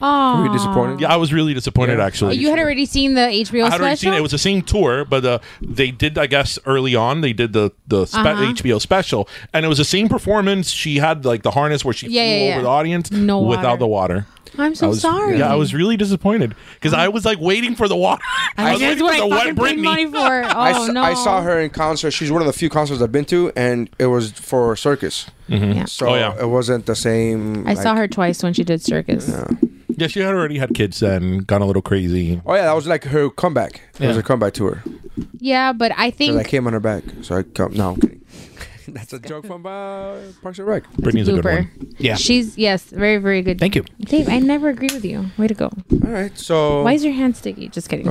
Speaker 4: Aw.
Speaker 3: Were you disappointed?
Speaker 5: Yeah, I was really disappointed actually.
Speaker 4: You had already seen the HBO
Speaker 5: I had already
Speaker 4: special.
Speaker 5: seen it. It was the same tour, but uh, they did, I guess, early on. They did the the spe-
Speaker 4: Uh-huh.
Speaker 5: HBO special, and it was the same performance. She had like the harness where she
Speaker 4: Yeah,
Speaker 5: flew
Speaker 4: yeah,
Speaker 5: over
Speaker 4: yeah.
Speaker 5: the audience
Speaker 4: No
Speaker 5: without
Speaker 4: water.
Speaker 5: the water.
Speaker 4: I'm so
Speaker 5: I was-
Speaker 4: sorry.
Speaker 5: Yeah, I was really disappointed because I was like waiting for the water. I, was
Speaker 4: That's
Speaker 5: waiting for
Speaker 4: what I
Speaker 5: the wet
Speaker 4: fucking paid money
Speaker 5: Britney.
Speaker 4: for. Oh
Speaker 3: I, s-
Speaker 4: no!
Speaker 3: I saw her in concert. She's one of the few concerts I've been to, and it was for circus.
Speaker 4: Yeah.
Speaker 3: So
Speaker 5: Oh, yeah.
Speaker 3: it wasn't the same.
Speaker 4: I saw her twice when she did circus.
Speaker 5: Yeah, she had already had kids then, gone a little crazy.
Speaker 3: Oh yeah, that was like her comeback. It was
Speaker 2: Yeah.
Speaker 3: a comeback tour.
Speaker 4: Yeah, but I
Speaker 3: Because I
Speaker 4: think
Speaker 3: came on her back, so I come. No, I'm kidding. That's a joke from uh, Parks and Rec.
Speaker 5: Britney's a good
Speaker 4: Blooper.
Speaker 5: one.
Speaker 2: Yeah.
Speaker 4: She's yes, very very good.
Speaker 2: Thank you.
Speaker 4: Dave, I never agree with you. Way to go.
Speaker 3: All right, so
Speaker 4: Why is your hand sticky? Just kidding.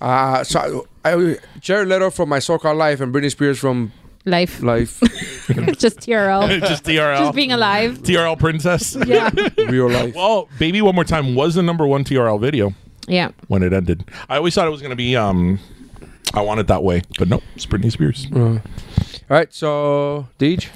Speaker 3: uh, so I, I, Jared Leto from My So-Called Life and Britney Spears from
Speaker 4: Life,
Speaker 3: Life,
Speaker 4: just TRL,
Speaker 5: Just TRL.
Speaker 4: just being alive.
Speaker 5: TRL princess.
Speaker 4: Yeah,
Speaker 3: Real Life.
Speaker 5: Well, Baby One More Time was the number one TRL video
Speaker 4: yeah.
Speaker 5: when it ended. I always thought it was going to be um, I Want It That Way, but nope, it's Britney Spears.
Speaker 3: All right, so Deej,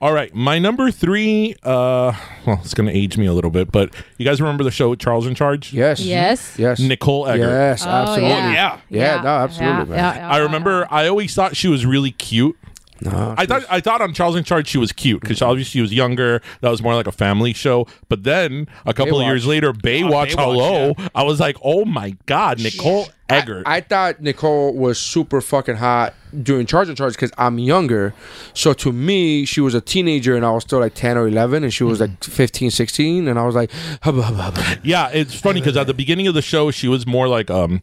Speaker 5: All right, my number three. Uh, well, it's gonna age me a little bit, but you guys remember the show Charles in Charge?
Speaker 3: yes,
Speaker 4: Yes.
Speaker 3: yes,
Speaker 5: Nicole Eggert.
Speaker 3: yes,
Speaker 4: Oh,
Speaker 3: absolutely.
Speaker 4: yeah.
Speaker 2: yeah.
Speaker 3: Yeah, no, absolutely, man.
Speaker 5: I remember. I always thought she was really cute. I thought I thought on Charles in Charge she was cute because obviously she was younger. That was more like a family show. But then a couple of
Speaker 3: Baywatch.
Speaker 5: years later, Baywatch.
Speaker 2: Baywatch,
Speaker 5: hello, I was like, oh my god, Nicole Eggert.
Speaker 3: I thought Nicole was super fucking hot during Charge and Charge because I'm younger. So to me, she was a teenager and I was still like 10 or 11 and she was like 15, 16. And I was like, hubba, hubba, hubba.
Speaker 5: Yeah, it's funny because at the beginning of the show, she was more like, um,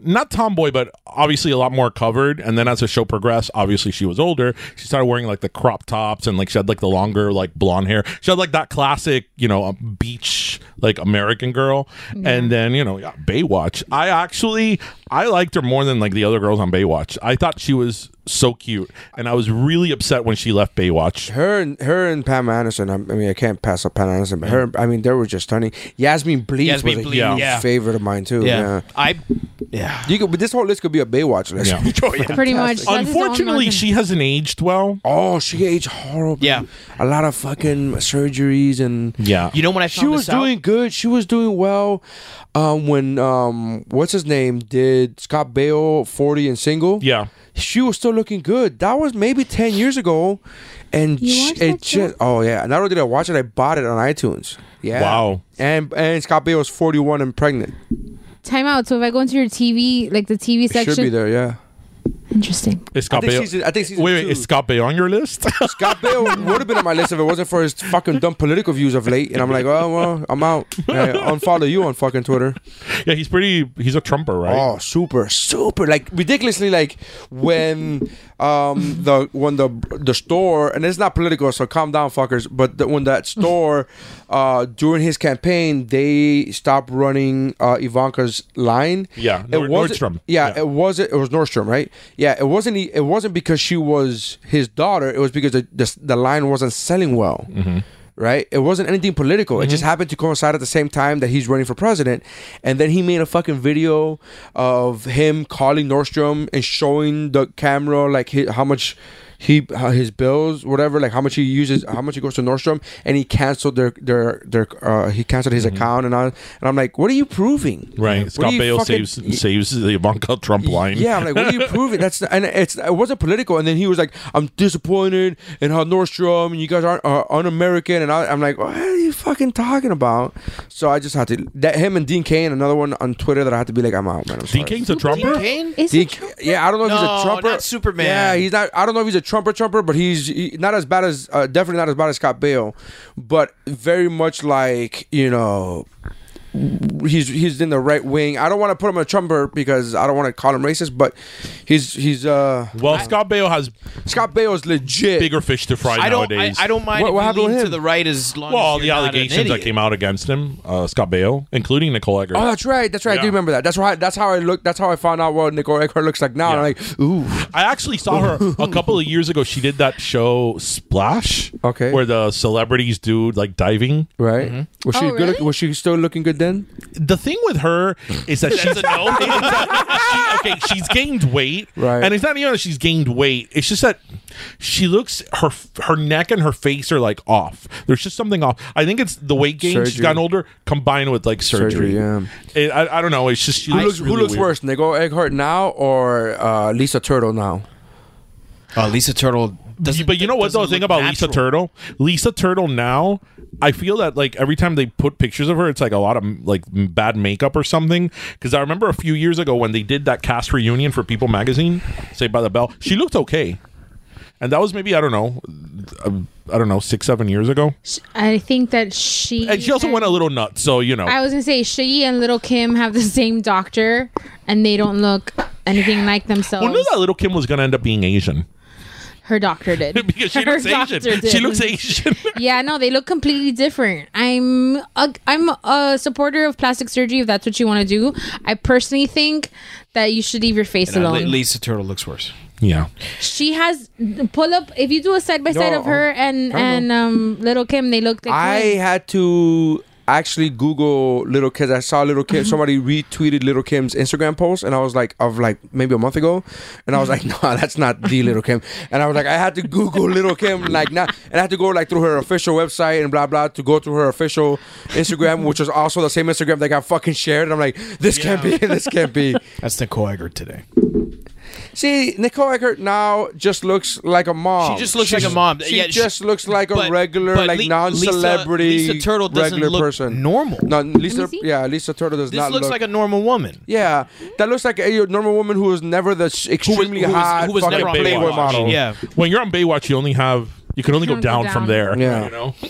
Speaker 5: not tomboy, but obviously a lot more covered. And then as the show progressed, obviously she was older. She started wearing like the crop tops and like she had like the longer like blonde hair. She had like that classic, you know, um, beach like American girl. And then you know, yeah, Baywatch. I actually I liked her more than like the other girls on Baywatch. I thought she was so cute, and I was really upset when she left Baywatch.
Speaker 3: Her and her and Pam Anderson. I, I mean, I can't pass up Pam Anderson, but her. I mean, they were just stunning. Yasmin Bleeth
Speaker 2: Yasmin
Speaker 3: was a
Speaker 2: Bleeth,
Speaker 3: huge
Speaker 2: yeah.
Speaker 3: favorite of mine too. Yeah.
Speaker 2: I. Yeah.
Speaker 3: You could, but this whole list could be a Baywatch list.
Speaker 5: Yeah.
Speaker 4: Pretty much. That's his own
Speaker 5: Unfortunately,
Speaker 4: organ.
Speaker 5: she hasn't aged well.
Speaker 3: Oh, she aged horrible.
Speaker 2: Yeah.
Speaker 3: a lot of fucking surgeries and
Speaker 5: Yeah,
Speaker 2: You know when I found
Speaker 3: she was
Speaker 2: this out?
Speaker 3: doing good. She was doing well. Um, when um, what's his name did Scott Baio forty and single?
Speaker 5: yeah.
Speaker 3: she was still looking good. That was maybe ten years ago, and
Speaker 4: You
Speaker 3: sh-
Speaker 4: watched
Speaker 3: it
Speaker 4: that show?
Speaker 3: just oh yeah. Not only did I watch it, I bought it on iTunes. Yeah,
Speaker 5: Wow.
Speaker 3: And and Scott Baio was forty one and pregnant.
Speaker 4: Time out. So if I go into your TV, like the TV
Speaker 3: It
Speaker 4: section,
Speaker 3: Should be there. Yeah,
Speaker 4: interesting.
Speaker 5: Is
Speaker 3: I
Speaker 5: Scott
Speaker 3: think
Speaker 5: Baio?
Speaker 3: season. I think season
Speaker 5: wait, wait,
Speaker 3: two.
Speaker 5: is Scott Baio on your list?
Speaker 3: Scott Baio would have been on my list if it wasn't for his fucking dumb political views of late. And I'm like, oh well, I'm out. I unfollow you on fucking Twitter.
Speaker 5: yeah, he's pretty. He's a trumper, right?
Speaker 3: Oh, super, super! Like ridiculously, like when um the when the the store and it's not political, so calm down, fuckers. But the, when that store uh during his campaign, they stopped running uh Ivanka's line.
Speaker 5: Yeah, Nord-
Speaker 3: wasn't-
Speaker 5: Nordstrom.
Speaker 3: Yeah,
Speaker 5: Yeah.
Speaker 3: it wasn't. It was Nordstrom, right? Yeah, it wasn't. e- It wasn't because she was his daughter. It was because the the, the line wasn't selling well.
Speaker 5: Mm-hmm.
Speaker 3: Right, it wasn't anything political. It just happened to coincide at the same time that he's running for president, and then he made a fucking video of him calling Nordstrom and showing the camera like hi- how much he how his bills, whatever, like how much he uses, how much he goes to Nordstrom, and he canceled their their their uh, he canceled his account and all. And I'm like, what are you proving?
Speaker 5: Mm-hmm. Right.
Speaker 3: What
Speaker 5: Scott
Speaker 3: are you
Speaker 5: Baio
Speaker 3: fucking-
Speaker 5: saves saves the Ivanka Trump line.
Speaker 3: yeah, I'm like, what are you proving? That's and it's it wasn't political. And then he was like, I'm disappointed in how Nordstrom and you guys aren't are un-American. And I, I'm like, what are you fucking talking about? So I just had to that him and Dean Kane, another one on Twitter that I had to be like, I'm out, man. I'm
Speaker 5: Dean
Speaker 3: sorry.
Speaker 5: Kane's a trumper.
Speaker 2: Kane?
Speaker 4: Is
Speaker 3: Dean,
Speaker 4: it true?
Speaker 3: yeah, I don't know if he's
Speaker 2: No,
Speaker 3: a trumper.
Speaker 2: not Superman.
Speaker 3: Yeah, he's not. I don't know if he's a trumper trumper, but he's he- not as bad as uh, definitely not as bad as Scott Baio, but very much like you know. he's he's in the right wing. I don't want to put him a chumber because I don't want to call him racist, but he's he's uh
Speaker 5: Well, Scott Baio has
Speaker 3: Scott Baio is legit.
Speaker 5: bigger fish to fry
Speaker 2: I don't. I,
Speaker 5: nowadays.
Speaker 2: I don't mind
Speaker 3: What-
Speaker 2: if
Speaker 3: what
Speaker 2: you
Speaker 3: happened with
Speaker 2: lean to
Speaker 3: him?
Speaker 2: the right as long
Speaker 5: Well,
Speaker 2: as
Speaker 5: the
Speaker 2: you're not an
Speaker 5: allegations that
Speaker 2: idiot.
Speaker 5: came out against him, uh, Scott Baio, including Nicole Eggert.
Speaker 3: Oh, that's right. That's right. I do
Speaker 5: Yeah.
Speaker 3: remember that. That's why. That's how I look. That's how I found out what Nicole Eckhart looks like now. And I'm like, ooh,
Speaker 5: I actually saw her a couple of years ago. She did that show Splash,
Speaker 3: Okay.
Speaker 5: where the celebrities do like diving.
Speaker 3: right.
Speaker 2: Mm-hmm.
Speaker 3: Was she
Speaker 4: Oh,
Speaker 3: good? Look,
Speaker 4: really?
Speaker 3: was she still looking good then?
Speaker 5: The thing with her is that she's
Speaker 2: That's a no.
Speaker 5: okay. She's gained weight,
Speaker 3: Right.
Speaker 5: And it's not even that she's gained weight. It's just that she looks her her neck and her face are like off. There's just something off. I think it's the weight gain. She's
Speaker 3: Surgery.
Speaker 5: gotten older, combined with like surgery.
Speaker 3: Surgery, yeah.
Speaker 5: It- I, I don't know. It's just she
Speaker 3: Who
Speaker 5: looks,
Speaker 3: looks, who
Speaker 5: really
Speaker 3: looks
Speaker 5: weird.
Speaker 3: worse, Nicole Eckhart now or uh, Lisa Turtle now?
Speaker 2: Uh, Lisa Turtle. doesn't-
Speaker 5: but you know what though? The
Speaker 2: doesn't
Speaker 5: thing
Speaker 2: look
Speaker 5: about Lisa
Speaker 2: natural.
Speaker 5: Turtle, Lisa Turtle now, I feel that like every time they put pictures of her, it's like a lot of like m- bad makeup or something. Because I remember a few years ago when they did that cast reunion for People Magazine, Saved by the Bell, she looked okay, and that was maybe I don't know, uh, I don't know six seven years ago.
Speaker 4: I think that she
Speaker 5: And she also went a little nuts, so you know.
Speaker 4: I was gonna say she and Little Kim have the same doctor, and they don't look anything like themselves.
Speaker 5: well, no, that little Kim was gonna end up being Asian
Speaker 4: Her doctor did
Speaker 5: because she
Speaker 4: Her
Speaker 5: looks Asian.
Speaker 4: doctor did.
Speaker 5: She looks Asian.
Speaker 4: Yeah, no, they look completely different. I'm a, I'm a supporter of plastic surgery if that's what you want to do. I personally think that you should leave your face
Speaker 2: Uh,
Speaker 4: alone.
Speaker 2: Li- Lisa Turtle looks worse.
Speaker 5: yeah,
Speaker 4: she has pull up if you do a side by side
Speaker 3: No, oh,
Speaker 4: of her and and um little Kim, they look like
Speaker 3: I
Speaker 4: twins.
Speaker 3: had to actually Google Little Kim. I saw Little Kim. Somebody retweeted Little Kim's Instagram post, and I was like, of like maybe a month ago, and I was like, no, that's not the Little Kim. And I was like, I had to Google Little Kim, like not, and I had to go like through her official website and blah blah to go through her official Instagram, which was also the same Instagram that got fucking shared. And I'm like, this can't be. This can't be.
Speaker 2: That's Nicole Eggert today.
Speaker 3: See, Nicole Eckert now just looks like a mom.
Speaker 2: She just looks like a mom.
Speaker 3: She
Speaker 2: Yeah, she-
Speaker 3: just looks like a
Speaker 2: but-
Speaker 3: regular,
Speaker 2: but
Speaker 3: like
Speaker 2: Li-
Speaker 3: non-celebrity,
Speaker 2: Lisa- Lisa Turtle doesn't
Speaker 3: regular
Speaker 2: look
Speaker 3: person.
Speaker 2: normal.
Speaker 3: No, Lisa.
Speaker 4: see.
Speaker 3: Yeah, Lisa Turtle does
Speaker 2: This
Speaker 3: not
Speaker 2: looks
Speaker 3: look
Speaker 2: like a normal woman.
Speaker 3: Yeah, that looks like a normal woman who was never the sh- extremely
Speaker 2: who was-
Speaker 3: hot
Speaker 2: who was
Speaker 3: fucking
Speaker 2: never on
Speaker 3: Playboy
Speaker 2: Baywatch.
Speaker 3: model.
Speaker 2: Yeah.
Speaker 5: When you're on Baywatch, you only have you can only go
Speaker 4: Can't go
Speaker 5: down, from
Speaker 4: down.
Speaker 5: there.
Speaker 3: Yeah.
Speaker 5: you know.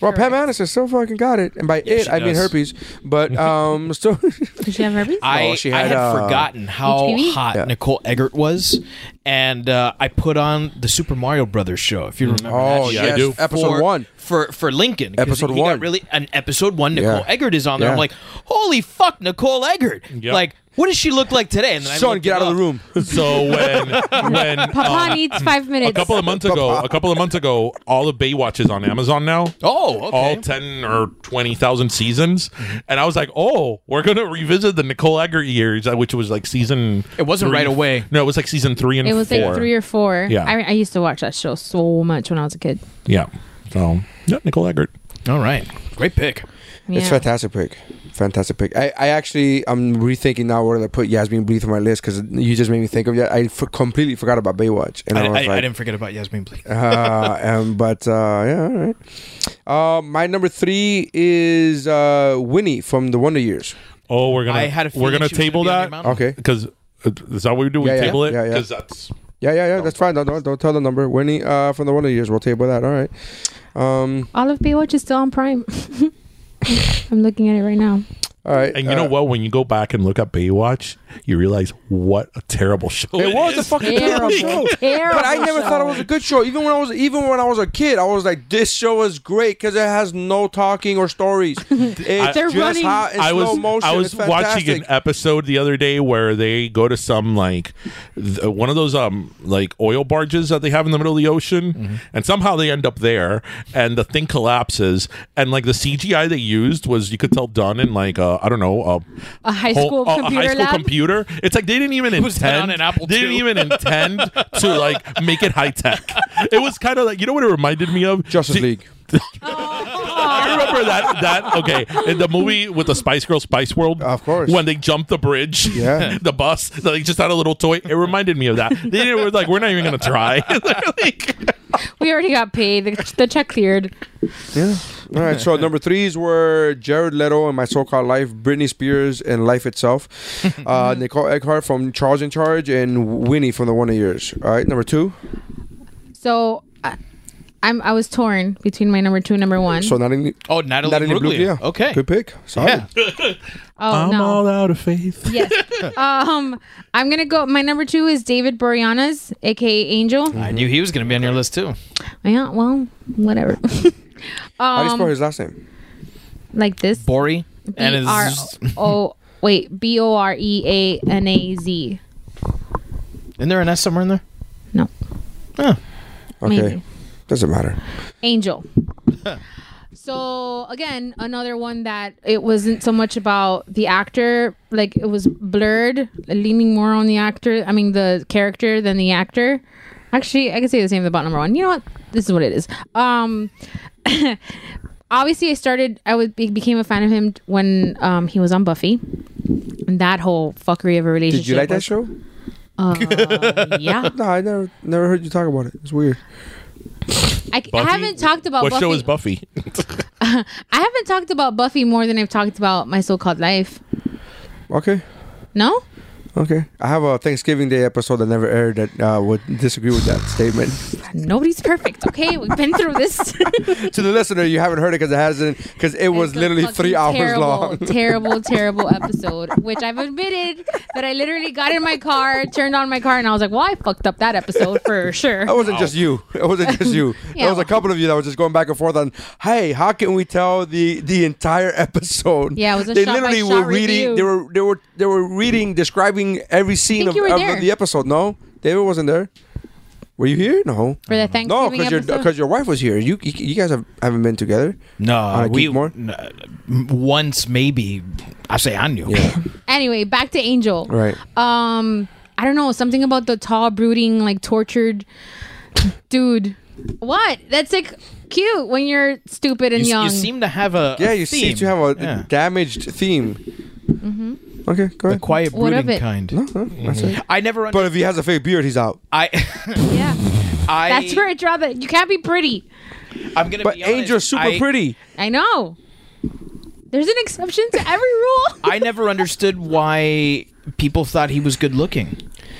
Speaker 3: Well, Pam Anderson still fucking got it, and by it
Speaker 2: she
Speaker 3: I mean
Speaker 2: does.
Speaker 3: herpes. But um, still,
Speaker 4: Does she have herpes?
Speaker 2: I,
Speaker 3: she
Speaker 2: I
Speaker 3: had,
Speaker 2: had
Speaker 3: uh,
Speaker 2: forgotten how
Speaker 4: HPV?
Speaker 2: hot
Speaker 3: Yeah.
Speaker 2: Nicole Eggert was, and uh, I put on the Super Mario Brothers show. If you remember,
Speaker 3: oh
Speaker 2: that
Speaker 5: yeah,
Speaker 2: show.
Speaker 5: I
Speaker 3: yes,
Speaker 5: do.
Speaker 3: episode
Speaker 2: for,
Speaker 3: one.
Speaker 2: for for Lincoln. 'cause
Speaker 3: Episode
Speaker 2: he got
Speaker 3: one.
Speaker 2: really an episode one. Nicole
Speaker 3: Yeah.
Speaker 2: Eggert is on there.
Speaker 3: Yeah.
Speaker 2: I'm like, holy fuck, Nicole Eggert.
Speaker 5: Yep.
Speaker 2: Like, what does she look like today? And then I
Speaker 3: Son,
Speaker 2: looked
Speaker 3: get out
Speaker 2: it
Speaker 3: of
Speaker 2: up.
Speaker 3: the room.
Speaker 5: So when when
Speaker 4: Papa
Speaker 3: uh,
Speaker 5: um,
Speaker 4: needs five
Speaker 5: a
Speaker 4: minutes.
Speaker 5: couple of months ago, a couple of months ago, all of Baywatch is on Amazon now.
Speaker 2: Oh, okay. Mm-hmm.
Speaker 5: All ten or twenty thousand seasons, and I was like, "Oh, we're gonna revisit the Nicole Eggert years, uh, which was like season."
Speaker 2: It wasn't
Speaker 5: three-
Speaker 2: right away.
Speaker 5: No, it was like season three and
Speaker 4: it was
Speaker 5: four.
Speaker 4: like three or four.
Speaker 5: Yeah.
Speaker 4: I, I used to watch that show so much when I was a kid.
Speaker 5: yeah. So yeah, Nicole Eggert.
Speaker 2: All right, great pick.
Speaker 3: It's
Speaker 4: Yeah.
Speaker 3: fantastic pick. Fantastic pick. I, I actually I'm rethinking now where to put Yasmin Bleeth on my list because you just made me think of that. I for, completely forgot about Baywatch, and
Speaker 2: I,
Speaker 3: I, was
Speaker 2: I- I
Speaker 3: like,
Speaker 2: didn't forget about Yasmin Bleeth.
Speaker 3: uh, um, but uh, yeah, all right. Uh, my number three is uh, Winnie from The Wonder Years.
Speaker 5: Oh, we're gonna
Speaker 2: I had a
Speaker 5: we're
Speaker 2: feeling
Speaker 5: gonna
Speaker 2: she was gonna
Speaker 5: table
Speaker 2: be on
Speaker 5: that
Speaker 2: your mountain.
Speaker 3: Okay.
Speaker 5: because is that what we do? We
Speaker 3: Yeah, yeah,
Speaker 5: table
Speaker 3: yeah,
Speaker 5: it
Speaker 3: yeah.
Speaker 5: because that's
Speaker 3: Yeah, yeah, yeah. That's fine. Don't, don't, don't tell the number. Winnie uh, from The Wonder Years. We'll table that. All right. Um,
Speaker 4: All of Baywatch is still on Prime. I'm looking at it right now.
Speaker 3: all right.
Speaker 5: And you know
Speaker 3: uh,
Speaker 5: what? When you go back and look at Baywatch, you realize what a terrible show
Speaker 3: It was a
Speaker 5: is.
Speaker 3: fucking terrible
Speaker 4: Terrible,
Speaker 3: show.
Speaker 4: terrible.
Speaker 3: But I never
Speaker 4: show.
Speaker 3: thought it was a good show. Even when I was even when I was a kid, I was like, this show is great because it has no talking or stories. It's
Speaker 4: They're
Speaker 3: just
Speaker 4: running-
Speaker 3: hot and
Speaker 5: I
Speaker 3: slow
Speaker 5: was
Speaker 3: motion.
Speaker 5: I
Speaker 3: It's
Speaker 5: was watching
Speaker 3: fantastic.
Speaker 5: an episode the other day where they go to some like th- one of those um like oil barges that they have in the middle of the ocean,
Speaker 3: Mm-hmm.
Speaker 5: and somehow they end up there, and the thing collapses, and like the CGI they used was you could tell done in like uh, I don't know uh,
Speaker 4: A high
Speaker 3: oh,
Speaker 4: school
Speaker 5: a- a
Speaker 4: computer
Speaker 5: high school
Speaker 4: lab?
Speaker 5: computer. It's like they didn't even
Speaker 2: was done
Speaker 5: intend.
Speaker 2: on an Apple
Speaker 5: they didn't
Speaker 2: II.
Speaker 5: even intend to like make it high tech. It was kind of like you know what it reminded me of
Speaker 3: Justice
Speaker 5: Do-
Speaker 3: League.
Speaker 5: I remember that that okay in the movie with the Spice Girl Spice World.
Speaker 3: Of course.
Speaker 5: when they jumped the bridge,
Speaker 3: Yeah.
Speaker 5: the bus, they just had a little toy. It reminded me of that. They didn't, were like, we're not even gonna try. They're like-
Speaker 4: We already got paid. The, the check cleared.
Speaker 3: Yeah. All right. So number threes were Jared Leto and My So-Called Life, Britney Spears and Life Itself, uh, Nicole Eckhart from Charles in Charge, and Winnie from The Wonder Years. All right. Number two.
Speaker 4: So I, I'm I was torn between my number two and number one.
Speaker 3: So Natalie.
Speaker 2: Oh, Natalie
Speaker 3: Natalie
Speaker 2: Bruglia.
Speaker 3: Bruglia.
Speaker 2: Okay.
Speaker 3: Good pick. Solid.
Speaker 2: Yeah.
Speaker 4: oh
Speaker 5: I'm
Speaker 4: no.
Speaker 5: all out of faith.
Speaker 4: yes. Um I'm gonna go my number two is David Boreanaz, aka Angel.
Speaker 2: I knew he was going to be on your list too.
Speaker 4: Yeah, well, whatever.
Speaker 3: How do you spell
Speaker 4: um
Speaker 3: his last name?
Speaker 4: like this.
Speaker 2: Bori
Speaker 4: B
Speaker 2: and
Speaker 4: R
Speaker 2: is
Speaker 4: O wait, B O R E A N A Z.
Speaker 2: isn't there an S somewhere in there?
Speaker 4: No.
Speaker 2: Huh.
Speaker 3: Okay.
Speaker 4: Maybe.
Speaker 3: Doesn't matter.
Speaker 4: Angel. so again, another one that it wasn't so much about the actor, like it was blurred, leaning more on the actor. I mean, the character than the actor. Actually, I could say the same about number one. You know what? This is what it is. Um, obviously, I started. I was be- became a fan of him when um he was on Buffy. And that whole fuckery of a relationship.
Speaker 3: Did you like that
Speaker 4: was-
Speaker 3: show?
Speaker 4: Uh, yeah,
Speaker 3: No, I never never heard you talk about it. It's weird.
Speaker 4: I, I haven't talked about
Speaker 5: what
Speaker 4: Buffy.
Speaker 5: show is Buffy?
Speaker 4: I haven't talked about Buffy more than I've talked about my so-called life.
Speaker 3: Okay.
Speaker 4: No?
Speaker 3: Okay. I have a Thanksgiving Day episode that never aired that uh, would disagree with that statement.
Speaker 4: Nobody's perfect. Okay, we've been through this.
Speaker 3: to the listener, you haven't heard it because it hasn't because it was
Speaker 4: It's a
Speaker 3: literally
Speaker 4: fucking
Speaker 3: three hours
Speaker 4: terrible,
Speaker 3: long.
Speaker 4: Terrible, terrible episode, which I've admitted that I literally got in my car, turned on my car, and I was like, well, I fucked up that episode for sure.
Speaker 3: That wasn't just you. It wasn't just you.
Speaker 4: Yeah,
Speaker 3: there was a
Speaker 4: well-
Speaker 3: couple of you that was just going back and forth on, hey, how can we tell the the entire episode?
Speaker 4: Yeah, it was a
Speaker 3: They
Speaker 4: shot by
Speaker 3: literally
Speaker 4: shot
Speaker 3: were reading.
Speaker 4: review.
Speaker 3: They were they were they were reading, describing every scene
Speaker 4: think
Speaker 3: of,
Speaker 4: you were
Speaker 3: of
Speaker 4: there.
Speaker 3: the episode. No, David wasn't there. Were you here? No.
Speaker 4: For the
Speaker 3: No,
Speaker 4: Thanksgiving
Speaker 3: because your
Speaker 4: episode?
Speaker 3: because your wife was here. You you, you guys have, haven't been together.
Speaker 2: No,
Speaker 3: Uh,
Speaker 2: we
Speaker 3: Geek More?
Speaker 2: n- m- once maybe. I say I knew.
Speaker 4: anyway, back to Angel.
Speaker 3: Right.
Speaker 4: Um, I don't know, something about the tall, brooding, like tortured dude. What? That's like cute when you're stupid and
Speaker 2: You, s-
Speaker 4: young.
Speaker 2: you seem to have a
Speaker 3: yeah,
Speaker 2: a
Speaker 3: you seem
Speaker 2: theme.
Speaker 3: to have a
Speaker 2: Yeah.
Speaker 3: damaged theme.
Speaker 4: Mm-hmm.
Speaker 3: Okay, go
Speaker 2: the
Speaker 3: ahead.
Speaker 2: quiet
Speaker 4: What of
Speaker 2: brooding
Speaker 4: it?
Speaker 2: kind. Mm-hmm.
Speaker 3: No, no, that's it.
Speaker 2: I never. Under-
Speaker 3: But if he has a fake beard, he's out.
Speaker 2: I,
Speaker 4: yeah.
Speaker 2: I.
Speaker 4: That's where I draw the. You can't be pretty.
Speaker 2: I'm gonna.
Speaker 3: But
Speaker 2: be honest,
Speaker 3: Angel's super
Speaker 2: I-
Speaker 3: pretty.
Speaker 4: I know. There's an exception to every rule.
Speaker 2: I never understood why people thought he was good looking.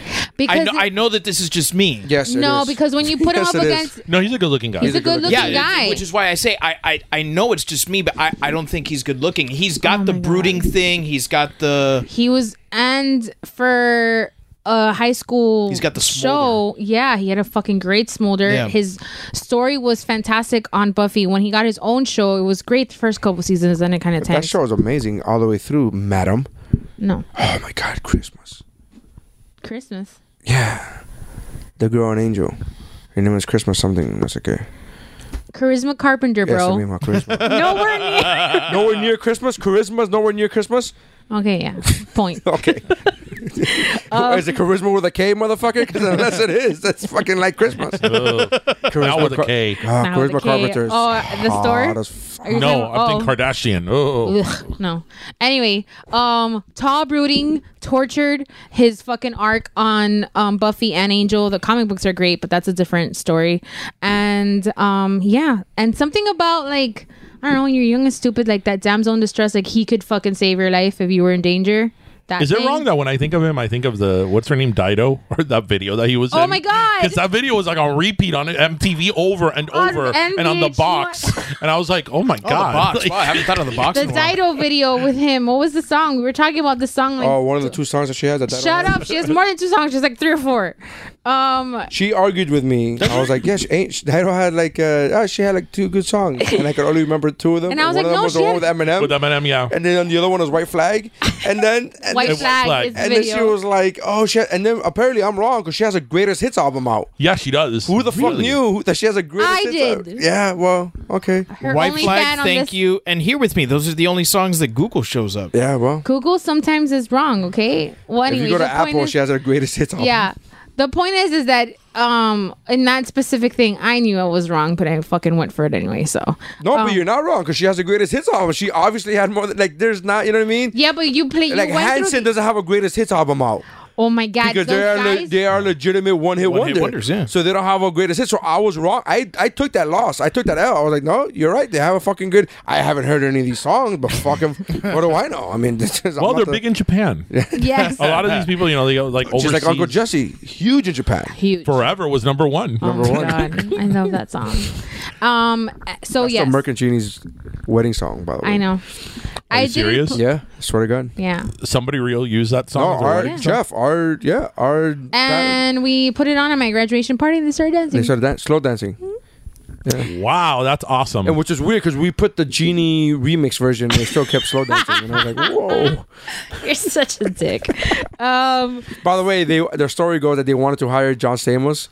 Speaker 2: I
Speaker 4: because
Speaker 2: know, I know that this is just me.
Speaker 3: Yes, it
Speaker 4: no,
Speaker 3: is.
Speaker 4: because when you put
Speaker 3: Yes,
Speaker 4: him
Speaker 3: it
Speaker 4: up
Speaker 3: is.
Speaker 4: against,
Speaker 5: No, he's a good-looking guy.
Speaker 4: he's a good-looking
Speaker 2: Yeah,
Speaker 4: guy.
Speaker 2: which is why I say I, I, I know it's just me, but I, I don't think he's good looking. He's got
Speaker 4: Oh
Speaker 2: the brooding thing. He's got the
Speaker 4: he was, and for a high school,
Speaker 2: He's got the
Speaker 4: show. Yeah, he had a fucking great smolder.
Speaker 2: Yeah.
Speaker 4: His story was fantastic on Buffy. When he got his own show, it was great the first couple seasons. Then it kind of
Speaker 3: That
Speaker 4: tanked.
Speaker 3: show is amazing all the way through, madam.
Speaker 4: No,
Speaker 3: Oh my god, Christmas.
Speaker 4: Christmas.
Speaker 3: Yeah. The girl and angel. Her name is Christmas something. That's okay.
Speaker 4: Charisma Carpenter,
Speaker 3: Yes, I
Speaker 4: bro.
Speaker 3: mean my Christmas.
Speaker 4: Nowhere near.
Speaker 3: nowhere near Christmas. Charisma's nowhere near Christmas.
Speaker 4: okay, yeah. Point.
Speaker 3: Okay. is
Speaker 4: Um,
Speaker 3: it charisma with a K, motherfucker? Because unless it is, that's fucking like Christmas.
Speaker 5: Now
Speaker 3: charisma
Speaker 5: Uh, with a K.
Speaker 3: Car- Ah,
Speaker 4: Now with
Speaker 3: charisma
Speaker 4: a K.
Speaker 3: carpenter. is
Speaker 4: Oh, at the store?
Speaker 3: hot as fuck.
Speaker 4: Are you
Speaker 5: No,
Speaker 4: talking-
Speaker 5: I'm
Speaker 4: oh.
Speaker 5: thinking Kardashian. Oh,
Speaker 4: Ugh, no. Anyway, um, tall, brooding, tortured. His fucking arc on um, Buffy and Angel. The comic books are great, but that's a different story. And um, yeah, and something about like I don't know when you're young and stupid, like that damsel in distress. Like he could fucking save your life if you were in danger. That
Speaker 5: Is it
Speaker 4: thing.
Speaker 5: wrong that when I think of him, I think of the what's her name, Dido, or that video that he was in?
Speaker 4: Oh my God.
Speaker 5: Because that video was like on repeat on MTV over and
Speaker 4: On
Speaker 5: over and on the
Speaker 4: NBH
Speaker 5: box, and I was like, oh my
Speaker 2: oh, the
Speaker 5: god,
Speaker 2: box.
Speaker 5: Like,
Speaker 2: wow, I haven't thought of the box.
Speaker 4: The
Speaker 2: in a while.
Speaker 4: Dido video with him. What was the song? We were talking about the song. Like,
Speaker 3: Oh, one of the two songs that she has. That I don't
Speaker 4: shut
Speaker 3: know.
Speaker 4: up. She has more than two songs. She's like three or four. Um,
Speaker 3: She argued with me. I was like, yeah, she ain't. She, Dido had like, uh, oh, she had like two good songs, and I could only remember two of them.
Speaker 4: And I was
Speaker 3: one of
Speaker 4: like,
Speaker 3: them
Speaker 4: no,
Speaker 3: was the
Speaker 4: she
Speaker 3: one
Speaker 4: had-
Speaker 3: with Eminem.
Speaker 5: with Eminem, yeah.
Speaker 3: Um, and then the other one was White Flag, and then and
Speaker 4: White
Speaker 3: then,
Speaker 4: Flag,
Speaker 5: Flag.
Speaker 4: is the
Speaker 3: and then
Speaker 4: video.
Speaker 3: she was like, "Oh shit!" And then apparently I'm wrong because she has a greatest hits album out.
Speaker 5: yeah, she does.
Speaker 3: Who the fuck
Speaker 5: Really?
Speaker 3: knew that she has a greatest
Speaker 4: I
Speaker 3: hits?
Speaker 4: did.
Speaker 3: Out? Yeah, well, okay,
Speaker 4: her
Speaker 2: White
Speaker 4: only
Speaker 2: flag,
Speaker 4: fan on
Speaker 2: thank
Speaker 4: this-
Speaker 2: you, and here with me. Those are the only songs that Google shows up.
Speaker 3: yeah, well.
Speaker 4: Google sometimes is wrong, okay? Well,
Speaker 3: If
Speaker 4: anyway,
Speaker 3: you go to
Speaker 4: the point
Speaker 3: Apple,
Speaker 4: is,
Speaker 3: she has her greatest hits album.
Speaker 4: yeah. The point is, is that um in that specific thing, I knew I was wrong, but I fucking went for it anyway. So
Speaker 3: No,
Speaker 4: um,
Speaker 3: but you're not wrong because she has the greatest hits album. She obviously had more than like. There's not, you know what I mean?
Speaker 4: yeah, but you play. You
Speaker 3: like
Speaker 4: went
Speaker 3: Hanson
Speaker 4: through.
Speaker 3: doesn't have a greatest hits album out
Speaker 4: Oh my god,
Speaker 3: because
Speaker 4: those
Speaker 3: they are le-
Speaker 4: guys-
Speaker 3: they are legitimate one hit
Speaker 2: One-hit
Speaker 3: wonder.
Speaker 2: wonders, yeah.
Speaker 3: So they don't have a greatest hits. So I was wrong. I I took that loss. I took that L. I was like, no, you're right. They have a fucking good. I haven't heard any of these songs, but fucking, what do I know? I mean, this is.
Speaker 5: Well, they're big in Japan.
Speaker 4: yes,
Speaker 5: A lot of these people, you know, they go like
Speaker 3: Just
Speaker 5: overseas.
Speaker 3: like Uncle Jesse, huge in Japan.
Speaker 4: huge.
Speaker 5: Forever was number one.
Speaker 4: oh my god, I love that song. Um. So
Speaker 3: That's
Speaker 4: yes,
Speaker 3: the Mercantini's wedding song, by the way.
Speaker 4: I know. I
Speaker 5: you
Speaker 4: didn't
Speaker 5: serious?
Speaker 4: put-
Speaker 3: Yeah, swear to God.
Speaker 4: yeah.
Speaker 5: Somebody real use that
Speaker 3: No,
Speaker 5: song. as a
Speaker 3: our
Speaker 5: wedding song?
Speaker 3: Jeff, our yeah, our that-
Speaker 4: And we put it on at my graduation party. and They started dancing.
Speaker 3: they started dan- slow dancing,
Speaker 5: Wow, that's awesome.
Speaker 3: Mm-hmm. and which is weird because we put the genie remix version, and they still kept slow dancing. And I was like, whoa.
Speaker 4: You're such a dick. Um.
Speaker 3: By the way, they their story goes that they wanted to hire John Stamos,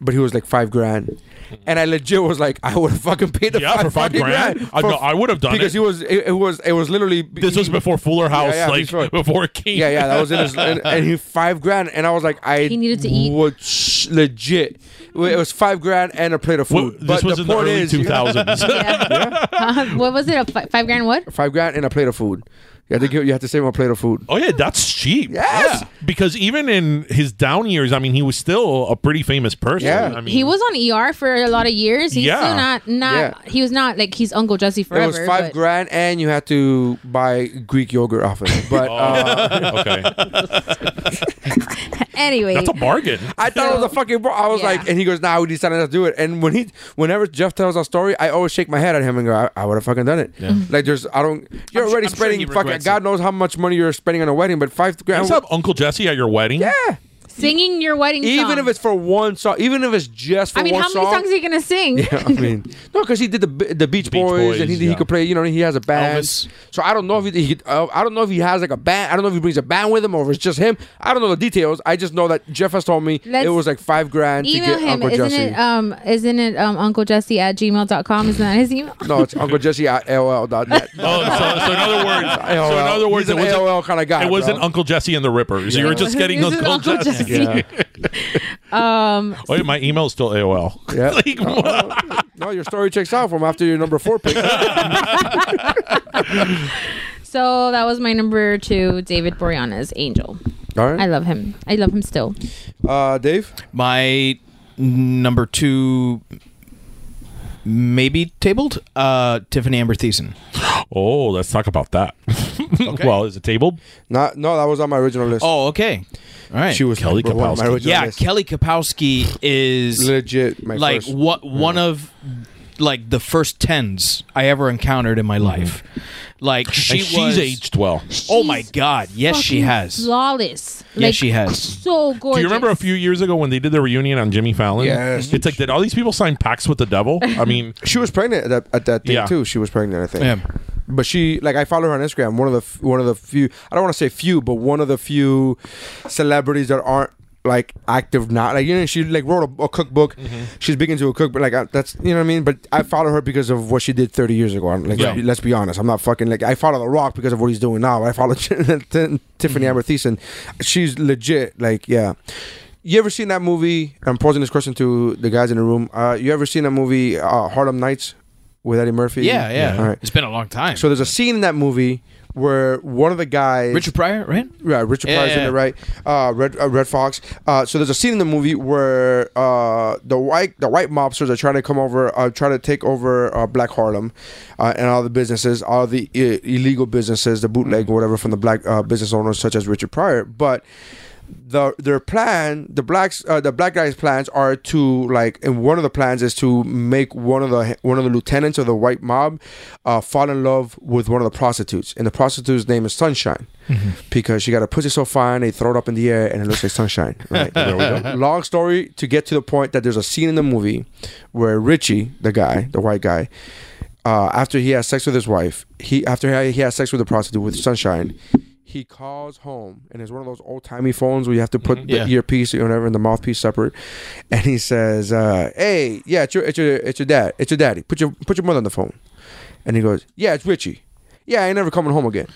Speaker 3: but he was like five grand, and I legit was like, I would have fucking paid the
Speaker 5: Yeah, for five
Speaker 3: fucking
Speaker 5: grand? I-
Speaker 3: for-
Speaker 5: no, I would have done
Speaker 3: because
Speaker 5: it.
Speaker 3: he was it, it was it was literally
Speaker 5: this was before Fuller House,
Speaker 3: yeah,
Speaker 5: like
Speaker 3: before-
Speaker 5: before King.
Speaker 3: Yeah, yeah, that was in his, and, and he five grand, and I was like, I
Speaker 4: He needed to eat.
Speaker 3: Would sh- legit, it was five grand and a plate of
Speaker 5: Well,
Speaker 3: food.
Speaker 5: this was in the
Speaker 3: point
Speaker 5: early
Speaker 3: is-
Speaker 5: two thousands.
Speaker 4: Uh, what was it? A fi- five grand? What?
Speaker 3: Five grand and a plate of food. You had to give, you had to save him a plate of food.
Speaker 5: Oh yeah, that's cheap.
Speaker 3: Yes.
Speaker 5: Yeah. Because even in his down years, I mean, he was still a pretty famous person.
Speaker 3: Yeah.
Speaker 5: I mean,
Speaker 4: He was on ER for a lot of years. He's
Speaker 5: Yeah.
Speaker 4: still not not.
Speaker 3: Yeah.
Speaker 4: He was not like he's Uncle Jesse forever.
Speaker 3: it was five
Speaker 4: but-
Speaker 3: grand, and you had to buy Greek yogurt off of it. But uh,
Speaker 5: okay.
Speaker 4: Anyway,
Speaker 5: That's a bargain.
Speaker 3: I thought it was a fucking. Bro- I was
Speaker 4: Yeah.
Speaker 3: like, and he goes, "Nah, we decided not to do it." And when he, whenever Jeff tells a story, I always shake my head at him and go, "I, I would have fucking done it." Like, there's, I don't. You're
Speaker 2: I'm su-
Speaker 3: already
Speaker 2: I'm sure
Speaker 3: spending
Speaker 2: he
Speaker 3: fucking.
Speaker 2: regrets
Speaker 3: God
Speaker 2: it.
Speaker 3: knows how much money you're spending on a wedding, but five grand.
Speaker 5: Let's have Uncle Jesse at your wedding. Yeah.
Speaker 3: Yeah.
Speaker 4: singing your wedding song.
Speaker 3: Even if it's for one song, even if it's just for
Speaker 4: I mean,
Speaker 3: one
Speaker 4: how many
Speaker 3: song.
Speaker 4: songs are you gonna sing?
Speaker 3: yeah, I mean, no, because he did the B- the Beach,
Speaker 5: Beach
Speaker 3: Boys, and he,
Speaker 5: Boys,
Speaker 3: he
Speaker 5: yeah.
Speaker 3: could play. You know, he has a band.
Speaker 2: Elvis.
Speaker 3: So I don't know if he, he uh, I don't know if he has like a band. I don't know if he brings a band with him or if it's just him. I don't know the details. I just know that Jeff has told me
Speaker 4: Let's
Speaker 3: it was like five grand to
Speaker 4: Email
Speaker 3: get
Speaker 4: him,
Speaker 3: Uncle
Speaker 4: isn't
Speaker 3: Jesse.
Speaker 4: it? Um, isn't it um, Uncle Jesse at gmail.com? Isn't that his email?
Speaker 3: no, it's Uncle Jesse at AOL dot net.
Speaker 5: Oh, so, so in other words,
Speaker 3: AOL.
Speaker 5: so in other words,
Speaker 3: He's
Speaker 5: it
Speaker 3: an
Speaker 5: wasn't,
Speaker 3: AOL kind of guy.
Speaker 5: it wasn't
Speaker 3: bro.
Speaker 5: Uncle Jesse and the Rippers. You were just getting
Speaker 4: This
Speaker 5: those
Speaker 4: is
Speaker 5: Uncle,
Speaker 4: Uncle
Speaker 5: Jesse.
Speaker 4: Jesse. um,
Speaker 5: Oh yeah, my email's still AOL.
Speaker 3: Yeah.
Speaker 5: Like, what?
Speaker 3: No, your story checks out from after your number four pick.
Speaker 4: so that was my number two, David Boreanaz, Angel.
Speaker 3: All
Speaker 4: I
Speaker 3: right,
Speaker 4: love him. I love him still.
Speaker 3: uh, Dave.
Speaker 2: My number two, maybe tabled, uh, Tiffany Amber Thiessen.
Speaker 5: Oh, let's talk about that. Well, is it tabled?
Speaker 3: Not, no, that was on my original list.
Speaker 2: Oh, okay. All right.
Speaker 3: she was
Speaker 5: Kelly
Speaker 3: number one on my
Speaker 5: Kapowski.
Speaker 3: original
Speaker 2: yeah,
Speaker 3: list.
Speaker 2: Kelly Kapowski is
Speaker 3: legit my
Speaker 2: like
Speaker 3: first. Mm.
Speaker 2: what one of like the first tens I ever encountered in my
Speaker 3: Mm-hmm.
Speaker 2: life. Like she
Speaker 5: And she's
Speaker 2: was.
Speaker 5: aged well.
Speaker 2: Oh my God! Yes, she
Speaker 4: Fucking
Speaker 2: has.
Speaker 4: Flawless.
Speaker 2: Yes,
Speaker 4: Like,
Speaker 2: she has.
Speaker 4: So gorgeous.
Speaker 5: Do you remember a few years ago when they did the reunion on Jimmy Fallon?
Speaker 3: Yes.
Speaker 5: It's like, did all these people sign pacts with the devil? I mean,
Speaker 3: She was pregnant at that, at that thing
Speaker 5: Yeah.
Speaker 3: too. She was pregnant, I think.
Speaker 2: Yeah.
Speaker 3: But she like I follow her on Instagram. One of the f- one of the few. I don't want to say few, but one of the few celebrities that aren't like active now. Like you know, she like wrote a, a cookbook.
Speaker 2: Mm-hmm.
Speaker 3: She's big into a cookbook. Like I, that's you know what I mean. But I follow her because of what she did 30 years ago. I'm, Like
Speaker 5: Yeah.
Speaker 3: let's be honest, I'm not fucking like I follow The Rock because of what he's doing now. I follow
Speaker 2: Mm-hmm.
Speaker 3: Tiffany Amber Thiessen. She's legit. Like yeah. You ever seen that movie? I'm posing this question to the guys in the room. Uh, you ever seen that movie uh, Harlem Nights with Eddie Murphy?
Speaker 2: Yeah, yeah.
Speaker 3: All right.
Speaker 2: It's been a long time.
Speaker 3: So there's a scene in that movie where one of the guys,
Speaker 2: Richard Pryor, right?
Speaker 3: yeah, Richard
Speaker 2: Yeah,
Speaker 3: Pryor's in
Speaker 2: yeah.
Speaker 3: there, right? Uh, Red uh, Red Fox. Uh, so there's a scene in the movie where uh, the white the white mobsters are trying to come over, uh, try to take over uh, Black Harlem, uh, and all the businesses, all the I- illegal businesses, the bootleg
Speaker 2: Mm-hmm.
Speaker 3: or whatever from the black uh, business owners such as Richard Pryor, but. The, their plan the blacks uh, the black guys plans are to like and one of the plans is to make one of the one of the lieutenants of the white mob uh, fall in love with one of the prostitutes and the prostitute's name is sunshine because she got a pussy so fine they throw it up in the air and it looks like sunshine. Right? there we go. Long story to get to the point that there's a scene in the movie where Richie, the guy, the white guy, uh, after he has sex with his wife, he after he he has sex with the prostitute with sunshine. He calls home, and it's one of those old timey phones where you have to put the
Speaker 2: Yeah.
Speaker 3: earpiece or whatever and the mouthpiece separate. And he says, uh, "Hey, yeah, it's your, it's your, it's your dad, it's your daddy. Put your, put your mother on the phone." And he goes, "Yeah, it's Richie. Yeah, I ain't never coming home again."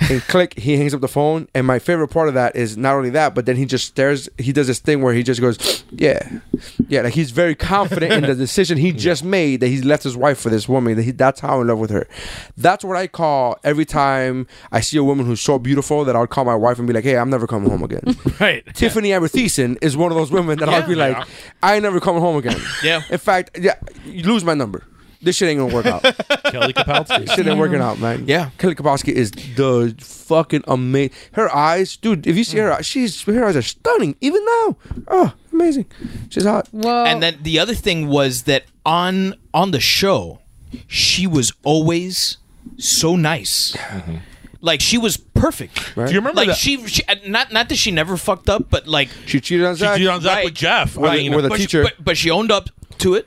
Speaker 3: And click, he hangs up the phone. And my favorite part of that is not only that, but then he just stares. He does this thing where he just goes, "Yeah, yeah." Like he's very confident in the decision he just made that he's left his wife for this woman. That he, that's how in love with her. That's what I call every time I see a woman who's so beautiful that I'll call my wife and be like, "Hey, I'm never coming home again."
Speaker 2: Right.
Speaker 3: Tiffany Amber Thiessen is one of those women that I'll be like, I ain't never coming home again.
Speaker 2: Yeah.
Speaker 3: In fact, yeah, you lose my number. this shit ain't gonna work out. this
Speaker 5: Kelly Kapowski.
Speaker 3: shit ain't working out, man.
Speaker 2: Yeah.
Speaker 3: Kelly Kapowski is the fucking amazing. Her eyes, dude. If you see her, eyes, she's her eyes are stunning. Even now, oh, amazing. She's hot.
Speaker 4: Whoa.
Speaker 2: And then the other thing was that on on the show, she was always so nice.
Speaker 3: Mm-hmm.
Speaker 2: Like she was perfect.
Speaker 5: Do you remember
Speaker 2: Like
Speaker 5: that?
Speaker 2: she, she, not not that she never fucked up, but like
Speaker 3: She cheated on
Speaker 5: She
Speaker 3: Zach.
Speaker 5: cheated on Zach
Speaker 2: Right.
Speaker 5: with Jeff.
Speaker 3: With
Speaker 5: I
Speaker 3: a-
Speaker 5: mean,
Speaker 3: with a
Speaker 2: but she,
Speaker 3: teacher.
Speaker 2: but, but she owned up to it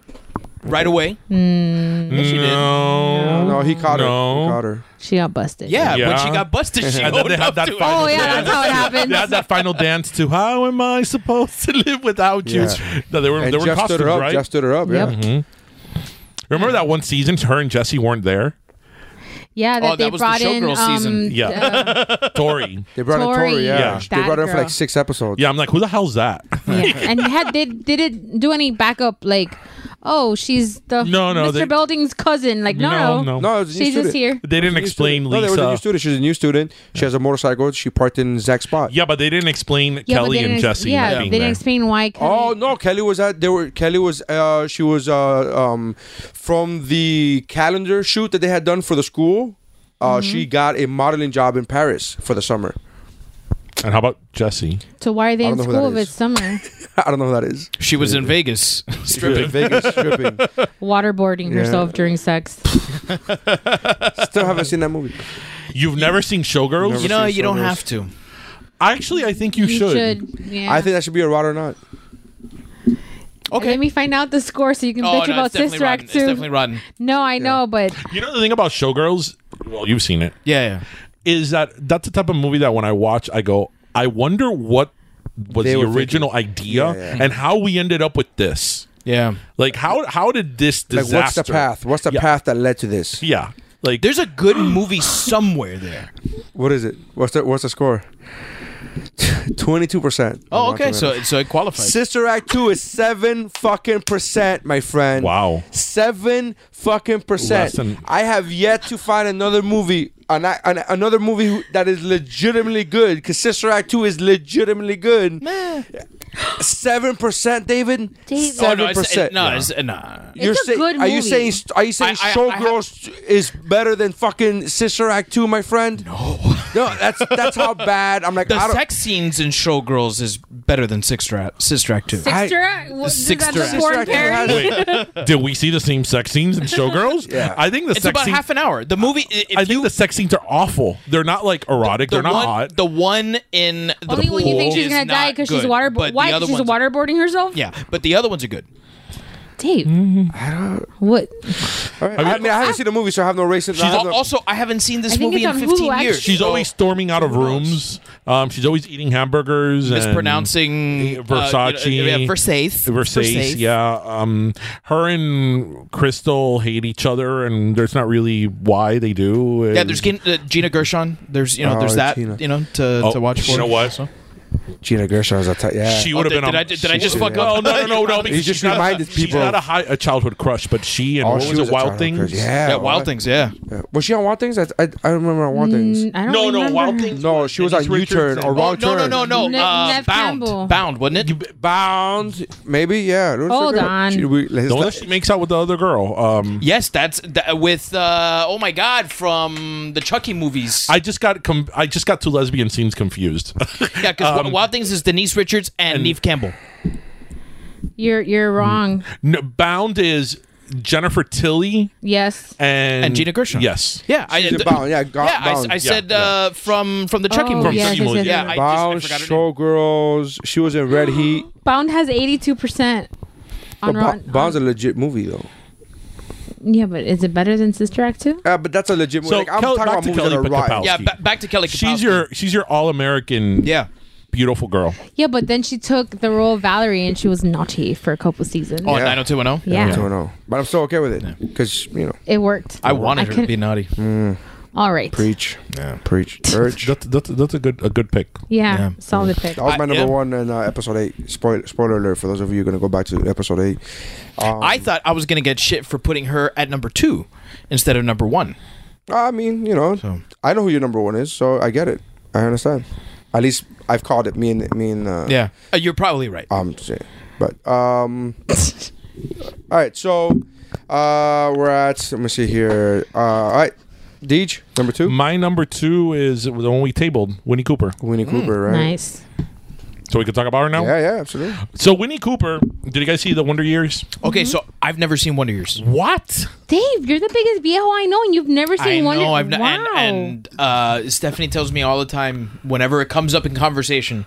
Speaker 2: right away.
Speaker 4: Mm.
Speaker 2: Yes, she did.
Speaker 5: no.
Speaker 3: no, he caught her.
Speaker 5: No.
Speaker 3: He caught her.
Speaker 4: she got busted.
Speaker 2: Yeah, when
Speaker 5: Yeah.
Speaker 2: she got busted, she
Speaker 5: And
Speaker 2: owned
Speaker 5: then they had
Speaker 2: up
Speaker 5: that
Speaker 2: to
Speaker 5: final
Speaker 4: Oh yeah,
Speaker 5: dance.
Speaker 4: that's how it happens.
Speaker 5: They had that final dance to "How am I supposed to live without you?"
Speaker 3: Yeah.
Speaker 5: No, they were
Speaker 3: And
Speaker 5: they were
Speaker 3: Jeff stood
Speaker 5: costumes,
Speaker 3: her up.
Speaker 5: right? Mm-hmm.
Speaker 3: Jeff stood her up.
Speaker 4: Yep.
Speaker 3: Yeah.
Speaker 5: Remember that one season? Her and Jesse weren't there.
Speaker 4: Yeah, that
Speaker 2: Oh, that
Speaker 4: they
Speaker 2: was the
Speaker 4: brought in
Speaker 2: showgirl
Speaker 4: um,
Speaker 2: season.
Speaker 5: Yeah.
Speaker 4: uh,
Speaker 5: Tori.
Speaker 3: They brought in
Speaker 4: Tori.
Speaker 3: Tori. Yeah.
Speaker 5: Yeah.
Speaker 3: They
Speaker 4: That
Speaker 3: brought her for
Speaker 4: girl.
Speaker 3: like six episodes.
Speaker 5: Yeah, I'm like, who the hell's that?
Speaker 4: yeah. and had they did it do any backup like oh she's the
Speaker 5: No, no,
Speaker 4: Mr.
Speaker 5: they-
Speaker 4: Building's cousin like no no,
Speaker 3: No, it was a new
Speaker 4: she's just
Speaker 3: student.
Speaker 4: here
Speaker 5: They didn't
Speaker 3: New student.
Speaker 5: explain
Speaker 3: No, there was a new
Speaker 5: Lisa.
Speaker 3: student. She's a new student. She has a motorcycle. She parked in Zach's spot.
Speaker 5: yeah, but they didn't explain
Speaker 4: yeah, but
Speaker 5: Kelly
Speaker 4: they
Speaker 5: and
Speaker 4: didn't-
Speaker 5: Jesse.
Speaker 4: yeah
Speaker 5: not
Speaker 4: they
Speaker 5: being
Speaker 4: didn't
Speaker 5: there.
Speaker 4: explain why Kelly-
Speaker 3: Oh no, Kelly was at there were Kelly was uh she was uh um from the calendar shoot that they had done for the school. Uh
Speaker 4: Mm-hmm.
Speaker 3: she got a modeling job in Paris for the summer.
Speaker 5: And how about Jesse?
Speaker 4: so why are they
Speaker 3: I
Speaker 4: in
Speaker 3: don't know who that
Speaker 4: school if
Speaker 3: is.
Speaker 4: it's summer
Speaker 3: I don't know who that is.
Speaker 2: She was in Vegas
Speaker 3: Stripping.
Speaker 2: stripping.
Speaker 3: Vegas stripping.
Speaker 4: waterboarding
Speaker 3: Yeah.
Speaker 4: herself during sex
Speaker 3: Still haven't seen that movie.
Speaker 5: You've never seen Showgirls?
Speaker 3: Never
Speaker 2: You know,
Speaker 3: seen
Speaker 2: you don't
Speaker 3: Showgirls.
Speaker 2: have to.
Speaker 5: Actually, I think you,
Speaker 4: you
Speaker 5: should.
Speaker 4: should yeah
Speaker 3: I think that should be a rod or not.
Speaker 4: okay let me find out the score so you can bitch about Sister
Speaker 2: rotten.
Speaker 4: Act
Speaker 2: Oh, It's definitely
Speaker 4: 2
Speaker 2: rotten.
Speaker 4: no I know but
Speaker 5: You know the thing about Showgirls? Well, you've seen it.
Speaker 2: Yeah, yeah.
Speaker 5: Is that that's the type of movie that when I watch, I go, I wonder what was
Speaker 3: They
Speaker 5: the
Speaker 3: were
Speaker 5: original idea
Speaker 3: Yeah, yeah.
Speaker 5: and how we ended up with this.
Speaker 2: Yeah.
Speaker 5: Like how how did this
Speaker 3: Like
Speaker 5: disaster?
Speaker 3: what's the path? What's the
Speaker 5: Yeah.
Speaker 3: path that led to this?
Speaker 5: Yeah, like
Speaker 2: There's a good movie somewhere there.
Speaker 3: What is it? What's the what's the score? Twenty two percent.
Speaker 2: Oh, okay. So so it qualifies.
Speaker 3: Sister Act Two is seven fucking percent, my friend.
Speaker 5: Wow.
Speaker 3: seven fucking percent.
Speaker 5: Less than-
Speaker 3: I have yet to find another movie, an, an, another movie who- that is legitimately good. Because Sister Act Two is legitimately good. Seven percent, David.
Speaker 4: David.
Speaker 2: Oh,
Speaker 3: Seven
Speaker 2: no, it's-
Speaker 3: percent.
Speaker 2: it- no, it's, uh, nah.
Speaker 3: You're
Speaker 4: It's a
Speaker 3: saying,
Speaker 4: good
Speaker 3: Are you
Speaker 4: movie.
Speaker 3: saying? st- Are you saying
Speaker 2: I- I- I
Speaker 3: Showgirls is better than fucking Sister Act Two, my friend? No, no. That's that's how bad. I'm like,
Speaker 2: The
Speaker 3: I don't,
Speaker 2: sex scenes in Showgirls is better than Sister Act, Sister Act 2.
Speaker 3: I-
Speaker 4: Sister Act What- is that
Speaker 2: Sister
Speaker 4: the
Speaker 2: Act.
Speaker 3: Sister
Speaker 4: porn
Speaker 3: Act 2
Speaker 4: parody?
Speaker 3: has-
Speaker 5: did we see the same sex scenes in Showgirls?
Speaker 3: Yeah.
Speaker 5: I think the
Speaker 2: It's
Speaker 5: sex
Speaker 2: about
Speaker 5: scene-
Speaker 2: half an hour. The movie, i- if
Speaker 5: I think the sex scenes are awful. They're not like erotic.
Speaker 2: the
Speaker 5: They're
Speaker 2: one,
Speaker 5: not hot.
Speaker 2: The one in the
Speaker 4: only
Speaker 2: pool
Speaker 4: when you think she's
Speaker 2: is
Speaker 4: gonna die
Speaker 2: not
Speaker 4: because she's
Speaker 2: good,
Speaker 4: waterboarding
Speaker 2: but the
Speaker 4: why 'Cause
Speaker 2: other
Speaker 4: she's
Speaker 2: ones-
Speaker 4: waterboarding herself
Speaker 2: Yeah, but the other ones are good.
Speaker 4: Dave what
Speaker 3: All right. I, mean, I haven't seen the movie, so I have no racism. I have
Speaker 2: Al-
Speaker 3: no,
Speaker 2: also, I haven't seen
Speaker 4: I
Speaker 2: this
Speaker 4: think
Speaker 2: movie
Speaker 4: it's
Speaker 2: in
Speaker 4: on
Speaker 2: 15
Speaker 4: Hulu,
Speaker 2: years.
Speaker 4: actually.
Speaker 5: She's always storming out of
Speaker 2: Who knows?
Speaker 5: rooms. Um, she's always eating hamburgers. and-
Speaker 2: mispronouncing uh,
Speaker 5: Versace.
Speaker 2: you know, yeah, Versace.
Speaker 5: Versace, yeah. Um, her and Crystal hate each other, and there's not really why they do.
Speaker 2: Yeah,
Speaker 5: and-
Speaker 2: there's Gin- uh, Gina Gershon. There's you know,
Speaker 3: Oh,
Speaker 2: there's that
Speaker 3: Gina.
Speaker 2: you know to,
Speaker 5: Oh,
Speaker 2: to watch for.
Speaker 5: you know what?
Speaker 2: So-
Speaker 3: Gina Gershon's a t- yeah.
Speaker 5: She would
Speaker 2: Oh,
Speaker 5: have
Speaker 2: did-
Speaker 5: been on.
Speaker 2: did I- did I
Speaker 5: she
Speaker 2: just
Speaker 5: would've-
Speaker 2: fuck
Speaker 5: Well,
Speaker 2: up?
Speaker 5: no, no, no, no. because
Speaker 3: just
Speaker 5: she's not-
Speaker 3: reminded
Speaker 5: She's
Speaker 3: people-
Speaker 5: not a, high, a childhood crush, but she and
Speaker 3: Oh,
Speaker 5: what
Speaker 3: she
Speaker 5: was,
Speaker 3: was
Speaker 5: it?
Speaker 3: a
Speaker 5: Wild
Speaker 3: child
Speaker 5: Things.
Speaker 3: crush, yeah.
Speaker 2: yeah,
Speaker 3: what?
Speaker 2: Wild Things. Yeah,
Speaker 3: Was she on Wild Things? I, I, I don't remember on Wild Things.
Speaker 4: Mm, I don't
Speaker 5: No, no,
Speaker 4: remember.
Speaker 5: Wild Things.
Speaker 3: No, she was on
Speaker 5: Denise
Speaker 3: U turn
Speaker 5: Richards
Speaker 3: or
Speaker 5: and-
Speaker 3: wrong
Speaker 2: Oh, no,
Speaker 3: turn.
Speaker 2: no, no, no.
Speaker 4: Ne-
Speaker 2: uh,
Speaker 4: Nev
Speaker 2: bound,
Speaker 4: Campbell.
Speaker 2: bound, wasn't it?
Speaker 3: Bound, maybe, yeah. Let's
Speaker 4: Hold
Speaker 3: look it up.
Speaker 4: on.
Speaker 3: She- we- let's
Speaker 5: The one
Speaker 3: not-
Speaker 5: that she makes out with the other girl. Um,
Speaker 2: Yes, that's th- with uh, oh my god from the Chucky movies.
Speaker 5: I just got com- I just got two lesbian scenes confused.
Speaker 2: yeah, because
Speaker 5: um,
Speaker 2: Wild Things is Denise Richards and, Neve Campbell.
Speaker 4: You're you're wrong.
Speaker 5: No, Bound is Jennifer Tilly
Speaker 4: Yes.
Speaker 5: and
Speaker 2: And Gina Gershon.
Speaker 5: Yes.
Speaker 2: Yeah, I
Speaker 3: She's in Bound, yeah, go-
Speaker 2: yeah, I s-
Speaker 3: Bound.
Speaker 2: I,
Speaker 3: Yeah,
Speaker 2: said
Speaker 5: yeah.
Speaker 2: Uh, from from the Chucky
Speaker 4: Oh,
Speaker 2: movies.
Speaker 5: yes,
Speaker 2: yeah,
Speaker 5: yes, yes, yes.
Speaker 2: I, just, I
Speaker 3: Bound,
Speaker 2: forgot her name.
Speaker 3: Showgirls. She was in Red Heat.
Speaker 4: Bound has eighty two percent
Speaker 3: But
Speaker 4: on Rotten.
Speaker 3: Bo- Bound's a legit movie, though.
Speaker 4: yeah, but is it better than Sister Act two?
Speaker 3: Uh, but that's a legit movie.
Speaker 5: So,
Speaker 3: like, I'm
Speaker 5: Kelly-
Speaker 3: talking
Speaker 5: back
Speaker 3: about
Speaker 5: to
Speaker 3: movies that
Speaker 5: Kelly
Speaker 3: are rotten.
Speaker 5: Kapowski.
Speaker 2: Yeah, ba- back to Kelly.
Speaker 5: She's
Speaker 2: Kapowski.
Speaker 5: your she's your all American
Speaker 2: yeah.
Speaker 5: beautiful girl.
Speaker 4: Yeah, but then she took the role of Valerie and she was naughty for a couple seasons.
Speaker 2: Oh,
Speaker 3: Yeah.
Speaker 2: 90210.
Speaker 4: yeah.
Speaker 3: I don't know. But I'm still okay with it. Because, you know,
Speaker 4: It worked.
Speaker 2: I wanted
Speaker 4: I
Speaker 2: her to
Speaker 4: can-
Speaker 2: be naughty.
Speaker 4: All right.
Speaker 3: preach. Preach. Church.
Speaker 5: That's, that's that's a good a good pick.
Speaker 4: yeah,
Speaker 2: Yeah.
Speaker 4: Solid pick.
Speaker 3: That was my
Speaker 2: I-
Speaker 3: number
Speaker 2: yeah.
Speaker 3: one in uh, episode eight. Spoiler, spoiler alert for those of you who are going to go back to episode eight. Um,
Speaker 2: I thought I was gonna get shit for putting her at number two instead of number one.
Speaker 3: I mean, you know, I know who your number one is, so I get it. I understand. At least I've called it. Me and me and uh,
Speaker 2: Yeah, uh, you're probably right.
Speaker 3: I'm saying, but um, all right. So Uh, we're at. Let me see here. Uh, all right, Deej, number two.
Speaker 5: My number two is the one we tabled, Winnie Cooper.
Speaker 3: Winnie Cooper, right?
Speaker 4: Mm, Nice.
Speaker 5: So we can talk about her now.
Speaker 3: Yeah, yeah, absolutely.
Speaker 5: So Winnie Cooper, did you guys see the Wonder Years?
Speaker 2: Okay,
Speaker 4: Mm-hmm.
Speaker 2: so I've never seen Wonder Years.
Speaker 5: What?
Speaker 4: Dave, you're the biggest viejo I know, and you've never
Speaker 2: I
Speaker 4: seen one.
Speaker 2: know I've not,
Speaker 4: wow.
Speaker 2: and, and uh, Stephanie tells me all the time whenever it comes up in conversation,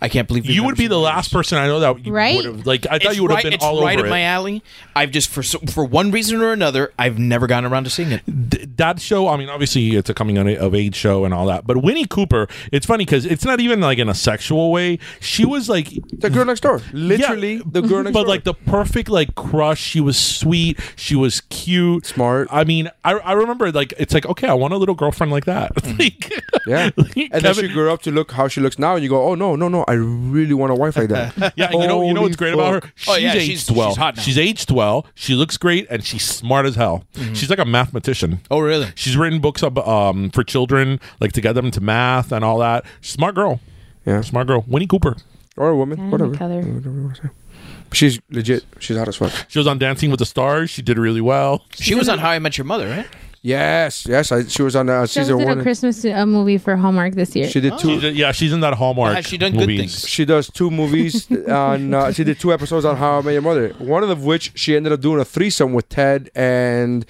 Speaker 2: I can't believe you've
Speaker 5: You
Speaker 2: never
Speaker 5: would be
Speaker 2: seen
Speaker 5: the
Speaker 2: Wonder
Speaker 5: last person I know that you
Speaker 4: Right?
Speaker 5: would have. Like I thought
Speaker 2: It's
Speaker 5: you would have
Speaker 2: right-
Speaker 5: been
Speaker 2: it's
Speaker 5: all
Speaker 2: right
Speaker 5: over
Speaker 2: up
Speaker 5: it.
Speaker 2: my alley. I've just for so- for one reason or another, I've never gotten around to seeing it.
Speaker 5: D- that show, I mean, obviously it's a coming on- of age show and all that, but Winnie Cooper, it's funny because it's not even like in a sexual way. She was like
Speaker 3: The girl next door.
Speaker 5: Yeah,
Speaker 3: Literally, the girl next
Speaker 5: but
Speaker 3: door.
Speaker 5: like the perfect like crush. She was sweet. She was cute.
Speaker 3: Smart.
Speaker 5: I mean, I, I remember like it's like okay, I want a little girlfriend like that. like,
Speaker 3: yeah.
Speaker 5: like,
Speaker 3: and then
Speaker 5: Kevin-
Speaker 3: she grew up to look how she looks now, and you go, oh no, no, no, I really want a wife like that.
Speaker 5: Yeah, and you know, you know
Speaker 3: Holy
Speaker 5: what's great about her?
Speaker 3: fuck.
Speaker 5: She's
Speaker 2: Oh, yeah,
Speaker 5: aged
Speaker 2: she's-
Speaker 5: well.
Speaker 2: she's hot now.
Speaker 5: aged well. She looks great, and she's smart as hell. She's like a mathematician.
Speaker 2: Oh, really?
Speaker 5: She's written books up um, for children, like to get them to math and all that. Smart girl,
Speaker 3: Yeah,
Speaker 5: smart girl. Winnie Cooper.
Speaker 3: or a woman, whatever.
Speaker 4: color.
Speaker 3: Whatever you wanna say. She's legit. She's hot as fuck.
Speaker 5: She was on Dancing with the Stars. She did really well.
Speaker 2: She was on How I Met Your Mother, right?
Speaker 3: Yes, yes. I, she was on uh,
Speaker 4: She
Speaker 3: season
Speaker 4: did a
Speaker 3: one.
Speaker 4: Christmas Oh. uh, movie for Hallmark this year.
Speaker 3: She did two.
Speaker 5: She did- yeah, she's in that Hallmark.
Speaker 2: Has she done good
Speaker 5: movies.
Speaker 2: things?
Speaker 3: She does two movies on. Uh, she did two episodes on How I Met Your Mother. One of which she ended up doing a threesome with Ted and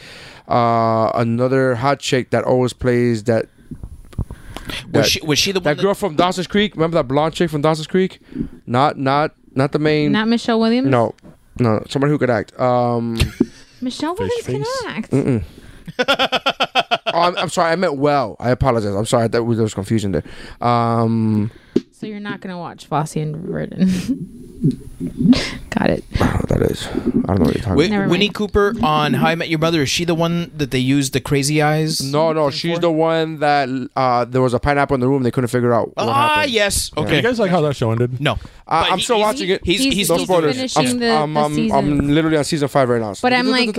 Speaker 3: uh, another hot chick that always plays that
Speaker 2: Was
Speaker 3: That-
Speaker 2: she was she the one
Speaker 3: that girl from Dawson's Creek. Remember that blonde chick from Dawson's Creek? Not not not the main.
Speaker 4: Not Michelle Williams.
Speaker 3: no, no, someone who could act. Um,
Speaker 4: Michelle Williams
Speaker 5: face.
Speaker 4: can act.
Speaker 3: oh, I'm, I'm sorry, I meant well. I apologize. I'm sorry, that was, there was confusion there. Um,
Speaker 4: So you're not gonna watch Fosse and Verdon. Got it.
Speaker 3: I don't know what that is. I don't know what you're talking.
Speaker 2: Wi-
Speaker 3: about.
Speaker 4: Never mind.
Speaker 2: Winnie Cooper on How I Met Your Mother? Is she the one that they used the crazy eyes?
Speaker 3: No, no, she's the one that uh, there was a pineapple in the room. They couldn't figure out what
Speaker 2: Ah,
Speaker 3: happened.
Speaker 2: yes.
Speaker 5: Do
Speaker 2: Okay.
Speaker 5: you guys like how that show ended?
Speaker 2: No.
Speaker 3: I-
Speaker 2: But
Speaker 3: I'm
Speaker 2: he-
Speaker 3: still
Speaker 2: he's-
Speaker 3: watching it.
Speaker 2: He's
Speaker 4: He's-
Speaker 2: he's
Speaker 3: no
Speaker 4: he's
Speaker 2: still
Speaker 3: spoilers.
Speaker 4: finishing
Speaker 3: I'm,
Speaker 4: the-
Speaker 3: I'm,
Speaker 4: the
Speaker 3: I'm-
Speaker 4: season.
Speaker 3: I'm literally on season five right now. so-
Speaker 4: But I'm like-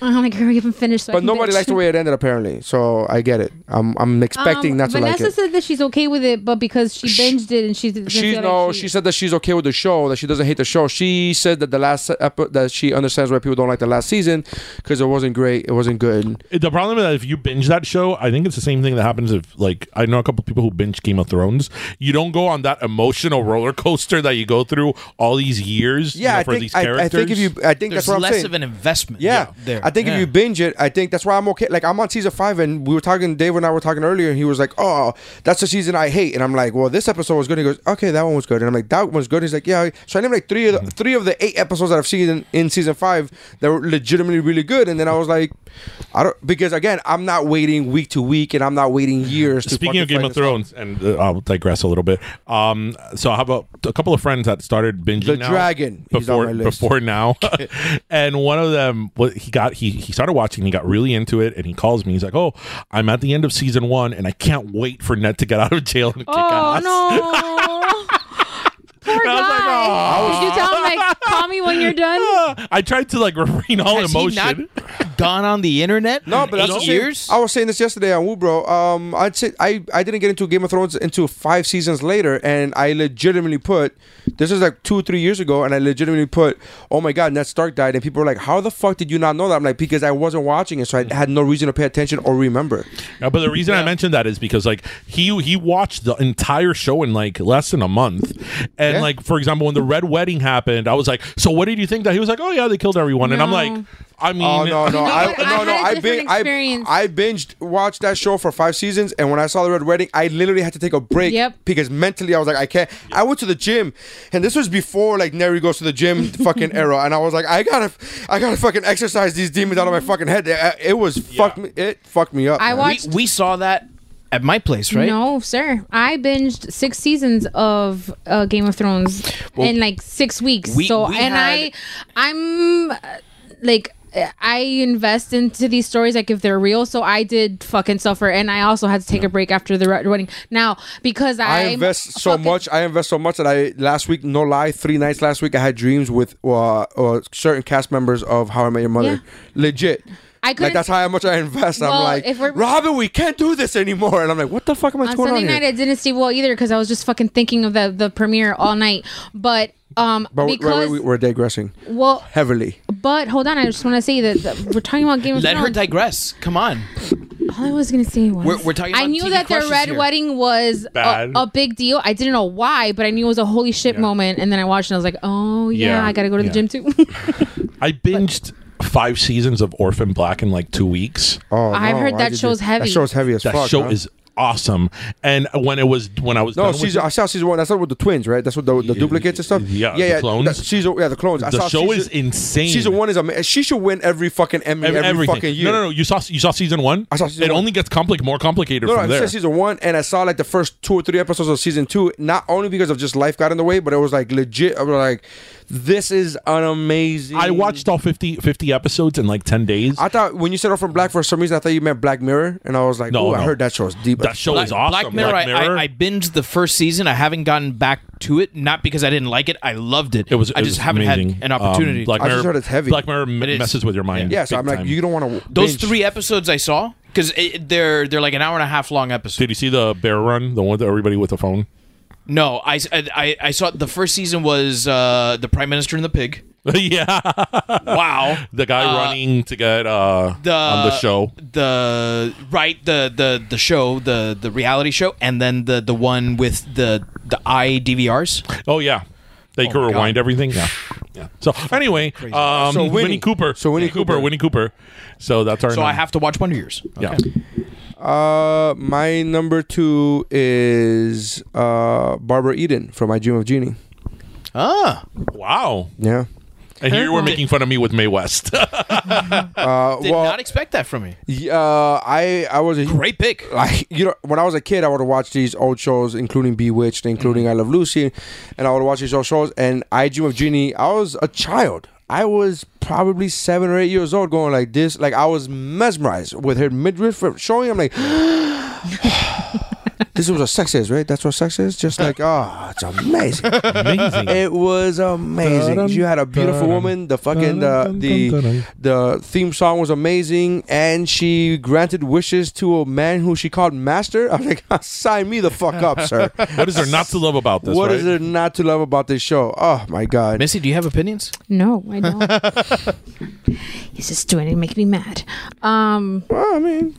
Speaker 4: I'm like, Oh girl, you haven't finished. So I
Speaker 3: but
Speaker 4: can
Speaker 3: nobody
Speaker 4: bitch.
Speaker 3: likes the way it ended apparently. So I get it. I'm I'm expecting
Speaker 4: Um,
Speaker 3: not to like
Speaker 4: Vanessa
Speaker 3: it.
Speaker 4: said that she's okay with it, but because she binged it and she's
Speaker 3: She no. she said that she's okay with the show. That she doesn't hate the show. She said that the last epi- that she understands why people don't like the last season because it wasn't great. It wasn't good.
Speaker 5: The problem is that if you binge that show, I think it's the same thing that happens if, like, I know a couple people who binge Game of Thrones. You don't go on that emotional roller coaster that you go through all these years. you know,
Speaker 3: Yeah, I
Speaker 5: for
Speaker 3: think
Speaker 5: these
Speaker 3: I, I
Speaker 5: characters.
Speaker 3: think if you I think
Speaker 2: There's
Speaker 3: that's what I'm
Speaker 2: less
Speaker 3: saying.
Speaker 2: of an investment.
Speaker 3: Yeah,
Speaker 2: There.
Speaker 3: I think if
Speaker 2: Yeah.
Speaker 3: you binge it, I think that's why I'm okay. Like I'm on season five, and we were talking. Dave and I were talking earlier, and he was like, "Oh, that's the season I hate," and I'm like, "Well, this episode was good." He goes, "Okay, that one was good," and I'm like, "That one's good." He's like, "Yeah." So I named like three of
Speaker 5: Mm-hmm.
Speaker 3: the, three of the eight episodes that I've seen in, in season five that were legitimately really good, and then I was like, "I don't," because again, I'm not waiting week to week, and I'm not waiting years. To
Speaker 5: Speaking of
Speaker 3: fucking
Speaker 5: Game
Speaker 3: find
Speaker 5: of
Speaker 3: this out.
Speaker 5: Thrones, and uh, I'll digress a little bit. Um, so I have a, a couple of friends that started binging
Speaker 3: The
Speaker 5: now
Speaker 3: Dragon, he's on
Speaker 5: before
Speaker 3: my list.
Speaker 5: before now, and one of them well, he got he he started watching, he got really into it, and he calls me. He's like, "Oh, I'm at the end of season one, and I can't wait for Ned to get out of jail and kick
Speaker 4: Oh
Speaker 5: ass."
Speaker 4: no. Poor
Speaker 5: I was like,
Speaker 3: "Oh."
Speaker 4: guy. Did you tell him like call me when you're done?
Speaker 5: I tried to like refrain all
Speaker 2: Has he
Speaker 5: emotion.
Speaker 2: not gone on the internet?
Speaker 3: No,
Speaker 2: in
Speaker 3: but that's
Speaker 2: eight
Speaker 3: the thing.
Speaker 2: years.
Speaker 3: I was saying this yesterday on Woo Bro. Um, I'd say I, I didn't get into Game of Thrones until five seasons later, and I legitimately put this is like two three years ago, and I legitimately put, oh my god, Ned Stark died, and people were like, how the fuck did you not know that? I'm like, because I wasn't watching it, so I had no reason to pay attention or remember.
Speaker 5: Yeah, but the reason I mentioned that is because like he he watched the entire show in like less than a month, and
Speaker 3: Yeah.
Speaker 5: like for example when the red wedding happened, I was like, so what did you think that he was like? Oh yeah, they killed everyone, and I'm
Speaker 4: No.
Speaker 5: like, I mean,
Speaker 3: Oh no no
Speaker 4: know
Speaker 3: I,
Speaker 4: what? I
Speaker 3: no no
Speaker 4: had a
Speaker 3: I, bin-
Speaker 4: different
Speaker 3: I
Speaker 4: experience.
Speaker 3: I binged watched that show for five seasons, and when I saw the Red Wedding, I literally had to take a break.
Speaker 4: Yep.
Speaker 3: Because mentally, I was like, I can't. I went to the gym, and this was before like Neri goes to the gym fucking era, and I was like, I gotta, I gotta fucking exercise these demons out of my fucking head. It, it was fuck me. It fucked me up.
Speaker 4: I
Speaker 3: man.
Speaker 4: watched-
Speaker 2: we, we saw that at my place, right?
Speaker 4: No, sir. I binged six seasons of uh, Game of Thrones in like six weeks.
Speaker 2: we-
Speaker 4: so
Speaker 2: we
Speaker 4: and I,
Speaker 2: had-
Speaker 4: I'm uh, like. uh, I invest into these stories like if they're real, so I did fucking suffer, and I also had to take a break after the re- wedding. Now because
Speaker 3: I
Speaker 4: I'm
Speaker 3: invest so
Speaker 4: fucking-
Speaker 3: much. I invest so much that I last week, no lie, three nights last week, I had dreams with uh, uh, certain cast members of How I Met Your Mother.
Speaker 4: Yeah.
Speaker 3: Legit.
Speaker 4: I couldn't.
Speaker 3: Like that's how much I invest. I'm
Speaker 4: Well,
Speaker 3: like,
Speaker 4: if we're-
Speaker 3: Robin, we can't do this anymore. And I'm like, what the fuck am I
Speaker 4: on
Speaker 3: going
Speaker 4: Sunday
Speaker 3: on
Speaker 4: night,
Speaker 3: here?
Speaker 4: I didn't see well either because I was just fucking thinking of the the premiere all night. But um,
Speaker 3: But we-
Speaker 4: because
Speaker 3: we're, we're digressing
Speaker 4: well,
Speaker 3: heavily.
Speaker 4: but hold on, I just want to say that the, we're talking about Game of
Speaker 2: Let her
Speaker 4: Thrones.
Speaker 2: digress. Come on.
Speaker 4: all I was gonna say was
Speaker 2: We're- we're talking
Speaker 4: I
Speaker 2: about
Speaker 4: knew
Speaker 2: TV
Speaker 4: that the
Speaker 2: crushes
Speaker 4: Red
Speaker 2: here.
Speaker 4: Wedding was a,
Speaker 5: Bad.
Speaker 4: a big deal. I didn't know why, but I knew it was a holy shit moment. And then I watched and I was like, oh yeah,
Speaker 5: Yeah.
Speaker 4: I gotta go to
Speaker 5: Yeah.
Speaker 4: the gym too.
Speaker 5: I binged five seasons of Orphan Black in like two weeks.
Speaker 3: Oh,
Speaker 4: I've
Speaker 3: no,
Speaker 4: heard
Speaker 3: I
Speaker 4: that
Speaker 3: did
Speaker 4: show's
Speaker 3: this.
Speaker 4: heavy.
Speaker 3: That show's heavy as
Speaker 5: That
Speaker 3: fuck.
Speaker 5: show
Speaker 3: huh?
Speaker 5: is awesome. And when it was when I was
Speaker 3: No,
Speaker 5: done with
Speaker 3: season, I saw season one. That's not with the twins, right? That's with the, the duplicates and stuff.
Speaker 5: yeah,
Speaker 3: yeah,
Speaker 5: the
Speaker 3: yeah.
Speaker 5: clones.
Speaker 3: that season, yeah, the clones. I
Speaker 5: The
Speaker 3: saw
Speaker 5: show
Speaker 3: season,
Speaker 5: is insane.
Speaker 3: Season one is amazing. She should win every fucking Emmy
Speaker 5: Ev-
Speaker 3: every
Speaker 5: everything.
Speaker 3: fucking year.
Speaker 5: No, no, no. You saw you saw season one.
Speaker 3: I saw season
Speaker 5: it
Speaker 3: one.
Speaker 5: only gets compli- more complicated
Speaker 3: No, no,
Speaker 5: from
Speaker 3: I
Speaker 5: there.
Speaker 3: said season one, and I saw like the first two or three episodes of season two. Not only because of just life got in the way, but it was like legit. I was like, this is an amazing.
Speaker 5: I watched all 50, 50 episodes in like ten days.
Speaker 3: I thought when you said from Black for some reason, I thought you meant Black Mirror, and I was like,
Speaker 5: No,
Speaker 3: oh, I
Speaker 5: no.
Speaker 3: heard that show's deep.
Speaker 5: that show
Speaker 2: Black,
Speaker 5: is awesome.
Speaker 2: Black Mirror, I- I, I binged the first season. I haven't gotten back to it, not because I didn't like it. I loved it.
Speaker 5: it was. It
Speaker 2: I just
Speaker 5: was
Speaker 2: haven't
Speaker 5: amazing.
Speaker 2: had an
Speaker 5: Um,
Speaker 2: opportunity.
Speaker 5: Black
Speaker 3: I just
Speaker 5: Mirror,
Speaker 3: heard it's heavy.
Speaker 5: Black Mirror m-
Speaker 2: It is.
Speaker 5: messes with your mind.
Speaker 3: Yeah, so
Speaker 5: big
Speaker 3: I'm like,
Speaker 5: time.
Speaker 3: you don't want to.
Speaker 2: Those three episodes I saw because they're they're like an hour and a half long episode.
Speaker 5: Did you see the bear run? The one with everybody with the phone.
Speaker 2: No, I, I I saw the first season was uh, the Prime Minister and the Pig.
Speaker 5: yeah,
Speaker 2: Wow.
Speaker 5: the guy running to get uh,
Speaker 2: the
Speaker 5: on the show.
Speaker 2: the right the the the show the the reality show and then the the one with the the iDVRs
Speaker 5: Oh yeah, they could
Speaker 2: my God.
Speaker 5: rewind everything. Yeah. Yeah. So anyway, um,
Speaker 3: So Winnie.
Speaker 5: Winnie Cooper.
Speaker 3: So Winnie
Speaker 5: Yeah, Cooper.
Speaker 3: Cooper.
Speaker 5: Winnie Cooper. So that's our.
Speaker 2: so I have to watch Wonder Years
Speaker 5: Yeah.
Speaker 3: Uh, my number two is uh Barbara Eden from My Dream of Genie.
Speaker 2: ah
Speaker 5: Wow.
Speaker 3: Yeah.
Speaker 5: And here you were making fun of me with May West.
Speaker 3: Uh,
Speaker 2: did
Speaker 3: well,
Speaker 2: not expect that from me
Speaker 3: y- uh, I I was a
Speaker 2: great pick
Speaker 3: like you know when I was a kid I would watch these old shows including Bewitched including I Love Lucy and I would watch these old shows and I Dream of Genie I was a child I was probably seven or eight years old going like this like I was mesmerized with her midriff showing I'm like this is what sex is right that's what sex is just like oh it's amazing
Speaker 5: Amazing.
Speaker 3: it was amazing. You had a beautiful woman. The fucking uh, the the, the theme song was amazing, and she granted wishes to a man who she called master. I'm like, sign me the fuck up, sir.
Speaker 5: What is there not to love about this?
Speaker 3: What
Speaker 5: right?
Speaker 3: is there not to love about this show? Oh my god.
Speaker 2: Missy do you have opinions
Speaker 4: No, I don't. He's just doing it to make me mad. Um,
Speaker 3: well, I mean,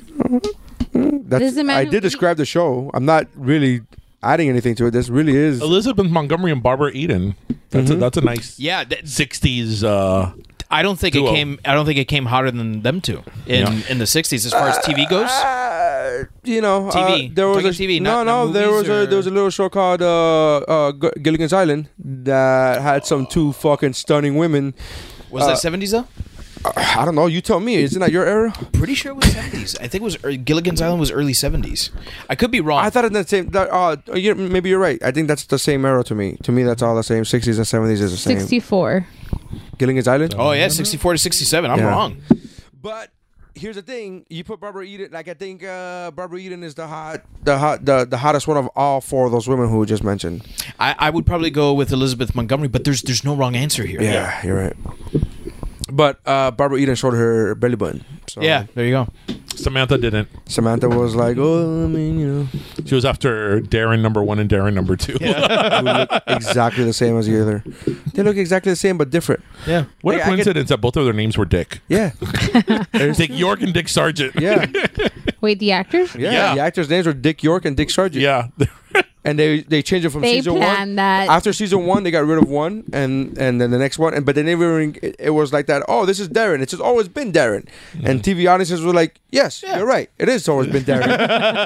Speaker 4: This is
Speaker 3: that's
Speaker 4: a man
Speaker 3: I
Speaker 4: who
Speaker 3: did
Speaker 4: eat-
Speaker 3: describe the show. I'm not really adding anything to it. This really is.
Speaker 5: Elizabeth Montgomery and Barbara Eden. That's
Speaker 3: Mm-hmm.
Speaker 5: a, that's a nice
Speaker 2: yeah th-
Speaker 5: sixties. Uh,
Speaker 2: I don't think
Speaker 5: Duo.
Speaker 2: it came I don't think it came hotter than them two in
Speaker 5: Yeah.
Speaker 2: in the 60s as far as TV goes
Speaker 3: Uh, you know,
Speaker 2: TV.
Speaker 3: Uh, there
Speaker 2: We're
Speaker 3: was a
Speaker 2: talking TV,
Speaker 3: no,
Speaker 2: not-
Speaker 3: no.
Speaker 2: not
Speaker 3: there was
Speaker 2: movies
Speaker 3: a there was a little show called uh, uh, G- Gilligan's Island that had some two fucking stunning women.
Speaker 2: was that 70s though
Speaker 3: I don't know. You tell me. Isn't that your era?
Speaker 2: pretty sure it was 70s I think it was ear- Gilligan's Island was early 70s I could be wrong
Speaker 3: I thought it's the same. That, uh, you maybe you're right. I think that's the same era to me. To me, that's all the same. Sixties and seventies is the same.
Speaker 4: 64.
Speaker 3: Gilligan's Island.
Speaker 2: oh yeah 64 to 67 I'm
Speaker 3: Yeah.
Speaker 2: wrong
Speaker 3: But here's the thing: you put Barbara Eden. Like I think uh, Barbara Eden is the hot, the hot, the, the hottest one of all four of those women who we just mentioned.
Speaker 2: I, I would probably go with Elizabeth Montgomery, but there's there's no wrong answer here.
Speaker 3: Yeah, you're right. But uh, Barbara Eden showed her belly button. So
Speaker 2: Yeah, there you go.
Speaker 5: Samantha didn't.
Speaker 3: Samantha was like, "Oh, I mean, you know,
Speaker 5: She was after Darren number one and Darren number two.
Speaker 3: we look exactly the same as the other. They look exactly the same but different."
Speaker 2: Yeah.
Speaker 5: what a
Speaker 3: Yeah, I could-
Speaker 5: coincidence that both of their names were Dick.
Speaker 3: Yeah,
Speaker 5: Dick York and Dick Sargent.
Speaker 3: yeah, yeah.
Speaker 4: Wait, the actors?
Speaker 5: Yeah.
Speaker 3: The actors' names were Dick York and Dick Sargent.
Speaker 5: yeah.
Speaker 3: and they they changed it from
Speaker 4: They
Speaker 3: season one.
Speaker 4: planned that.
Speaker 3: After season one, they got rid of one, and and then the next one, and but they never. It, it was like that. Oh, this is Darren. It's just always been Darren. And TV audiences were like, "Yes, you're right. It is always been Darren."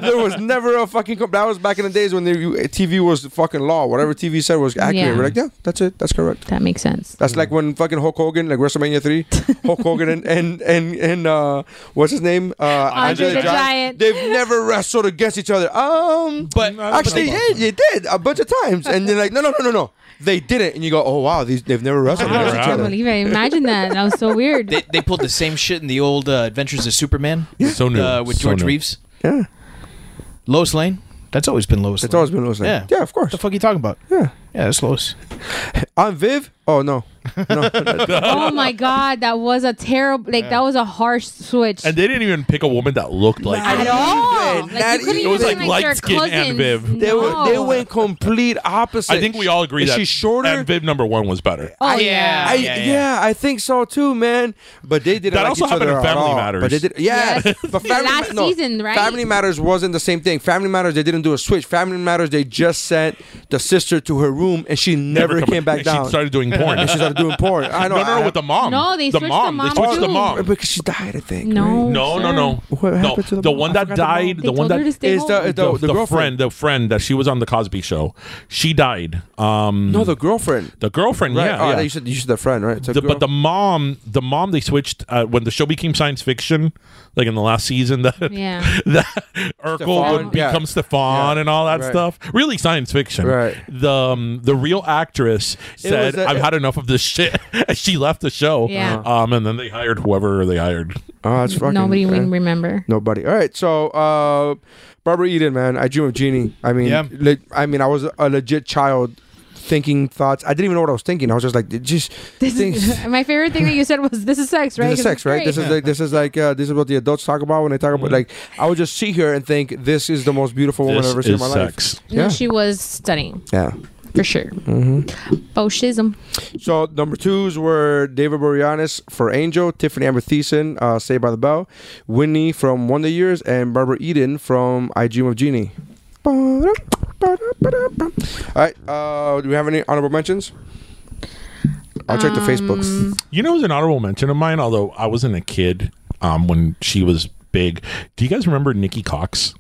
Speaker 3: there was never a fucking. Com- that was back in the days when the TV was fucking law. Whatever TV said was accurate.
Speaker 4: Yeah.
Speaker 3: We're like, yeah, that's it. That's correct.
Speaker 4: That makes sense.
Speaker 3: That's like when fucking Hulk Hogan, like WrestleMania three, Hulk Hogan and and and, and uh, what's his name, uh,
Speaker 4: Andre the Giant.
Speaker 3: They've never wrestled against each other. Um,
Speaker 2: But-
Speaker 3: actually, yeah, they did a bunch of times, and they're like, no, no, no, no, no, they didn't. And you go, oh wow, these they've never wrestled
Speaker 5: Wow.
Speaker 4: I
Speaker 3: against
Speaker 5: Yeah.
Speaker 3: each
Speaker 4: can't
Speaker 3: other.
Speaker 4: believe I imagined that. That was so weird.
Speaker 2: They, they pulled the same shit in the old uh, Adventures of Superman
Speaker 5: So new.
Speaker 2: uh, with
Speaker 5: So
Speaker 2: George
Speaker 5: new.
Speaker 2: Reeves.
Speaker 3: Yeah,
Speaker 2: Lois Lane. That's always been Lois.
Speaker 3: it's
Speaker 2: Lane.
Speaker 3: always been Lois Lane.
Speaker 2: Yeah.
Speaker 3: Yeah, of course.
Speaker 2: What the fuck are you talking about?
Speaker 3: Yeah.
Speaker 2: Yeah, that's close.
Speaker 3: I'm Viv. Oh no, no.
Speaker 4: oh my god, that was a terrible. Like that was a harsh switch.
Speaker 5: And they didn't even pick a woman that looked like her.
Speaker 4: at all.
Speaker 3: even,
Speaker 4: Like,
Speaker 3: not
Speaker 4: you couldn't
Speaker 3: even. It
Speaker 5: was
Speaker 4: even,
Speaker 5: like
Speaker 4: like, their
Speaker 5: light-skinned
Speaker 4: cousins.
Speaker 5: Aunt Viv.
Speaker 3: They were, they
Speaker 4: No.
Speaker 3: went complete opposite.
Speaker 5: I think we all agree
Speaker 3: Is
Speaker 5: that
Speaker 3: she's shorter.
Speaker 5: And Viv number one was better.
Speaker 4: Oh yeah.
Speaker 3: I, yeah, I think so too, man. But they didn't.
Speaker 5: That
Speaker 3: like
Speaker 5: also
Speaker 3: each
Speaker 5: happened
Speaker 3: other
Speaker 5: in Family
Speaker 3: at all.
Speaker 5: Matters.
Speaker 3: But they did. Yeah,
Speaker 4: Yes.
Speaker 3: but Family
Speaker 4: Last season, right?
Speaker 3: Family Matters wasn't the same thing. Family Matters, they didn't do a switch. Family Matters, they just sent the sister to her room, and she never,
Speaker 5: come-
Speaker 3: came back
Speaker 5: she
Speaker 3: down.
Speaker 5: started doing porn.
Speaker 3: And she started doing porn. I know.
Speaker 5: no, no,
Speaker 3: I-
Speaker 5: no, with the mom.
Speaker 4: No, they
Speaker 5: the
Speaker 4: switched the
Speaker 5: mom. They
Speaker 4: mom,
Speaker 5: switched the
Speaker 4: too.
Speaker 5: mom.
Speaker 3: because she died. I think. right?
Speaker 4: No.
Speaker 5: No, no,
Speaker 4: sir.
Speaker 5: no.
Speaker 3: What
Speaker 5: no,
Speaker 3: happened to the
Speaker 5: the
Speaker 3: mom?
Speaker 5: one
Speaker 3: I
Speaker 5: that
Speaker 3: forgot the mom.
Speaker 5: died?
Speaker 4: They
Speaker 5: The one
Speaker 4: told her
Speaker 5: that
Speaker 4: to stay
Speaker 3: Is the-
Speaker 4: home.
Speaker 3: is Uh, the- girlfriend.
Speaker 5: friend, the friend that she was on the Cosby Show, she died. Um,
Speaker 3: No, the girlfriend.
Speaker 5: the girlfriend,
Speaker 3: Right.
Speaker 5: yeah,
Speaker 3: oh,
Speaker 5: yeah.
Speaker 3: You said you said the friend, right? It's a
Speaker 5: The-
Speaker 3: girl.
Speaker 5: but the mom, the mom, they switched uh, when the show became science fiction, like in the last season. That
Speaker 4: Yeah.
Speaker 5: that Urkel would
Speaker 3: Stefan, yeah.
Speaker 5: become Stefan
Speaker 3: Yeah,
Speaker 5: and all that
Speaker 3: right.
Speaker 5: stuff. Really science fiction.
Speaker 3: Right.
Speaker 5: The um, the real actress said,
Speaker 3: was a-
Speaker 5: "I've had enough of this shit," and she left the show.
Speaker 4: Yeah.
Speaker 5: Um, and then they hired whoever they hired.
Speaker 3: oh, it's fucking.
Speaker 4: Nobody
Speaker 3: eh.
Speaker 4: would remember.
Speaker 3: Nobody. All right. So, uh, Barbara Eden, man, I dream of Jeannie. I mean,
Speaker 2: Yeah.
Speaker 3: le- I mean, I was a legit child thinking thoughts. I didn't even know what I was thinking. I was just like, it just
Speaker 4: This is, my favorite thing that you said was, "This is sex, right?"
Speaker 3: This is
Speaker 4: 'Cause
Speaker 3: sex,
Speaker 4: it's
Speaker 3: right? This
Speaker 4: great.
Speaker 3: is like this is like uh, this is what the adults talk about when they talk about like. I would just see her and think, this is the most beautiful woman I've ever seen in my
Speaker 5: sex.
Speaker 4: No,
Speaker 3: Yeah.
Speaker 4: she was stunning
Speaker 3: life. Yeah.
Speaker 4: for sure.
Speaker 3: Mm-hmm.
Speaker 4: Boshism.
Speaker 3: So number twos were David Boreanaz for Angel, Tiffany Amber Thiessen, uh, Saved by the Bell, Whitney from Wonder Years, and Barbara Eden from I Dream of Jeannie. All right. Uh, do we have any honorable mentions? I'll check the
Speaker 4: Um,
Speaker 3: Facebooks.
Speaker 5: You know, it was an honorable mention of mine. Although I wasn't a kid um, when she was big. Do you guys remember Nikki Cox?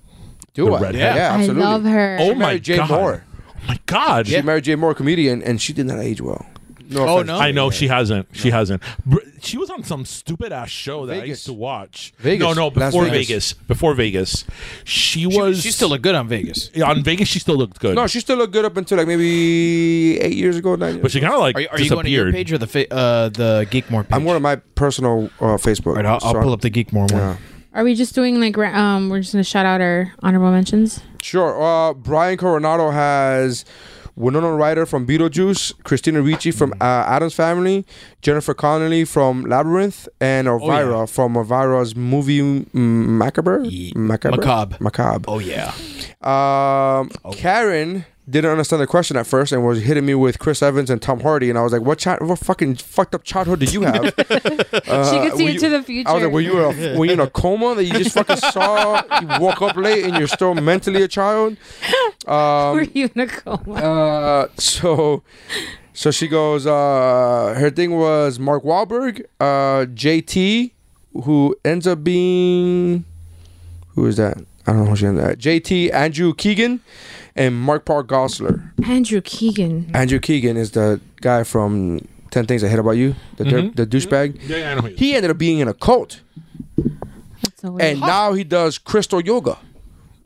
Speaker 3: Do
Speaker 5: the
Speaker 3: I?
Speaker 5: redhead.
Speaker 3: Yeah, absolutely.
Speaker 4: I love her.
Speaker 5: Oh my
Speaker 3: married Jay
Speaker 5: god!
Speaker 3: Moore.
Speaker 5: Oh my god!
Speaker 3: She married Jay Moore, comedian, and she did not age well. No
Speaker 2: Oh,
Speaker 3: offense.
Speaker 2: no?
Speaker 5: I know she hasn't. She hasn't. Br- She was on some stupid ass show that I
Speaker 3: Vegas.
Speaker 5: used to watch.
Speaker 3: Vegas.
Speaker 5: No, no,
Speaker 3: Las
Speaker 5: before Vegas.
Speaker 3: Vegas.
Speaker 5: Before Vegas, she
Speaker 2: She,
Speaker 5: was.
Speaker 2: she still looked good on Vegas.
Speaker 5: Yeah, on Vegas. She still looked good.
Speaker 3: No, she still looked good up until like maybe eight years ago, nine years.
Speaker 5: but she kind of like
Speaker 2: Are you, are you going to your
Speaker 5: disappeared.
Speaker 2: page or the fa- uh, the Geekmore page?
Speaker 3: I'm going to my personal uh, Facebook.
Speaker 2: All right, I'll, I'll pull up the Geekmore one.
Speaker 4: Are we just doing like ra- um? We're just gonna shout out our honorable mentions.
Speaker 3: Sure. Uh, Brian Coronado has Winona Ryder from Beetlejuice, Christina Ricci from uh, Adam's Family, Jennifer Connelly from Labyrinth, and Elvira from Elvira's movie mm, Macabre? Macabre.
Speaker 2: Macabre.
Speaker 3: Macabre.
Speaker 2: Oh yeah.
Speaker 3: Um, Karen didn't understand the question at first and was hitting me with Chris Evans and Tom Hardy, and I was like, "What? Chi- what fucking fucked up childhood did you have?" Uh,
Speaker 4: she could see
Speaker 3: were
Speaker 4: into
Speaker 3: you-
Speaker 4: the future.
Speaker 3: I was like, were you, in a, were you in a coma that you just fucking saw? You woke up late and you're still mentally a child. Um,
Speaker 4: Were you in a coma?
Speaker 3: Uh, so, so she goes. Uh, her thing was Mark Wahlberg, uh, JT, who ends up being who is that? I don't know who she ends up. JT Andrew Keegan and Mark Park Gosler.
Speaker 4: Andrew Keegan.
Speaker 3: Andrew Keegan is the guy from Ten Things I Hate About You, the dirt, the douchebag.
Speaker 5: Mm-hmm. Yeah, yeah, I know who you-
Speaker 3: He ended up being in a cult.
Speaker 4: That's so weird.
Speaker 3: and now he does crystal yoga.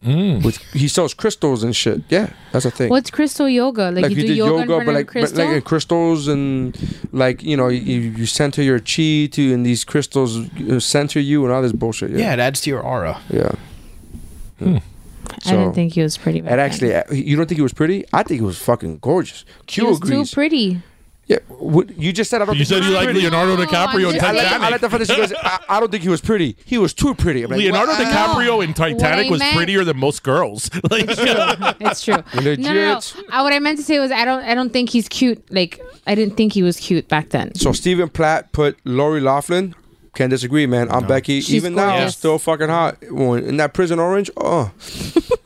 Speaker 5: Mm.
Speaker 3: With he sells crystals and shit. Yeah, that's a thing.
Speaker 4: What's crystal yoga? Like, you,
Speaker 3: did
Speaker 4: do yoga, in front of a
Speaker 3: like
Speaker 4: crystal?
Speaker 3: like in crystals and like you know you, you center your chi to and these crystals uh, center you and all this bullshit.
Speaker 2: Yeah,
Speaker 3: Yeah,
Speaker 2: it adds to your aura.
Speaker 3: yeah.
Speaker 4: I
Speaker 3: so-
Speaker 4: didn't think he was pretty. back
Speaker 3: And
Speaker 4: then.
Speaker 3: actually, uh, you don't think he was pretty? I think he was fucking gorgeous.
Speaker 4: he
Speaker 3: Q
Speaker 4: was
Speaker 3: agrees.
Speaker 4: too pretty.
Speaker 3: Yeah, what, you just said I don't.
Speaker 5: You
Speaker 3: think
Speaker 5: said
Speaker 3: he
Speaker 5: you
Speaker 3: was
Speaker 5: like
Speaker 3: pretty.
Speaker 5: Leonardo
Speaker 4: No,
Speaker 5: DiCaprio
Speaker 4: I'm
Speaker 5: in
Speaker 4: just-
Speaker 3: I like, I
Speaker 5: Titanic.
Speaker 3: like the fact that she goes. I, I don't think he was pretty. He was too pretty. I'm like,
Speaker 5: Leonardo
Speaker 3: what?
Speaker 5: DiCaprio in Titanic
Speaker 4: I
Speaker 5: was
Speaker 4: meant-
Speaker 5: prettier than most girls. Like,
Speaker 4: It's true. no, no, no.
Speaker 3: Legit.
Speaker 4: Uh, what I meant to say was I don't. I don't think he's cute. Like I didn't think he was cute back then.
Speaker 3: So Stephen Platt put Lori Laughlin. Can't disagree, man. I'm Becky. Even now,
Speaker 4: gorgeous.
Speaker 3: still fucking hot. When- In that prison orange, oh,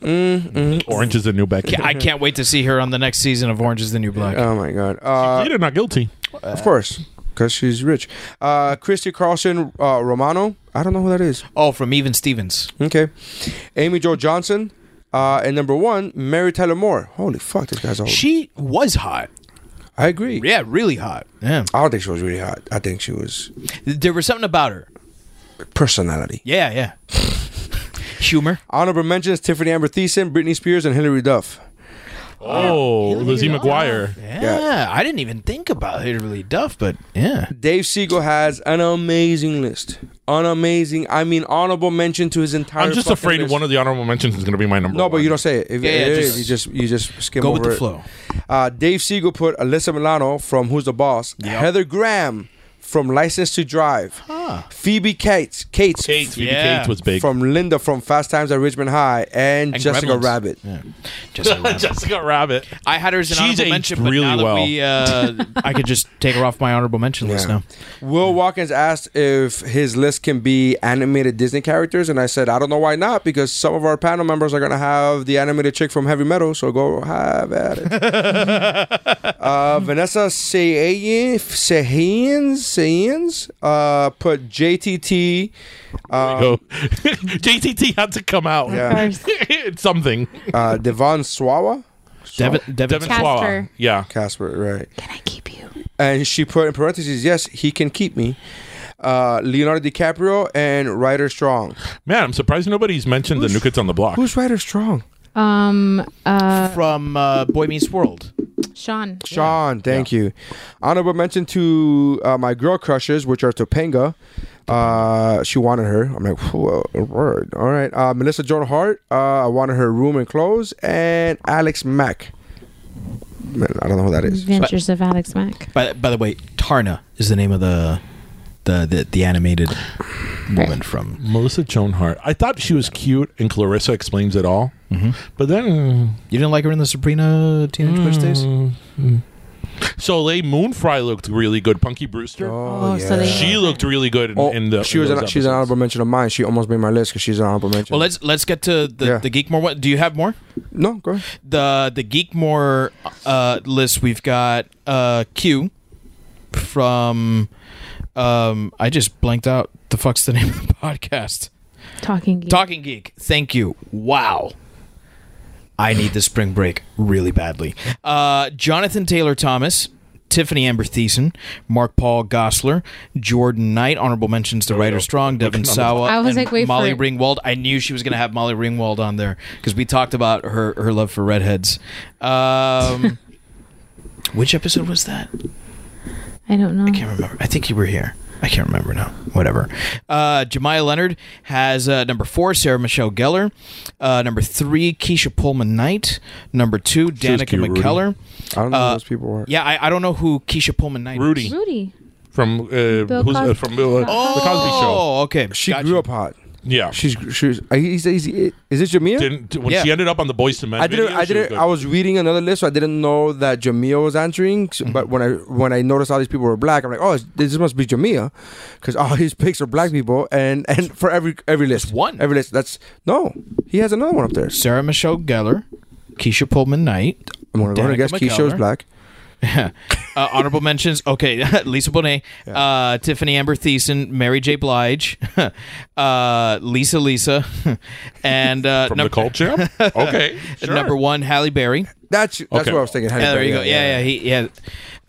Speaker 5: Orange is the new Becky.
Speaker 2: I can't wait to see her on the next season of Orange Is the New Black.
Speaker 3: oh my god. Uh,
Speaker 5: You're not guilty.
Speaker 3: of course, because she's rich. Uh, Christy Carlson uh, Romano. I don't know who that is.
Speaker 2: oh, from Even Stevens.
Speaker 3: Okay, Amy Jo Johnson. Uh, and number one, Mary Tyler Moore. Holy fuck, this guy's old.
Speaker 2: She was hot.
Speaker 3: I agree.
Speaker 2: Yeah, really hot. Yeah.
Speaker 3: I don't think she was really hot. I think she was
Speaker 2: There was something about her.
Speaker 3: personality.
Speaker 2: Yeah, yeah. Humor.
Speaker 3: Honorable mentions: Tiffany Amber Thiessen, Britney Spears, and Hilary Duff.
Speaker 5: Oh, Lizzie McGuire.
Speaker 2: Yeah, I didn't even think about Hilary Duff, but yeah.
Speaker 3: Dave Siegel has an amazing list. unamazing. I mean, honorable mention to his entire.
Speaker 5: I'm just
Speaker 3: fucking
Speaker 5: afraid
Speaker 3: list.
Speaker 5: one of the honorable mentions is going to be my number.
Speaker 3: No, but
Speaker 5: one.
Speaker 3: you don't say it. If
Speaker 2: Yeah, yeah,
Speaker 3: it is,
Speaker 2: just-
Speaker 3: you just you just skim
Speaker 2: Go
Speaker 3: over
Speaker 2: with the
Speaker 3: it.
Speaker 2: flow.
Speaker 3: Uh, Dave Siegel put Alyssa Milano from Who's the Boss, Heather Graham from License to Drive, Phoebe Cates, Cates,
Speaker 5: Kate, Phoebe
Speaker 2: Yeah.
Speaker 5: Kate was big.
Speaker 3: from Linda from Fast Times at Richmond High, and,
Speaker 2: And
Speaker 3: Jessica
Speaker 2: Gremlins.
Speaker 3: Rabbit.
Speaker 2: Jessica Rabbit.
Speaker 5: Jessica Rabbit.
Speaker 2: I had her as an
Speaker 5: She's
Speaker 2: honorable
Speaker 5: aged
Speaker 2: mention, but
Speaker 5: really
Speaker 2: now that
Speaker 5: well.
Speaker 2: we, uh, I could just take her off my honorable mention list now.
Speaker 3: Will Watkins asked if his list can be animated Disney characters, and I said I don't know why not because some of our panel members are gonna have the animated chick from Heavy Metal, so go have at it. uh, Vanessa Sayin- Sahians Sahians uh, put JTT.
Speaker 5: Go. JTT had to come out.
Speaker 3: Um, Yeah.
Speaker 5: it's something.
Speaker 3: Uh, Devon Swawa.
Speaker 2: Devin, Devin,
Speaker 5: Devin
Speaker 4: Casper.
Speaker 5: Swalla. Yeah.
Speaker 3: Casper, right?
Speaker 4: Can I keep you?
Speaker 3: And she put in parentheses, yes, he can keep me. Uh, Leonardo DiCaprio and Ryder Strong.
Speaker 5: Man, I'm surprised nobody's mentioned the New Kids on the Block.
Speaker 3: Who's Ryder Strong?
Speaker 4: Um, uh,
Speaker 2: from uh, Boy Meets World.
Speaker 4: Sean.
Speaker 3: Sean, thank you. Honorable mention to uh, my girl crushes, which are Topanga. Uh, she wanted her. I'm like, whoa, word. All right. Uh, Melissa Joan Hart. Uh, I wanted her room and clothes, and Alex Mack. Man, I don't know who that is.
Speaker 4: Adventures of Alex Mack.
Speaker 2: By, by the way, Tarna is the name of the the the, the animated woman from.
Speaker 5: Melissa Joan Hart. I thought she was cute, and Clarissa explains it all. But then uh,
Speaker 2: You didn't like her in the Sabrina Teenage Witch Days?
Speaker 5: Soleil Moonfry looked really good. Punky Brewster.
Speaker 4: Oh, so they.
Speaker 5: She looked really good in,
Speaker 3: Oh,
Speaker 5: in the.
Speaker 3: she
Speaker 5: in
Speaker 3: was
Speaker 5: those
Speaker 3: an, she's an
Speaker 5: episodes.
Speaker 3: honorable mention of mine. She almost made my list because she's an honorable mention.
Speaker 2: Well, let's let's get to the
Speaker 3: Yeah.
Speaker 2: the Geekmore. What do you have more?
Speaker 3: no go ahead.
Speaker 2: The the Geekmore uh, list we've got uh, Q from. Um, I just blanked out. The fuck's the name of the podcast?
Speaker 4: Talking Geek.
Speaker 2: Talking Geek. Thank you. Wow. I need the spring break really badly. Uh, Jonathan Taylor Thomas, Tiffany Amber Thiessen, Mark Paul Gossler, Jordan Knight, honorable mentions to Ryder Strong, Devin Sawa,
Speaker 4: I was
Speaker 2: and
Speaker 4: like, wait for
Speaker 2: Molly
Speaker 4: it.
Speaker 2: Ringwald. I knew she was going to have Molly Ringwald on there because we talked about her, her love for redheads. Um, which episode was that?
Speaker 4: I don't know.
Speaker 2: I can't remember. I think you were here. I can't remember now. Whatever. Uh, Jemiah Leonard has uh, number four, Sarah Michelle Gellar. Uh, number three, Keisha Pullman Knight. Number two, Danica
Speaker 5: cute, Rudy.
Speaker 2: McKellar.
Speaker 3: I don't know
Speaker 2: Uh,
Speaker 3: who those people were.
Speaker 2: Yeah, I, I don't know who Keisha Pullman Knight
Speaker 5: Rudy
Speaker 2: is.
Speaker 4: Rudy.
Speaker 5: from uh, who's, uh,
Speaker 4: Cosby. Oh,
Speaker 5: from uh, the Cosby Show.
Speaker 2: Oh, okay.
Speaker 3: She
Speaker 2: Gotcha.
Speaker 3: grew up hot.
Speaker 5: Yeah.
Speaker 3: She's she's. Is, is, is, is it Jamia?
Speaker 5: didn't when
Speaker 2: Yeah.
Speaker 5: she ended up on the Boys to Men.
Speaker 3: I didn't.
Speaker 5: video,
Speaker 3: I
Speaker 5: she
Speaker 3: didn't.
Speaker 5: good.
Speaker 3: I was reading another list, so I didn't know that Jamia was answering.
Speaker 5: Mm-hmm.
Speaker 3: s- But when I when I noticed all these people were black, I'm like, oh, it's- this must be Jamia, because all his picks are black people. And and for every every list,
Speaker 2: one.
Speaker 3: every list. That's no. He has another one up there.
Speaker 2: Sarah Michelle Gellar, Keisha Pullman Knight.
Speaker 3: I'm gonna, go ahead and
Speaker 2: Danica
Speaker 3: guess Keisha was
Speaker 2: McKellar.
Speaker 3: black.
Speaker 2: Uh, honorable mentions. Okay, Lisa Bonet, uh, Tiffany Amber Thiessen, Mary J. Blige, uh, Lisa Lisa, and uh,
Speaker 5: from
Speaker 2: num-
Speaker 5: the culture. okay, sure.
Speaker 2: number one, Halle Berry.
Speaker 3: That's that's
Speaker 5: Okay.
Speaker 3: what I was thinking. Halle
Speaker 2: Yeah, there
Speaker 3: Berry,
Speaker 2: you go. Yeah, yeah, he, yeah.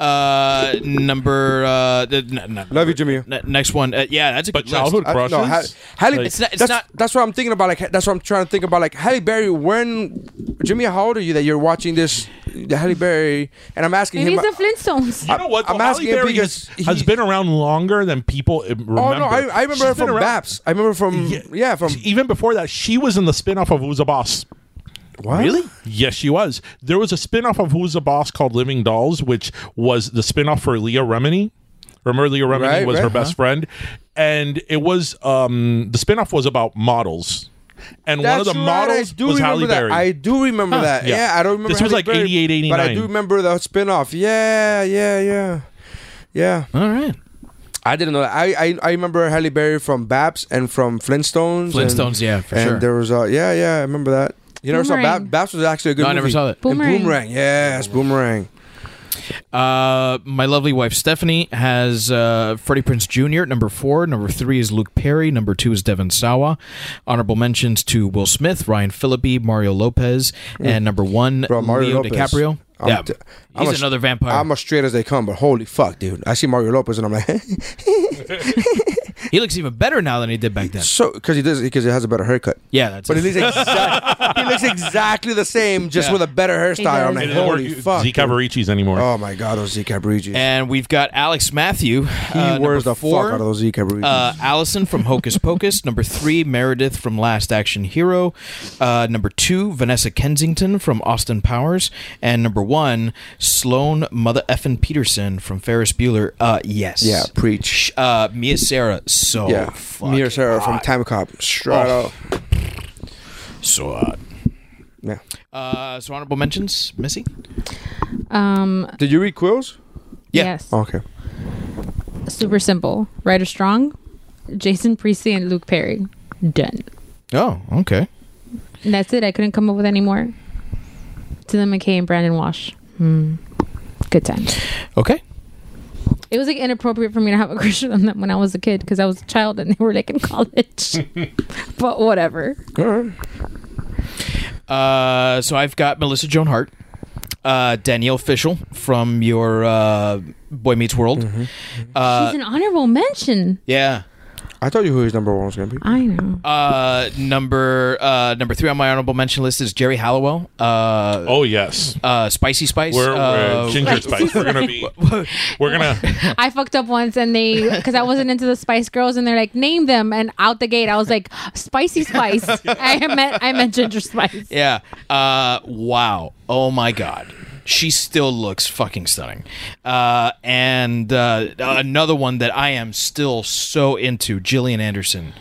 Speaker 2: Uh, number uh, the, n- n-
Speaker 3: Love you, Jamia.
Speaker 2: n- next one. Uh, yeah, that's a
Speaker 5: But
Speaker 2: good
Speaker 5: childhood
Speaker 2: list.
Speaker 3: I-
Speaker 5: crushes.
Speaker 3: no, Ha- Halle,
Speaker 5: Like-
Speaker 2: It's not- it's
Speaker 3: that's,
Speaker 2: not-
Speaker 3: that's what I'm thinking about. Like that's what I'm trying to think about. Like Halle Berry, when Jamia, how old are you that you're watching this? The Halle Berry, and I'm asking
Speaker 4: Maybe
Speaker 3: him.
Speaker 4: it's the Flintstones.
Speaker 5: you know what?
Speaker 3: I'm
Speaker 5: though? Halle
Speaker 3: asking
Speaker 5: Berry
Speaker 3: because
Speaker 5: has, has
Speaker 3: he-
Speaker 5: been around longer than people uh, remember.
Speaker 3: Oh no, I, I remember
Speaker 5: She's
Speaker 3: her
Speaker 5: been
Speaker 3: from
Speaker 5: around-
Speaker 3: Baps. I remember from yeah, from
Speaker 5: even before that, she was in the spin-off of Who's a Boss.
Speaker 3: what? really.
Speaker 5: Yes, she was. There was a spin-off of Who's a Boss called Living Dolls, which was the spin-off for Leah Remini. Remember Leah Remini
Speaker 3: Right,
Speaker 5: was
Speaker 3: right,
Speaker 5: her best friend? And it was um the spin-off was about models. And one of the
Speaker 3: right,
Speaker 5: models
Speaker 3: I do
Speaker 5: was
Speaker 3: remember
Speaker 5: Halle
Speaker 3: that.
Speaker 5: Berry.
Speaker 3: I do remember that.
Speaker 5: Yeah.
Speaker 3: Yeah. I don't remember.
Speaker 5: This was
Speaker 3: Halle
Speaker 5: like
Speaker 3: Berry,
Speaker 5: 88,
Speaker 3: But I
Speaker 5: 89.
Speaker 3: do remember the spin-off. Yeah, yeah, yeah. Yeah.
Speaker 2: All right,
Speaker 3: I didn't know that. I, I, I remember Halle Berry from Baps and from Flintstones.
Speaker 2: Flintstones.
Speaker 3: and,
Speaker 2: Yeah, for
Speaker 3: and
Speaker 2: sure.
Speaker 3: there was a yeah, yeah, I remember that. You never saw
Speaker 4: Boomerang.
Speaker 3: Bap- Baps was actually a good
Speaker 2: No, I
Speaker 3: movie.
Speaker 2: never saw that.
Speaker 3: And
Speaker 4: Boomerang.
Speaker 3: Boomerang. Yes, Boomerang.
Speaker 2: Uh, my lovely wife Stephanie has uh, Freddie Prince Jr. at number four. Number three is Luke Perry. Number two is Devin Sawa. Honorable mentions to Will Smith, Ryan Phillippe, Mario Lopez, and number one,
Speaker 3: Hmm. Bro, Mario
Speaker 2: Leo
Speaker 3: Lopez.
Speaker 2: DiCaprio.
Speaker 3: I'm
Speaker 2: yeah,
Speaker 3: t- I'm
Speaker 2: he's
Speaker 3: a-
Speaker 2: another vampire.
Speaker 3: I'm as straight as they come, but holy fuck, dude. I see Mario Lopez and I'm like
Speaker 2: He looks even better now than he did back then.
Speaker 3: So because he does because he has a better haircut.
Speaker 2: Yeah, that's
Speaker 3: But
Speaker 2: it.
Speaker 3: he looks, exact, he looks exactly the same, just
Speaker 2: Yeah.
Speaker 3: with a better hairstyle. I'm like,
Speaker 5: It doesn't work
Speaker 3: holy fuck.
Speaker 5: Zeke Avarici's anymore.
Speaker 3: Oh my god, those Zeke Abrigi.
Speaker 2: And we've got Alex Matthew.
Speaker 3: he wears the fuck out of those Zeke Abrigi.
Speaker 2: Uh, Allison from Hocus Pocus. number three, Meredith from Last Action Hero. Uh, number two, Vanessa Kensington from Austin Powers. And number one, Sloan Mother Effin Peterson from Ferris Bueller. Uh, yes.
Speaker 3: yeah, preach.
Speaker 2: Sh- Uh, Mia Sarah, so
Speaker 3: yeah,
Speaker 2: fucking
Speaker 3: Mir Sarah from
Speaker 2: hot.
Speaker 3: Time Cop. Straight
Speaker 2: Oh.
Speaker 3: out.
Speaker 2: So hot.
Speaker 3: Yeah.
Speaker 2: Uh, so honorable mentions, Missy.
Speaker 4: Um,
Speaker 3: Did you read Quills?
Speaker 2: Uh, Yeah.
Speaker 4: Yes.
Speaker 3: Okay.
Speaker 4: Super simple. Ryder Strong, Jason Priestley, and Luke Perry. Done.
Speaker 2: Oh, okay.
Speaker 4: And that's it. I couldn't come up with any more. To the McKay and Brandon Wash. Hmm. Good times.
Speaker 2: Okay.
Speaker 4: It was like inappropriate for me to have a crush on them when I was a kid because I was a child and they were like in college. but whatever.
Speaker 3: All right.
Speaker 2: Uh, so I've got Melissa Joan Hart, uh, Danielle Fishel from your uh, Boy Meets World. Uh,
Speaker 4: She's an honorable mention.
Speaker 2: yeah.
Speaker 3: I told you who his number one was gonna be.
Speaker 4: I know.
Speaker 2: Uh, number uh, number three on my honorable mention list is Jerry Halliwell. Uh,
Speaker 5: Oh yes,
Speaker 2: uh, Spicy Spice.
Speaker 5: we're,
Speaker 2: uh,
Speaker 5: we're ginger spice. We're gonna be. We're gonna.
Speaker 4: I fucked up once and they, because I wasn't into the Spice Girls and they're like, name them. And out the gate, I was like, Spicy Spice. I meant, I meant Ginger Spice.
Speaker 2: Yeah. Uh, wow. Oh my God. She still looks fucking stunning. Uh, and uh, another one that I am still so into, Gillian Anderson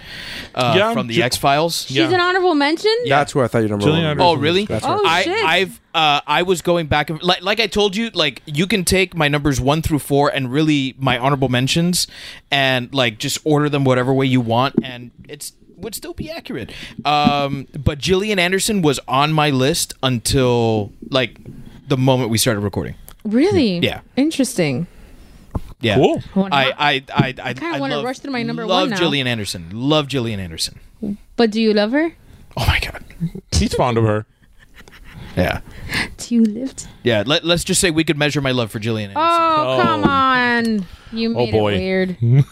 Speaker 2: uh,
Speaker 5: Yeah,
Speaker 2: from the
Speaker 5: Gi-
Speaker 2: X Files.
Speaker 4: She's an honorable mention?
Speaker 3: That's who I thought your number
Speaker 5: Gillian
Speaker 3: one.
Speaker 5: Anderson.
Speaker 2: Oh really?
Speaker 3: That's
Speaker 4: right. Oh,
Speaker 2: I,
Speaker 4: shit.
Speaker 2: I've uh, I was going back and like, like I told you, like you can take my numbers one through four and really my honorable mentions, and like just order them whatever way you want, and it's would still be accurate. Um, but Gillian Anderson was on my list until like the moment we started recording.
Speaker 4: Really?
Speaker 2: Yeah.
Speaker 4: Interesting.
Speaker 2: Yeah,
Speaker 5: Cool.
Speaker 4: Well,
Speaker 2: I
Speaker 4: not-
Speaker 2: I I I,
Speaker 4: kinda
Speaker 2: I
Speaker 4: wanna
Speaker 2: love-
Speaker 4: rush through my number
Speaker 2: love
Speaker 4: one now.
Speaker 2: Gillian Anderson. Love Gillian Anderson.
Speaker 4: But do you love her?
Speaker 2: Oh my god.
Speaker 5: He's fond of her.
Speaker 2: Yeah.
Speaker 4: Do you live? t-
Speaker 2: Yeah. Let, let's just say we could measure my love for Gillian Anderson.
Speaker 4: Oh, come on. You made
Speaker 5: Oh, boy.
Speaker 4: it weird.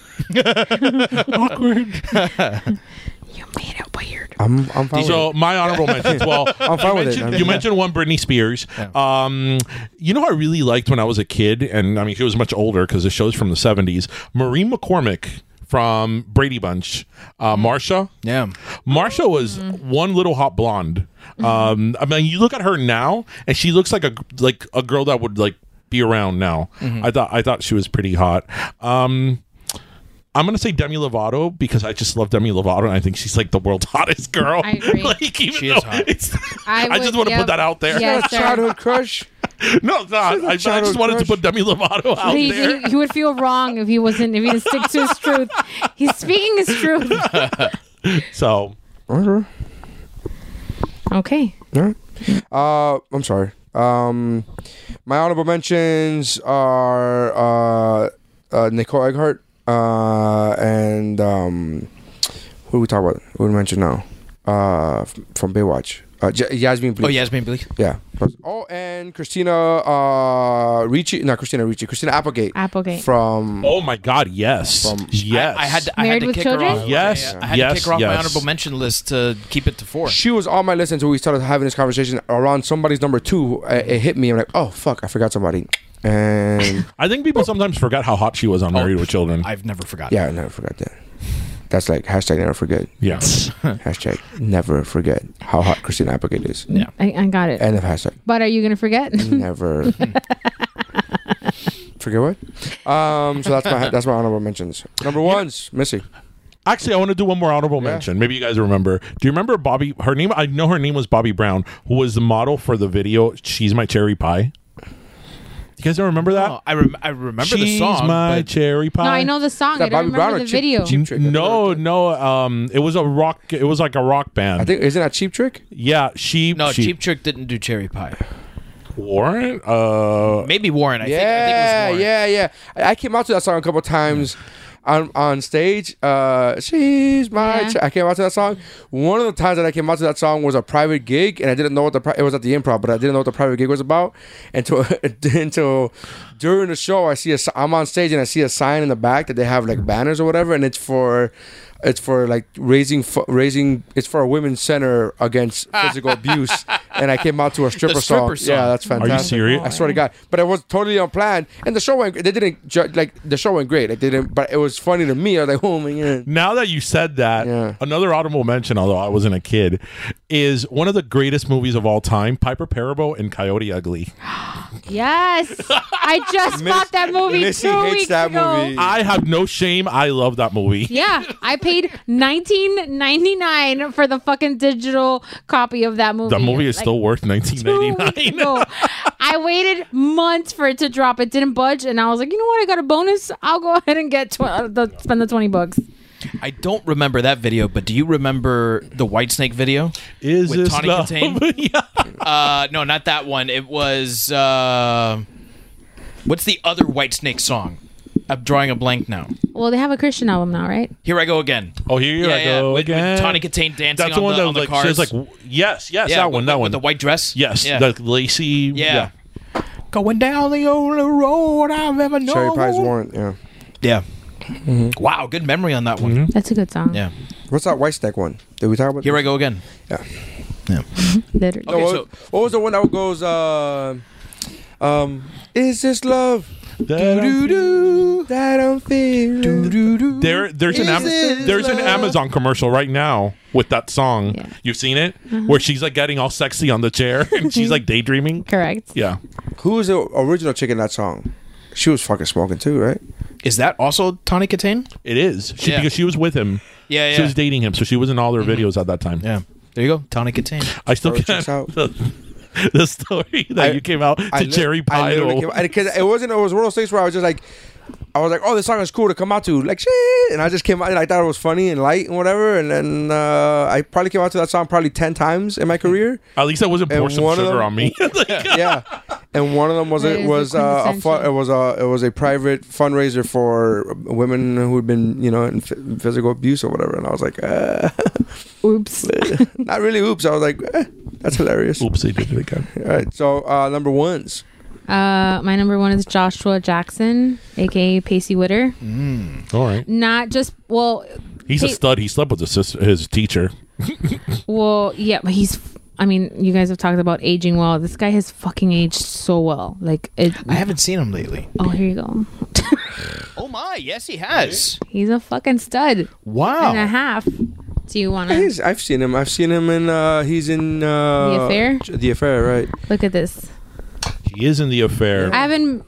Speaker 5: Awkward.
Speaker 4: You made it weird.
Speaker 3: I'm I'm fine.
Speaker 5: So
Speaker 3: with it.
Speaker 5: my honorable mentions. Well,
Speaker 3: Oh, I'm fine with it.
Speaker 5: mentioned-
Speaker 3: I mean,
Speaker 5: you mentioned one Britney Spears. Um, you know, who I really liked when I was a kid, and I mean, she was much older because the show's from the '70s. Marie McCormick from Brady Bunch, uh, Marsha.
Speaker 2: Yeah.
Speaker 5: Marsha was
Speaker 4: Mm-hmm.
Speaker 5: one little hot blonde. Um, I mean, you look at her now, and she looks like a like a girl that would like be around now.
Speaker 4: Mm-hmm.
Speaker 5: I thought I thought she was pretty hot. Um, I'm gonna say Demi Lovato because I just love Demi Lovato, and I think she's like the world's hottest girl.
Speaker 4: I agree.
Speaker 5: like, even
Speaker 2: She
Speaker 5: though
Speaker 2: is hot.
Speaker 5: it's-
Speaker 4: I
Speaker 5: I,
Speaker 4: would-
Speaker 5: just want to
Speaker 4: yep.
Speaker 5: put that out there.
Speaker 4: Yes, sir.
Speaker 3: childhood crush.
Speaker 5: No, it's not. I, I just
Speaker 3: childhood
Speaker 5: wanted to
Speaker 3: crush.
Speaker 5: put Demi Lovato out
Speaker 4: He,
Speaker 5: there.
Speaker 4: he, he would feel wrong if he wasn't if he didn't stick to his truth. He's speaking his truth.
Speaker 5: So
Speaker 3: Okay.
Speaker 4: Okay.
Speaker 3: Alright. Uh, I'm sorry. Um, my honorable mentions are uh, uh, Nicole Eghart uh, and um, who do we talk about? Who do we mention now? Uh, f- from Baywatch. Uh, J- Yasmin. Bleek.
Speaker 2: Oh Yasmin Bleak.
Speaker 3: Yeah. Oh, and Christina uh, Ricci. Not Christina Ricci. Christina Applegate.
Speaker 4: Applegate.
Speaker 3: From.
Speaker 5: oh my god, yes,
Speaker 3: From-
Speaker 5: yes.
Speaker 2: I, I had to, I
Speaker 4: Married
Speaker 2: had to
Speaker 4: with
Speaker 2: kick
Speaker 4: Children?
Speaker 2: her off.
Speaker 5: Yes,
Speaker 2: I had to
Speaker 5: yes,
Speaker 2: kick her off my
Speaker 5: yes.
Speaker 2: honorable mention list to keep it to four.
Speaker 3: She was on my list until we started having this conversation around somebody's number two. Uh, It hit me. I'm like, oh fuck, I forgot somebody. And
Speaker 5: I think people sometimes forget how hot she was on
Speaker 2: Oh.
Speaker 5: Married with Children.
Speaker 2: I've never forgotten.
Speaker 3: yeah, I never forgot that. That's like hashtag never forget.
Speaker 5: yeah.
Speaker 3: Hashtag never forget how hot Christina Applegate is.
Speaker 2: Yeah.
Speaker 4: I, I got it.
Speaker 3: End of hashtag.
Speaker 4: But are you gonna forget?
Speaker 3: Mm. Never forget what. Um. So that's my that's my honorable mentions. Number one's Missy.
Speaker 5: Actually, I want to do one more honorable
Speaker 3: Yeah.
Speaker 5: mention. Maybe you guys remember. Do you remember Bobby? Her name, I know her name was Bobby Brown, who was the model for the video "She's My Cherry Pie." You guys don't remember that?
Speaker 2: Oh, I, rem- I remember
Speaker 5: She's
Speaker 2: the song.
Speaker 5: my
Speaker 2: but
Speaker 5: cherry pie.
Speaker 4: no, I know the song. I
Speaker 3: that
Speaker 4: don't
Speaker 3: Bobby
Speaker 4: remember
Speaker 3: Brown or
Speaker 4: the
Speaker 3: Chip-
Speaker 4: video.
Speaker 3: Chip- Trick.
Speaker 5: No, no. Um, it was a rock. It was like a rock band.
Speaker 3: I think isn't that Cheap Trick?
Speaker 5: yeah, she.
Speaker 2: no,
Speaker 5: she,
Speaker 2: Cheap Trick didn't do Cherry Pie.
Speaker 5: Warren. Uh,
Speaker 2: Maybe Warren. I, think, I think it was
Speaker 3: Yeah,
Speaker 2: Warren.
Speaker 3: yeah, yeah. I I came out to that song a couple times. on on stage. Uh, she's my.
Speaker 4: Yeah.
Speaker 3: Ch- I came out to that song. One of the times that I came out to that song was a private gig, and I didn't know what the pri- it was at the improv, but I didn't know what the private gig was about until until during the show. I see a si- I'm on stage and I see a sign in the back that they have like banners or whatever, and it's for. It's for like raising, fu- raising. It's for a women's center against physical abuse, and I came out to a stripper,
Speaker 2: Ah. stripper song.
Speaker 3: Yeah, that's
Speaker 2: Are you
Speaker 3: fantastic.
Speaker 5: serious?
Speaker 3: I swear to God, but it was totally unplanned, and the show went. They didn't ju- like the show went great. Like they didn't, but it was funny to me. I was like, oh my god.
Speaker 5: Now that you said that,
Speaker 3: Yeah.
Speaker 5: another honorable mention, although I wasn't a kid, is one of the greatest movies of all time, Piper Parabo and Coyote Ugly.
Speaker 4: Yes, I just bought that movie
Speaker 3: Missy
Speaker 4: two
Speaker 3: hates
Speaker 4: weeks
Speaker 3: that
Speaker 4: ago.
Speaker 3: movie.
Speaker 5: I have no shame. I love that movie.
Speaker 4: Yeah, I paid nineteen ninety nine for the fucking digital copy of that movie.
Speaker 5: That movie is
Speaker 4: Like,
Speaker 5: still worth
Speaker 4: two weeks
Speaker 5: 1999.
Speaker 4: ago. I waited months for it to drop. It didn't budge, and I was like, you know what? I got a bonus. I'll go ahead and get tw- uh, the, spend the twenty bucks.
Speaker 2: I don't remember that video, but do you remember the White Snake video?
Speaker 5: Is
Speaker 2: With
Speaker 5: this
Speaker 2: Tawny
Speaker 5: love?
Speaker 2: Katane?
Speaker 5: yeah.
Speaker 2: Uh, no, not that one. It was uh, what's the other White Snake song? I'm drawing a blank now.
Speaker 4: Well, they have a Christian album now, right?
Speaker 2: Here I go again.
Speaker 5: Oh, here I go
Speaker 2: With,
Speaker 5: again.
Speaker 2: With Tawny Katane dancing
Speaker 5: That's
Speaker 2: on
Speaker 5: the one
Speaker 2: the,
Speaker 5: that
Speaker 2: on the
Speaker 5: like,
Speaker 2: cars.
Speaker 5: she's like, w- yes, yes,
Speaker 2: yeah,
Speaker 5: that
Speaker 2: with-
Speaker 5: one, that
Speaker 2: with
Speaker 5: one.
Speaker 2: the white dress.
Speaker 5: Yes,
Speaker 2: Yeah.
Speaker 5: the lacy.
Speaker 2: yeah. Going down the only road I've ever known.
Speaker 3: Cherry Pies Warrant. Yeah.
Speaker 2: Yeah. Wow, good memory on that one.
Speaker 4: That's a good song.
Speaker 2: Yeah.
Speaker 3: What's that White Stack one? Did we talk about?
Speaker 2: Here I go again.
Speaker 4: Literally.
Speaker 2: Okay,
Speaker 3: what,
Speaker 2: so-
Speaker 3: what was the one that goes? Uh, um, is this love?
Speaker 5: That I'm-
Speaker 3: doo. That I'm feeling.
Speaker 5: There, there's an
Speaker 3: Is
Speaker 5: Am-
Speaker 3: it
Speaker 5: there's an
Speaker 3: love?
Speaker 5: Amazon commercial right now with that song.
Speaker 4: Yeah.
Speaker 5: You've seen it,
Speaker 2: Uh-huh.
Speaker 5: where she's like getting all sexy on the chair and she's
Speaker 2: Mm-hmm.
Speaker 5: like daydreaming.
Speaker 4: Correct.
Speaker 5: Yeah,
Speaker 3: Who was the original chick in that song? She was fucking smoking too, right?
Speaker 2: Is that also Tawny Katane?
Speaker 5: it is she,
Speaker 2: Yeah.
Speaker 5: because she was with him.
Speaker 2: Yeah,
Speaker 5: She
Speaker 2: yeah. Mm-hmm.
Speaker 5: was dating him, so she was in all their videos at that time.
Speaker 2: Yeah. There you go. Tawny Katane.
Speaker 5: I still
Speaker 3: Sorry,
Speaker 5: can't
Speaker 3: checks out.
Speaker 5: the, the story that
Speaker 3: I-
Speaker 5: you came out to
Speaker 3: li-
Speaker 5: Jerry
Speaker 3: I
Speaker 5: Pie.
Speaker 3: literally came- I- 'cause it wasn't. It was one of those things where I was just like, I was like, oh, this song is cool to come out to, like shit, and I just came out and I thought it was funny and light and whatever, and then uh, I probably came out to that song probably ten times in my career.
Speaker 5: At least I wasn't
Speaker 3: And
Speaker 5: pour some
Speaker 3: one of
Speaker 5: sugar
Speaker 3: them-
Speaker 5: on me.
Speaker 3: yeah, and one of them was
Speaker 4: That
Speaker 3: it
Speaker 4: is
Speaker 3: was uh,
Speaker 4: the
Speaker 3: a fu-
Speaker 4: quintessential.
Speaker 3: it was a it was a private fundraiser for women who had been you know in f- physical abuse or whatever, and I was like, uh,
Speaker 4: Oops.
Speaker 3: not really. Oops, I was like, eh, that's hilarious. All
Speaker 5: Oops, they did it again.
Speaker 3: right, so uh, number ones.
Speaker 4: Uh, my number one is Joshua Jackson, aka Pacey Witter.
Speaker 5: All right,
Speaker 4: Not just well,
Speaker 5: he's a
Speaker 4: Hey.
Speaker 5: stud. He slept with his sister, his teacher.
Speaker 4: well, yeah, but he's. I mean, you guys have talked about aging well. This guy has fucking aged so well. Like, it,
Speaker 2: I haven't seen him lately.
Speaker 4: oh, here you go.
Speaker 2: Oh my, yes he has.
Speaker 4: He's a fucking stud and a
Speaker 2: Wow.
Speaker 4: half. Do you want to
Speaker 3: He's, I've seen him. I've seen him in. Uh, he's in uh,
Speaker 4: The Affair?
Speaker 3: The affair, right?
Speaker 4: look at this?
Speaker 5: He is in the affair.
Speaker 4: I haven't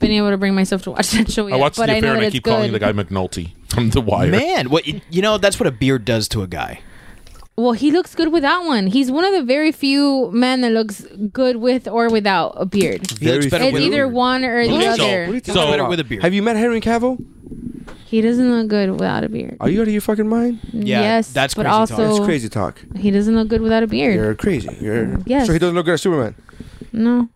Speaker 4: been able to bring myself to watch that show yet.
Speaker 5: I watched
Speaker 4: but
Speaker 5: the
Speaker 4: I know
Speaker 5: affair and
Speaker 4: that
Speaker 5: I
Speaker 4: it's
Speaker 5: keep
Speaker 4: good.
Speaker 5: calling the guy McNulty from The Wire.
Speaker 2: Man, what you know, that's what a beard does to a guy.
Speaker 4: Well, he looks good without one. He's one of the very few men that looks good with or without a beard.
Speaker 2: He looks
Speaker 3: Very
Speaker 2: better
Speaker 3: few.
Speaker 4: It's
Speaker 2: with a
Speaker 4: either
Speaker 2: beard.
Speaker 4: one or the
Speaker 5: Okay, so-
Speaker 4: other.
Speaker 5: What
Speaker 2: He
Speaker 5: So-
Speaker 2: looks better with a beard.
Speaker 3: Have you met Henry Cavill?
Speaker 4: He doesn't look good without a beard.
Speaker 3: Are you out of your fucking mind?
Speaker 2: Yeah,
Speaker 4: yes,
Speaker 2: that's
Speaker 4: but
Speaker 2: crazy talk.
Speaker 4: also
Speaker 3: Uh, That's crazy talk.
Speaker 4: he doesn't look good without a beard.
Speaker 3: You're crazy. You're
Speaker 4: Yes.
Speaker 3: So he doesn't look good as Superman.
Speaker 4: No,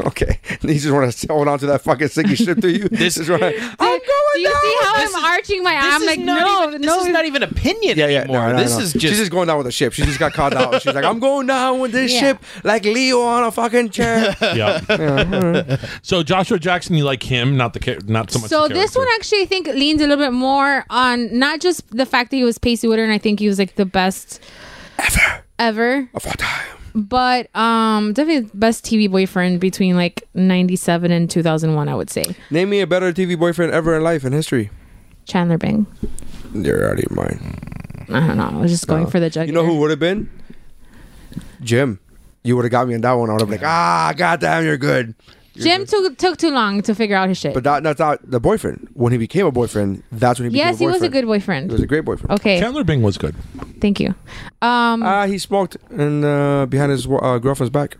Speaker 3: Okay. He just want to hold on to that fucking sicky shit to you.
Speaker 2: This-
Speaker 3: is right. I'm going
Speaker 4: do you
Speaker 3: down.
Speaker 4: see how
Speaker 2: This
Speaker 4: I'm
Speaker 2: is-
Speaker 4: arching my
Speaker 2: this
Speaker 4: eye? I'm
Speaker 2: is
Speaker 4: like,
Speaker 2: not
Speaker 4: no,
Speaker 2: even,
Speaker 4: no.
Speaker 2: This is not even opinion
Speaker 3: Yeah, yeah.
Speaker 2: anymore.
Speaker 3: No, no,
Speaker 2: this
Speaker 3: no.
Speaker 2: is
Speaker 3: She's
Speaker 2: just
Speaker 3: just going down with the ship. She just got caught out. She's like, I'm going down with this
Speaker 4: Yeah.
Speaker 3: ship like Leo on a fucking chair.
Speaker 5: yeah. So Joshua Jackson, you like him, not the char- not so much.
Speaker 4: so
Speaker 5: the
Speaker 4: this
Speaker 5: character.
Speaker 4: one actually, I think, leans a little bit more on not just the fact that he was Pacey Witter, and I think he was like the best ever,
Speaker 3: Of all time.
Speaker 4: but um, definitely the best TV boyfriend between like '97 and 2001, I would say.
Speaker 3: Name me a better TV boyfriend ever in life in history.
Speaker 4: Chandler Bing.
Speaker 3: You're out of your mind.
Speaker 4: I don't know. I was just going for the jugular.
Speaker 3: You know who would have been? Jim. You would have got me on that one. I would have been like, ah, goddamn, you're good.
Speaker 4: Jim took took too long to figure out his shit.
Speaker 3: But that, that's not the boyfriend. When he became a boyfriend, that's when he
Speaker 4: yes, he
Speaker 3: became a boyfriend.
Speaker 4: was a good
Speaker 3: He
Speaker 4: boyfriend.
Speaker 3: was a great boyfriend.
Speaker 4: okay,
Speaker 5: Chandler Bing was good.
Speaker 4: thank you. Um,
Speaker 3: Ah, he smoked and uh, behind his uh, girlfriend's back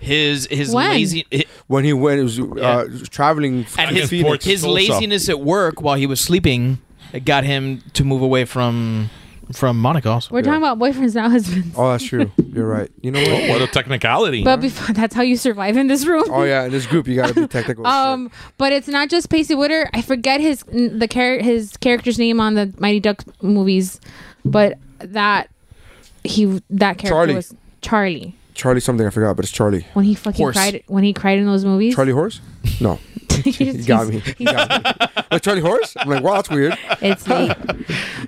Speaker 2: his his
Speaker 4: When?
Speaker 2: lazy hi-
Speaker 3: when he went. He was uh, traveling. f-
Speaker 2: and
Speaker 5: Against
Speaker 2: his,
Speaker 5: Ford
Speaker 2: his
Speaker 5: Tulsa.
Speaker 2: laziness at work while he was sleeping got him to move away from from Monica also.
Speaker 4: We're talking about boyfriends, not husbands.
Speaker 3: Oh, that's true. You're right. You know what?
Speaker 5: What a technicality.
Speaker 4: But before, that's how you survive in this room.
Speaker 3: Oh yeah, in this group you gotta be technical.
Speaker 4: Um, but it's not just Pacey Witter. I forget his n- the char- his character's name on the Mighty Duck movies, but that he that character
Speaker 3: Charlie.
Speaker 4: was Charlie.
Speaker 3: Charlie something I forgot, but it's Charlie.
Speaker 4: When he fucking
Speaker 2: Horse.
Speaker 4: cried when he cried in those movies.
Speaker 3: Charlie Horse? No, he got me. He got me. Like Charlie Horse? I'm like, wow, that's weird.
Speaker 4: It's late.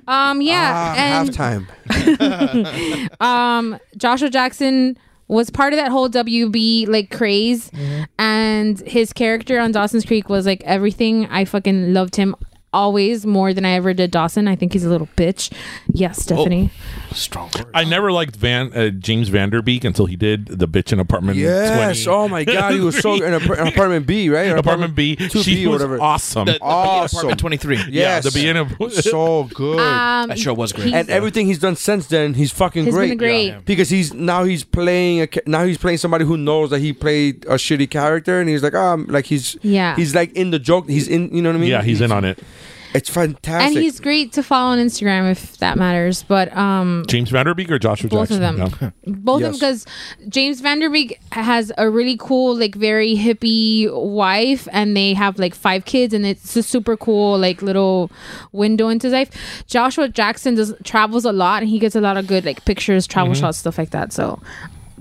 Speaker 4: um, yeah,
Speaker 3: ah,
Speaker 4: and
Speaker 3: halftime.
Speaker 4: um, Joshua Jackson was part of that whole WB like craze,
Speaker 3: Mm-hmm.
Speaker 4: and his character on Dawson's Creek was like everything. I fucking loved him always more than I ever did Dawson. I think he's a little bitch.
Speaker 3: Oh.
Speaker 4: Yes, Stephanie.
Speaker 2: Strong word.
Speaker 5: I never liked Van uh, James Vanderbeek until he did the bitch in apartment.
Speaker 3: Yes.
Speaker 5: 20.
Speaker 3: Oh my God, he was so in, a, in apartment B, right? In
Speaker 5: apartment B.
Speaker 3: two
Speaker 5: she
Speaker 3: B,
Speaker 5: was
Speaker 3: whatever.
Speaker 5: awesome.
Speaker 2: The, the
Speaker 3: Awesome.
Speaker 2: apartment 23.
Speaker 5: yeah,
Speaker 3: Yes.
Speaker 5: the beginning. Of,
Speaker 3: so good.
Speaker 4: Um,
Speaker 2: That show was great.
Speaker 4: he's-
Speaker 3: and everything he's done since then, he's fucking
Speaker 4: He's
Speaker 3: great.
Speaker 4: been great. Yeah.
Speaker 3: Because he's now he's playing a ca- now he's playing somebody who knows that he played a shitty character, and he's like, um, like he's
Speaker 4: Yeah.
Speaker 3: he's like in the joke. He's in, you know what I mean?
Speaker 5: yeah, he's in on it.
Speaker 3: It's fantastic.
Speaker 4: and he's great to follow on Instagram if that matters. But um,
Speaker 5: James Vanderbeek or Joshua
Speaker 4: Both of
Speaker 5: Jackson?
Speaker 4: them.
Speaker 5: No.
Speaker 4: both of them
Speaker 3: Yes.
Speaker 4: because James Vanderbeek has a really cool, like very hippie wife, and they have like five kids, and it's a super cool, like little window into his life. Joshua Jackson does travels a lot, and he gets a lot of good like pictures, travel
Speaker 3: Mm-hmm.
Speaker 4: shots, stuff like that. So.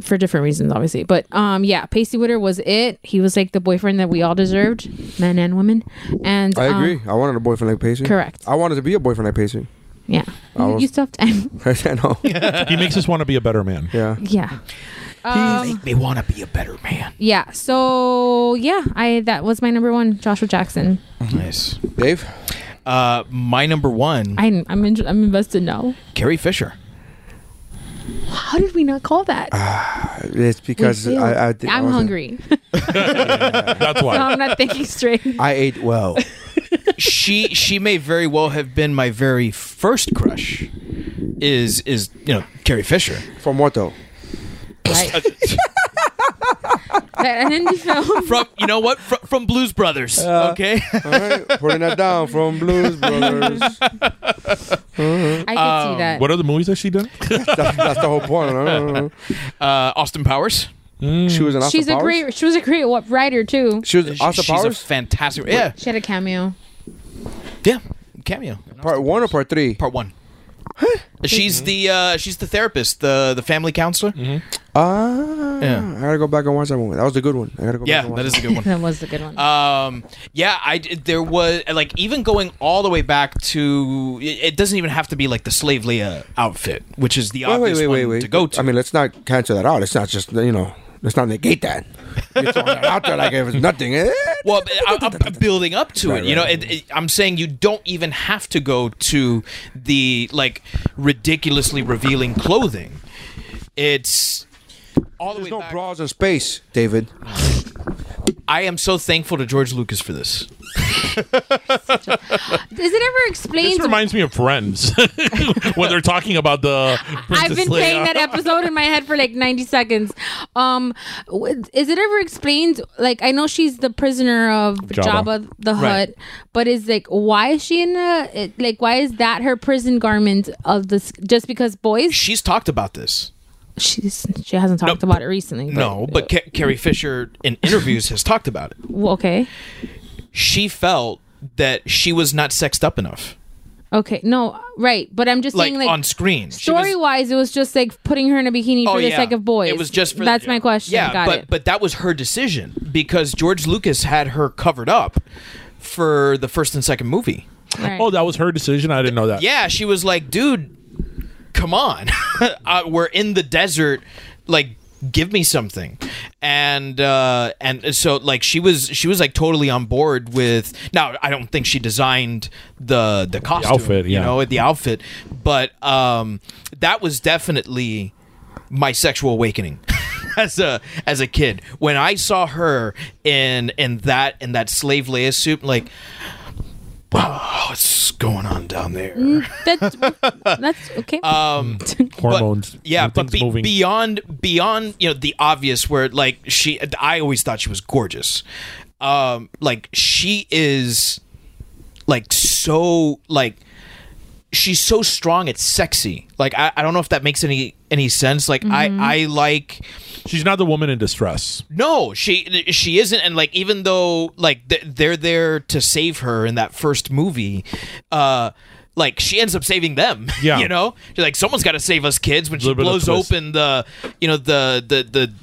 Speaker 4: For different reasons, obviously, but um, yeah, Pacey Witter was it. He was like the boyfriend that we all deserved, men and women. And
Speaker 3: I
Speaker 4: um,
Speaker 3: agree. I wanted a boyfriend like Pacey.
Speaker 4: correct.
Speaker 3: I wanted to be a boyfriend like Pacey.
Speaker 4: yeah,
Speaker 3: I
Speaker 4: you,
Speaker 3: was-
Speaker 4: you still have time.
Speaker 3: I know.
Speaker 5: He makes us want to be a better man.
Speaker 3: Yeah.
Speaker 4: Yeah. Um,
Speaker 2: Make me want to be a better man.
Speaker 4: yeah. So yeah, I that was my number one, Joshua Jackson.
Speaker 3: Mm-hmm.
Speaker 2: Nice.
Speaker 3: Dave?
Speaker 2: Uh, my number one,
Speaker 4: I, I'm in, I'm invested now.
Speaker 2: Carrie Fisher.
Speaker 4: How did we not call that?
Speaker 3: It's because
Speaker 4: We
Speaker 3: I, I
Speaker 4: failed.
Speaker 3: think I
Speaker 4: I'm
Speaker 3: was-
Speaker 4: hungry.
Speaker 5: That's why.
Speaker 4: I'm not thinking straight.
Speaker 3: I ate well.
Speaker 2: she she may very well have been my very first crush. Is is you know Carrie Fisher?
Speaker 3: From what though?
Speaker 4: Right. An indie film.
Speaker 2: From you know what? From, from Blues Brothers.
Speaker 3: Uh.
Speaker 2: okay.
Speaker 3: All right, putting that down from Blues Brothers.
Speaker 4: I could see that.
Speaker 5: What are the movies that she done?
Speaker 3: That's, that's the whole point. I don't know.
Speaker 2: Uh, Austin Powers.
Speaker 3: She was an Austin
Speaker 4: She's a
Speaker 3: Powers?
Speaker 4: great. She was a great wa- writer too.
Speaker 3: She was Austin
Speaker 2: She's a
Speaker 3: Powers.
Speaker 2: fantastic. Yeah.
Speaker 4: She had a cameo.
Speaker 2: Yeah. Cameo.
Speaker 3: part one or part three?
Speaker 2: Part one. She's the uh, she's the therapist, the the family counselor.
Speaker 3: Mm-hmm. Ah,
Speaker 2: Yeah.
Speaker 3: I gotta go back and watch that one. That was a good one. I gotta go.
Speaker 2: Yeah,
Speaker 3: back and watch
Speaker 2: that is a good one.
Speaker 4: That was a good one.
Speaker 2: Um, yeah, I d- there was like even going all the way back to it it doesn't even have to be like the slave Leia outfit, which is the
Speaker 3: Wait, wait,
Speaker 2: obvious
Speaker 3: wait,
Speaker 2: one
Speaker 3: wait, wait.
Speaker 2: to go to.
Speaker 3: I mean, let's not cancel that out. It's not just you know. Let's not negate that. You're throwing that out there like if it's nothing. Eh,
Speaker 2: well, but I, am building up to
Speaker 3: Right,
Speaker 2: it. You know,
Speaker 3: right.
Speaker 2: it, it- I'm saying you don't even have to go to the like ridiculously revealing clothing. It's all the
Speaker 3: There's
Speaker 2: way
Speaker 3: no
Speaker 2: back.
Speaker 3: bras in space, David.
Speaker 2: I am so thankful to George Lucas for this.
Speaker 4: Is it ever explained?
Speaker 5: This reminds me of Friends when they're talking about the. Princess
Speaker 4: I've been
Speaker 5: Leia.
Speaker 4: playing that episode in my head for like 90 seconds. Um, w- is it ever explained? Like, I know she's the prisoner of
Speaker 5: Jabba.
Speaker 4: Jabba, the
Speaker 2: Right.
Speaker 4: Hutt, but is like, why is she in a it- like? Why is that her prison garment of this? Just because boys,
Speaker 2: She's talked about this.
Speaker 4: she's she hasn't talked about it recently. But,
Speaker 2: No, but Ca- Carrie Fisher in interviews has talked about it.
Speaker 4: Well, okay,
Speaker 2: she felt that she was not sexed up enough,
Speaker 4: okay, no, right. But I'm just
Speaker 2: like,
Speaker 4: saying, like.
Speaker 2: on screen. She was- oh,
Speaker 4: Story wise, it was just like putting her in a bikini for the sake of boys.
Speaker 2: It was just for
Speaker 4: that's my question.
Speaker 2: Yeah,
Speaker 4: Got
Speaker 2: but
Speaker 4: it.
Speaker 2: but that was her decision because George Lucas had her covered up for the first and second movie.
Speaker 4: Right.
Speaker 5: Oh, that was her decision. I didn't know that.
Speaker 2: Yeah, she was like, dude, come on, uh, we're in the desert, like. Give me something, and uh, and so like she was she was like totally on board with. Now I don't think she designed the the costume,
Speaker 5: outfit, yeah.
Speaker 2: you know, the outfit, but um, that was definitely my sexual awakening as a as a kid when I saw her in in that in that slave Leia suit. Like, wow, what's going on down there?
Speaker 4: that's that's okay.
Speaker 2: Uh,
Speaker 5: Hormones.
Speaker 2: Yeah, but
Speaker 5: Everything's
Speaker 2: be,
Speaker 5: moving.
Speaker 2: beyond beyond you know the obvious where like she I always thought she was gorgeous. Um like she is like so like she's so strong it's sexy like i, I don't know if that makes any any sense like i i like
Speaker 5: She's not the woman in distress.
Speaker 2: no she she isn't and like even though like th- they're there to save her in that first movie uh like she ends up saving them
Speaker 5: Yeah.
Speaker 2: you know She's like someone's got to save us kids when she
Speaker 5: Little bit of
Speaker 2: blows
Speaker 5: twist.
Speaker 2: open the you know the the the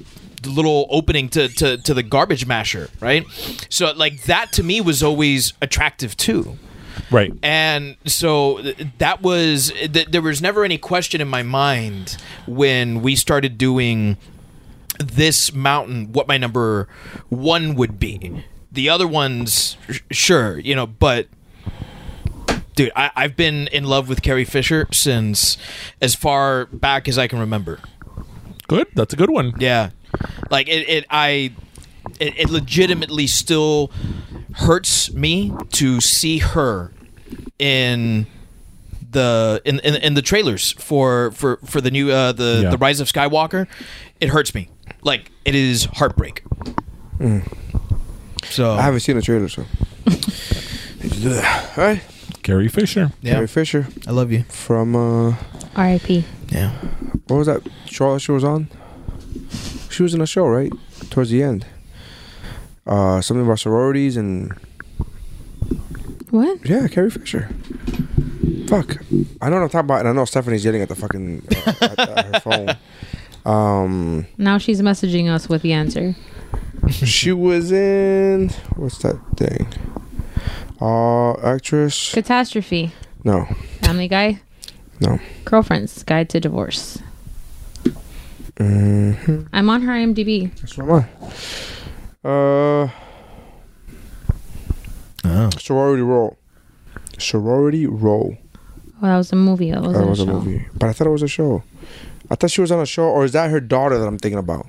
Speaker 2: the little opening to, to to the garbage masher right so like that to me was always attractive too
Speaker 5: Right.
Speaker 2: and so th- that was th- there was never any question in my mind when we started doing this mountain what my number one would be the other ones sh- sure you know but dude I- i've been in love with carrie fisher since as far back as i can remember
Speaker 5: Good. That's a good one.
Speaker 2: yeah, like it. it I it, it legitimately still hurts me to see her in the in in, in the trailers for for for the new uh, the
Speaker 5: Yeah.
Speaker 2: the Rise of Skywalker. It hurts me. Like it is heartbreak. So
Speaker 3: Mm. I haven't seen a trailer, so. Need to do that. All right,
Speaker 5: Carrie Fisher.
Speaker 2: yeah,
Speaker 3: Carrie Fisher
Speaker 2: I love you.
Speaker 3: from uh,
Speaker 4: R.I.P.
Speaker 2: Yeah,
Speaker 3: what was that show she was on? She was in a show, right? Towards the end, uh, something about sororities and
Speaker 4: What?
Speaker 3: yeah, Carrie Fisher. Fuck, I know what I'm talking about, and I know Stephanie's yelling at the fucking uh, at, at her phone. Um,
Speaker 4: Now she's messaging us with the answer.
Speaker 3: she was in what's that thing? Uh, actress?
Speaker 4: Catastrophe.
Speaker 3: No,
Speaker 4: Family Guy.
Speaker 3: no.
Speaker 4: Girlfriend's Guide to Divorce.
Speaker 3: Mm-hmm.
Speaker 4: I'm on her IMDb.
Speaker 3: That's what am I? Uh, sorority roll. Sorority roll.
Speaker 4: Well, Oh, that was a movie. That was,
Speaker 3: That was a movie, but I thought it was a show. I thought she was on a show, or is that her daughter that I'm thinking about?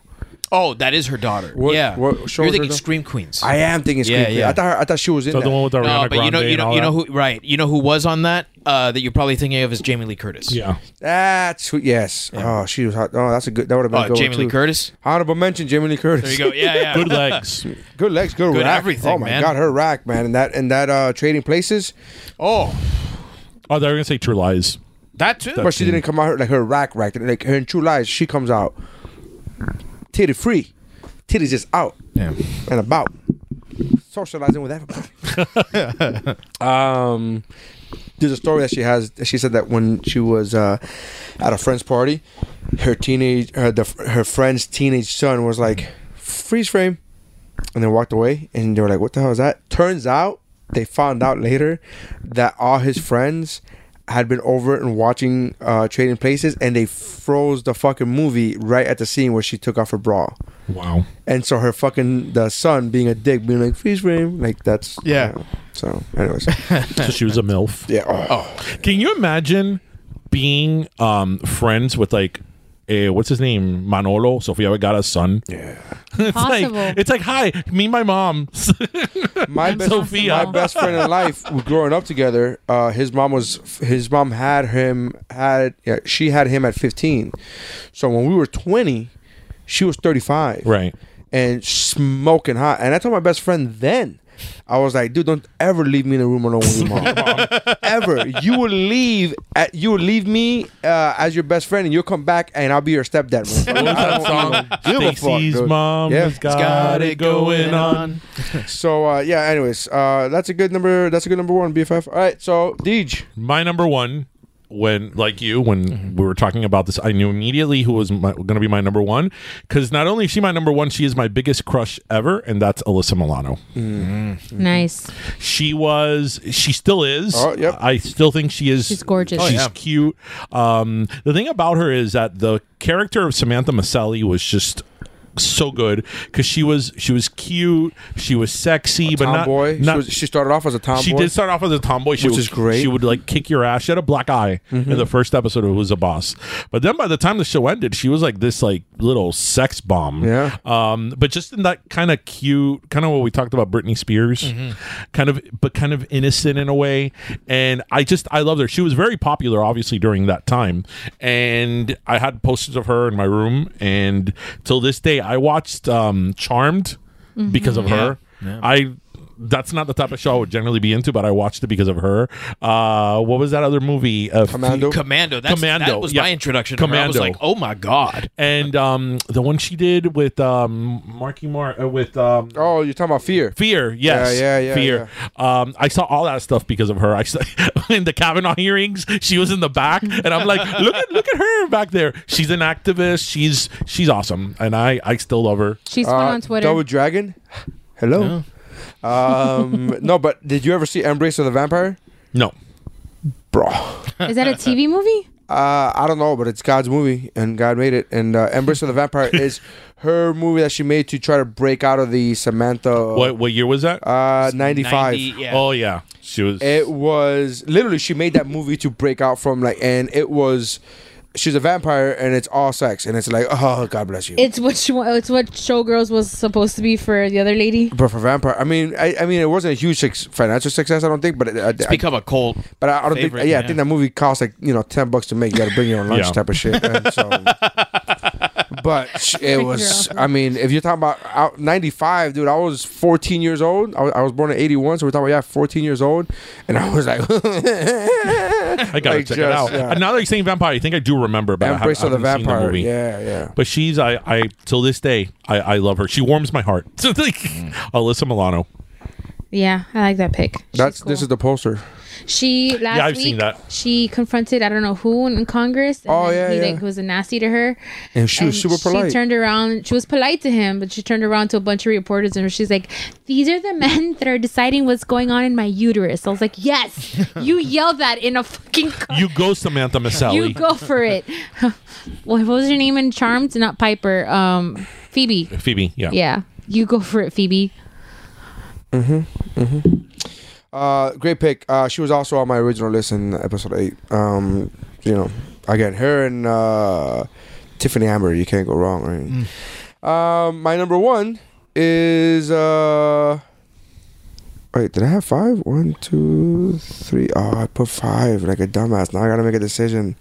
Speaker 2: Oh, that is her daughter.
Speaker 3: What-
Speaker 2: yeah,
Speaker 3: what show
Speaker 2: you're
Speaker 3: is her
Speaker 2: thinking
Speaker 3: da-
Speaker 2: Scream Queens.
Speaker 3: I am thinking.
Speaker 2: Yeah,
Speaker 3: Yeah,
Speaker 2: yeah.
Speaker 3: I thought her, I thought she was in
Speaker 5: So
Speaker 3: that.
Speaker 5: the one with
Speaker 2: no,
Speaker 5: Ariana
Speaker 2: but you know,
Speaker 5: Grande
Speaker 2: you
Speaker 5: and
Speaker 2: know,
Speaker 5: all
Speaker 2: you know
Speaker 5: that?
Speaker 2: who, right? You know who was on that? Uh, that you're probably thinking of is Jamie Lee Curtis.
Speaker 5: Yeah.
Speaker 3: That's who. Yes. Oh, she was hot. Oh, that's a good. That would have been a
Speaker 2: Oh,
Speaker 3: good one,
Speaker 2: Jamie Lee
Speaker 3: too.
Speaker 2: Curtis.
Speaker 3: Honorable mention, Jamie Lee Curtis.
Speaker 2: There you go. Yeah, yeah.
Speaker 5: Good legs.
Speaker 3: Good legs, good,
Speaker 2: Good
Speaker 3: rack.
Speaker 2: everything,
Speaker 3: oh my
Speaker 2: man.
Speaker 3: god, her rack, man, and that and that uh trading places.
Speaker 2: Oh,
Speaker 5: Oh, they were gonna say True Lies.
Speaker 2: that too.
Speaker 3: But she didn't come out like her rack rack. Like her in True Lies, she comes out titty free, titties just out and about, socializing with everybody. um, there's a story that she has. She said that when she was uh, at a friend's party, her teenage her the, her friend's teenage son was like freeze frame, and then walked away. And they were like, "What the hell is that?" Turns out they found out later that all his friends had been over and watching uh, Trading Places, and they froze the fucking movie right at the scene where she took off her bra.
Speaker 5: Wow.
Speaker 3: And so her fucking the son being a dick, being like freeze frame, like that's
Speaker 2: Yeah.
Speaker 3: you know. so, anyways,
Speaker 5: So she was a MILF.
Speaker 3: yeah. Oh,
Speaker 5: Can you imagine being um friends with like eh, what's his name? Manolo, Sofia Vergara's son.
Speaker 3: yeah.
Speaker 5: It's
Speaker 4: Possible.
Speaker 5: like it's like hi, me and my mom.
Speaker 3: My best,
Speaker 5: Sophia.
Speaker 3: my best friend in life, we- growing up together, uh, his mom was his mom had him had yeah, she had him at fifteen, so when we were twenty, she was thirty five,
Speaker 5: right.
Speaker 3: and smoking hot. And I told my best friend then, I was like, dude, don't ever leave me in a room alone with your mom. ever. You will leave at, you will leave me uh, as your best friend and you'll come back and I'll be your stepdad.
Speaker 5: What
Speaker 3: man.
Speaker 5: was
Speaker 3: I
Speaker 5: that
Speaker 3: don't
Speaker 5: song?
Speaker 3: give a fuck,
Speaker 5: Stacy's
Speaker 3: dude.
Speaker 5: mom
Speaker 3: Yeah.
Speaker 5: has got, it going on.
Speaker 3: So uh, yeah, anyways, uh, that's a good number that's a good number one, BFF. All right, so Deej.
Speaker 5: My number one, when like you, when we were talking about this, I knew immediately who was going to be my number one because not only is she my number one, she is my biggest crush ever, and that's Alyssa Milano.
Speaker 4: Nice.
Speaker 5: She was, she still is.
Speaker 3: Oh, yep.
Speaker 5: I still think she is.
Speaker 4: She's gorgeous.
Speaker 5: She's cute. Um, the thing about her is that the character of Samantha Maselli was just so good because she was she was cute, she was sexy, but not-
Speaker 3: Tomboy.
Speaker 5: not
Speaker 3: she, was, she started off as a tomboy.
Speaker 5: she did start off as a tomboy, she
Speaker 3: Which
Speaker 5: would-
Speaker 3: is great. Mm-hmm.
Speaker 5: She would like kick your ass. She had a black eye in the first episode of Who's a Boss, but then by the time the show ended, she was like this like little sex bomb.
Speaker 3: Yeah.
Speaker 5: Um, but just in that kind of cute, kind of what we talked about Britney Spears, kind of but kind of innocent in a way. And I just I loved her. She was very popular, obviously during that time, and I had posters of her in my room. And till this day, I watched um, Charmed because of her. I that's not the type of show I would generally be into, but I watched it because of her. Uh, what was that other movie? Uh,
Speaker 3: Commando.
Speaker 2: Commando. That's,
Speaker 5: Commando,
Speaker 2: That was
Speaker 5: yeah.
Speaker 2: my introduction. Commando. I was
Speaker 5: Commando.
Speaker 2: like, oh my god.
Speaker 5: and um, the one she did with um, Marky Mark uh, with um,
Speaker 3: Oh, you're talking about fear.
Speaker 5: Fear, yes,
Speaker 3: Yeah, yeah, yeah,
Speaker 5: Fear. Um, I saw all that stuff because of her. I saw, in the Kavanaugh hearings, she was in the back, and I'm like, look at look at her back there. She's an activist. She's she's awesome, and I I still love her.
Speaker 4: She's fun
Speaker 3: Uh,
Speaker 4: on Twitter.
Speaker 3: Double Dragon. Hello. Um, no, but did you ever see Embrace of the Vampire?
Speaker 5: No,
Speaker 3: Bro,
Speaker 4: Is that a TV movie?
Speaker 3: uh, I don't know, but it's God's movie, and God made it. And uh, Embrace of the Vampire is her movie that she made to try to break out of the Samantha.
Speaker 5: what what year was that?
Speaker 3: Uh, ninety-five.
Speaker 2: 90 yeah.
Speaker 5: Oh yeah, she was.
Speaker 3: It was literally she made that movie to break out from like, and it was she's a vampire and it's all sex and it's like, oh God bless you.
Speaker 4: It's what she, wa- it's what Showgirls was supposed to be for the other lady.
Speaker 3: but for vampire, I mean, I, I mean, it wasn't a huge suc- financial success, I don't think, but it, I,
Speaker 2: It's
Speaker 3: I-
Speaker 2: become a cult.
Speaker 3: but I, I don't
Speaker 2: favorite,
Speaker 3: think, yeah, I
Speaker 2: yeah.
Speaker 3: think that movie cost like you know ten bucks to make. You got to bring your own lunch
Speaker 5: Yeah.
Speaker 3: type of shit. and so- but sh- it was,
Speaker 4: Girl.
Speaker 3: I mean, if you're talking about out, ninety-five, dude, I was fourteen years old. I was, I was born in eighty-one, so we're talking about yeah, fourteen years old, and I was like,
Speaker 5: I gotta
Speaker 3: like
Speaker 5: check it
Speaker 3: just,
Speaker 5: out.
Speaker 3: yeah.
Speaker 5: And Now that you're saying vampire, I think I do remember. But I
Speaker 3: Embrace
Speaker 5: haven't-
Speaker 3: of the
Speaker 5: I haven't seen
Speaker 3: Vampire.
Speaker 5: movie.
Speaker 3: Yeah, yeah.
Speaker 5: But she's I I till this day I I love her. She warms my heart. So like
Speaker 4: Mm.
Speaker 5: Alyssa Milano.
Speaker 4: Yeah, I like that pick. She's
Speaker 3: That's this
Speaker 4: cool.
Speaker 3: is the poster.
Speaker 4: She last
Speaker 5: I've
Speaker 4: week
Speaker 5: seen that.
Speaker 4: she confronted I don't know who in, in Congress. And
Speaker 3: Oh,
Speaker 4: then
Speaker 3: yeah,
Speaker 4: he
Speaker 3: yeah.
Speaker 4: like was nasty to her.
Speaker 3: And she was
Speaker 4: And
Speaker 3: super polite.
Speaker 4: She turned around. She was polite to him, but she turned around to a bunch of reporters and she's like, "These are the men that are deciding what's going on in my uterus." I was like, "Yes, you yelled that in a fucking car.
Speaker 5: You go Samantha Maselli.
Speaker 4: You go for it." well, what was her name in Charmed? Not Piper. Um, Phoebe.
Speaker 5: Phoebe. Yeah.
Speaker 4: Yeah, you go for it, Phoebe.
Speaker 3: uh, great pick. Uh, she was also on my original list in episode eight. Um, you know, again, her and uh, Tiffany Amber. You can't go wrong, right? Um, my number one is. Uh, Wait, did I have five? One, two, three. Oh, I put five like a dumbass. Now I gotta make a decision.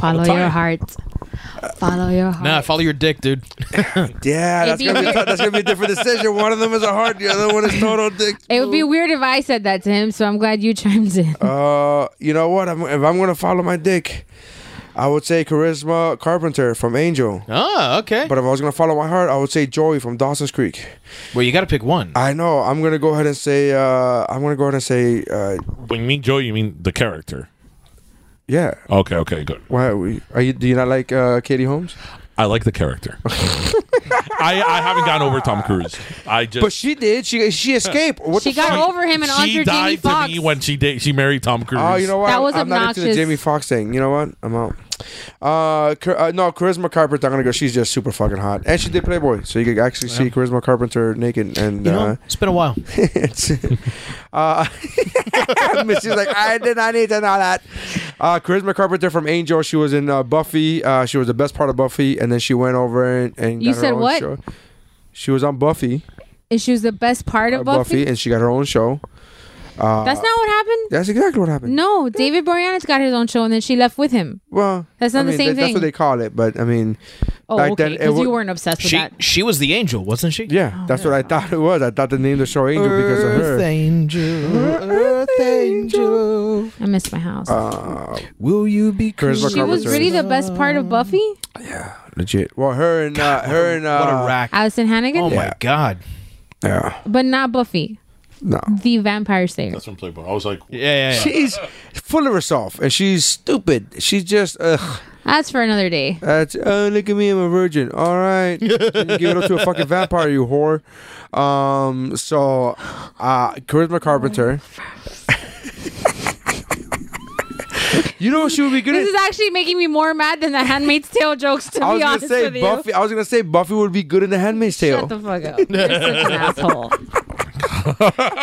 Speaker 4: Follow your heart. Follow your heart.
Speaker 2: Nah, follow your dick, dude.
Speaker 3: Yeah,
Speaker 4: It'd
Speaker 3: that's
Speaker 4: be
Speaker 3: gonna, be
Speaker 4: weird.
Speaker 3: tough. that's gonna be a different decision. One of them is a heart, the other one is total dick.
Speaker 4: It would be weird if I said that to him, so I'm glad you chimed in.
Speaker 3: Uh, you know what? I'm, if I'm gonna follow my dick, I would say Charisma Carpenter from Angel.
Speaker 2: Oh, okay.
Speaker 3: But if I was gonna follow my heart, I would say Joey from Dawson's Creek.
Speaker 2: well, you got to pick one.
Speaker 3: I know. I'm gonna go ahead and say. Uh, I'm gonna go ahead and say. Uh,
Speaker 5: When you mean Joe, you mean the character.
Speaker 3: yeah.
Speaker 5: Okay. Okay. Good.
Speaker 3: Why are, we, are you? Do you not like uh, Katie Holmes?
Speaker 5: I like the character. I, I haven't gotten over Tom Cruise. I just
Speaker 3: But she did. She she escaped. What
Speaker 4: She
Speaker 3: the
Speaker 4: got
Speaker 3: fuck?
Speaker 4: over him and
Speaker 5: she
Speaker 4: under Jamie
Speaker 5: died to
Speaker 4: Foxx.
Speaker 5: me when she date she married Tom Cruise.
Speaker 3: Oh, you know what?
Speaker 4: That
Speaker 3: I'm-
Speaker 4: was
Speaker 3: I'm not into the
Speaker 4: obnoxious.
Speaker 3: Jamie Foxx thing. You know what? I'm out. Uh, Char- uh, no, Charisma Carpenter. I'm gonna go. She's just super fucking hot, and she did Playboy, so you could actually see Charisma Carpenter naked. And
Speaker 2: you know,
Speaker 3: uh,
Speaker 2: it's been a while.
Speaker 3: it's, uh, she's like, I did not need to know that. Uh, Charisma Carpenter from Angel. She was in uh, Buffy. Uh, she was the best part of Buffy, and then she went over and, and
Speaker 4: You
Speaker 3: got her
Speaker 4: said
Speaker 3: own
Speaker 4: what?
Speaker 3: Show. She was on Buffy,
Speaker 4: and she was the best part
Speaker 3: uh,
Speaker 4: of
Speaker 3: Buffy,
Speaker 4: Buffy.
Speaker 3: and she got her own show. Uh,
Speaker 4: That's not what happened.
Speaker 3: That's exactly what happened.
Speaker 4: No, David Boreanaz got his own show, and then she left with him.
Speaker 3: Well,
Speaker 4: That's
Speaker 3: I
Speaker 4: not the
Speaker 3: mean,
Speaker 4: same
Speaker 3: that- That's what
Speaker 4: thing.
Speaker 3: they call it, but I mean,
Speaker 4: Oh,
Speaker 3: Back then,
Speaker 4: okay,
Speaker 3: it
Speaker 4: because
Speaker 3: wa-
Speaker 4: you weren't obsessed with
Speaker 2: She
Speaker 4: that.
Speaker 2: she was the angel, wasn't she?
Speaker 3: yeah,
Speaker 4: Oh,
Speaker 3: that's what I thought it was. I thought they named the show Angel because of her.
Speaker 2: Earth angel, Earth angel.
Speaker 4: I missed my house.
Speaker 3: Uh,
Speaker 2: Will you be
Speaker 3: Charisma
Speaker 4: she was
Speaker 3: Carpenter.
Speaker 4: really the best part of Buffy.
Speaker 3: legit. Well, her and uh, her and uh,
Speaker 2: What a rack!
Speaker 4: Allison Hannigan,
Speaker 2: oh my
Speaker 3: yeah.
Speaker 2: god!
Speaker 3: Yeah,
Speaker 4: but not Buffy,
Speaker 3: no.
Speaker 4: the vampire slayer.
Speaker 5: That's from Playboy. I was like,
Speaker 2: Yeah, yeah, yeah.
Speaker 3: She's full of herself and she's stupid. She's just ugh.
Speaker 4: That's for another day.
Speaker 3: That's oh look at me, I'm a virgin. All right, You give it up to a fucking vampire, you whore. Um, so uh, Charisma Carpenter. you know what she would be good at?
Speaker 4: This is actually making me more mad than the Handmaid's Tale jokes. To
Speaker 3: I was
Speaker 4: be
Speaker 3: gonna
Speaker 4: honest
Speaker 3: say
Speaker 4: with you,
Speaker 3: Buffy. I was gonna say Buffy would be good in The Handmaid's Tale.
Speaker 4: Shut the fuck up. You're such an asshole.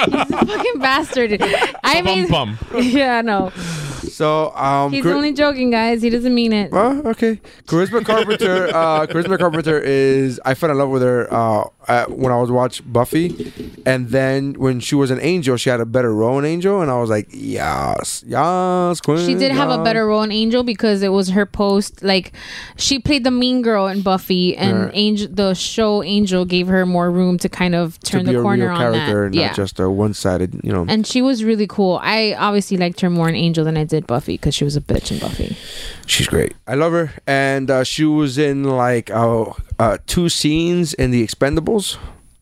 Speaker 4: He's a fucking bastard. I mean,
Speaker 5: bum bum.
Speaker 4: yeah, no.
Speaker 3: so um,
Speaker 4: He's
Speaker 3: Char-
Speaker 4: only joking, guys. He doesn't mean it.
Speaker 3: Oh, okay. Charisma Carpenter. uh, Charisma Carpenter is. I fell in love with her uh, uh, when I was watching Buffy, and then when she was an angel, she had a better role in Angel, and I was like, yes, yes, Queen.
Speaker 4: She did have a
Speaker 3: yes.
Speaker 4: better role in Angel because it was her post. Like, she played the mean girl in Buffy, and
Speaker 3: Right.
Speaker 4: Angel, the show Angel gave her more room to kind of
Speaker 3: to
Speaker 4: turn
Speaker 3: be
Speaker 4: the
Speaker 3: a
Speaker 4: corner
Speaker 3: real
Speaker 4: on
Speaker 3: character,
Speaker 4: that.
Speaker 3: not
Speaker 4: Yeah,
Speaker 3: just a one-sided, you know.
Speaker 4: and she was really cool. I obviously liked her more in Angel than I did Buffy because she was a bitch in Buffy.
Speaker 3: She's great. I love her, and uh, she was in like uh, uh, two scenes in The Expendables.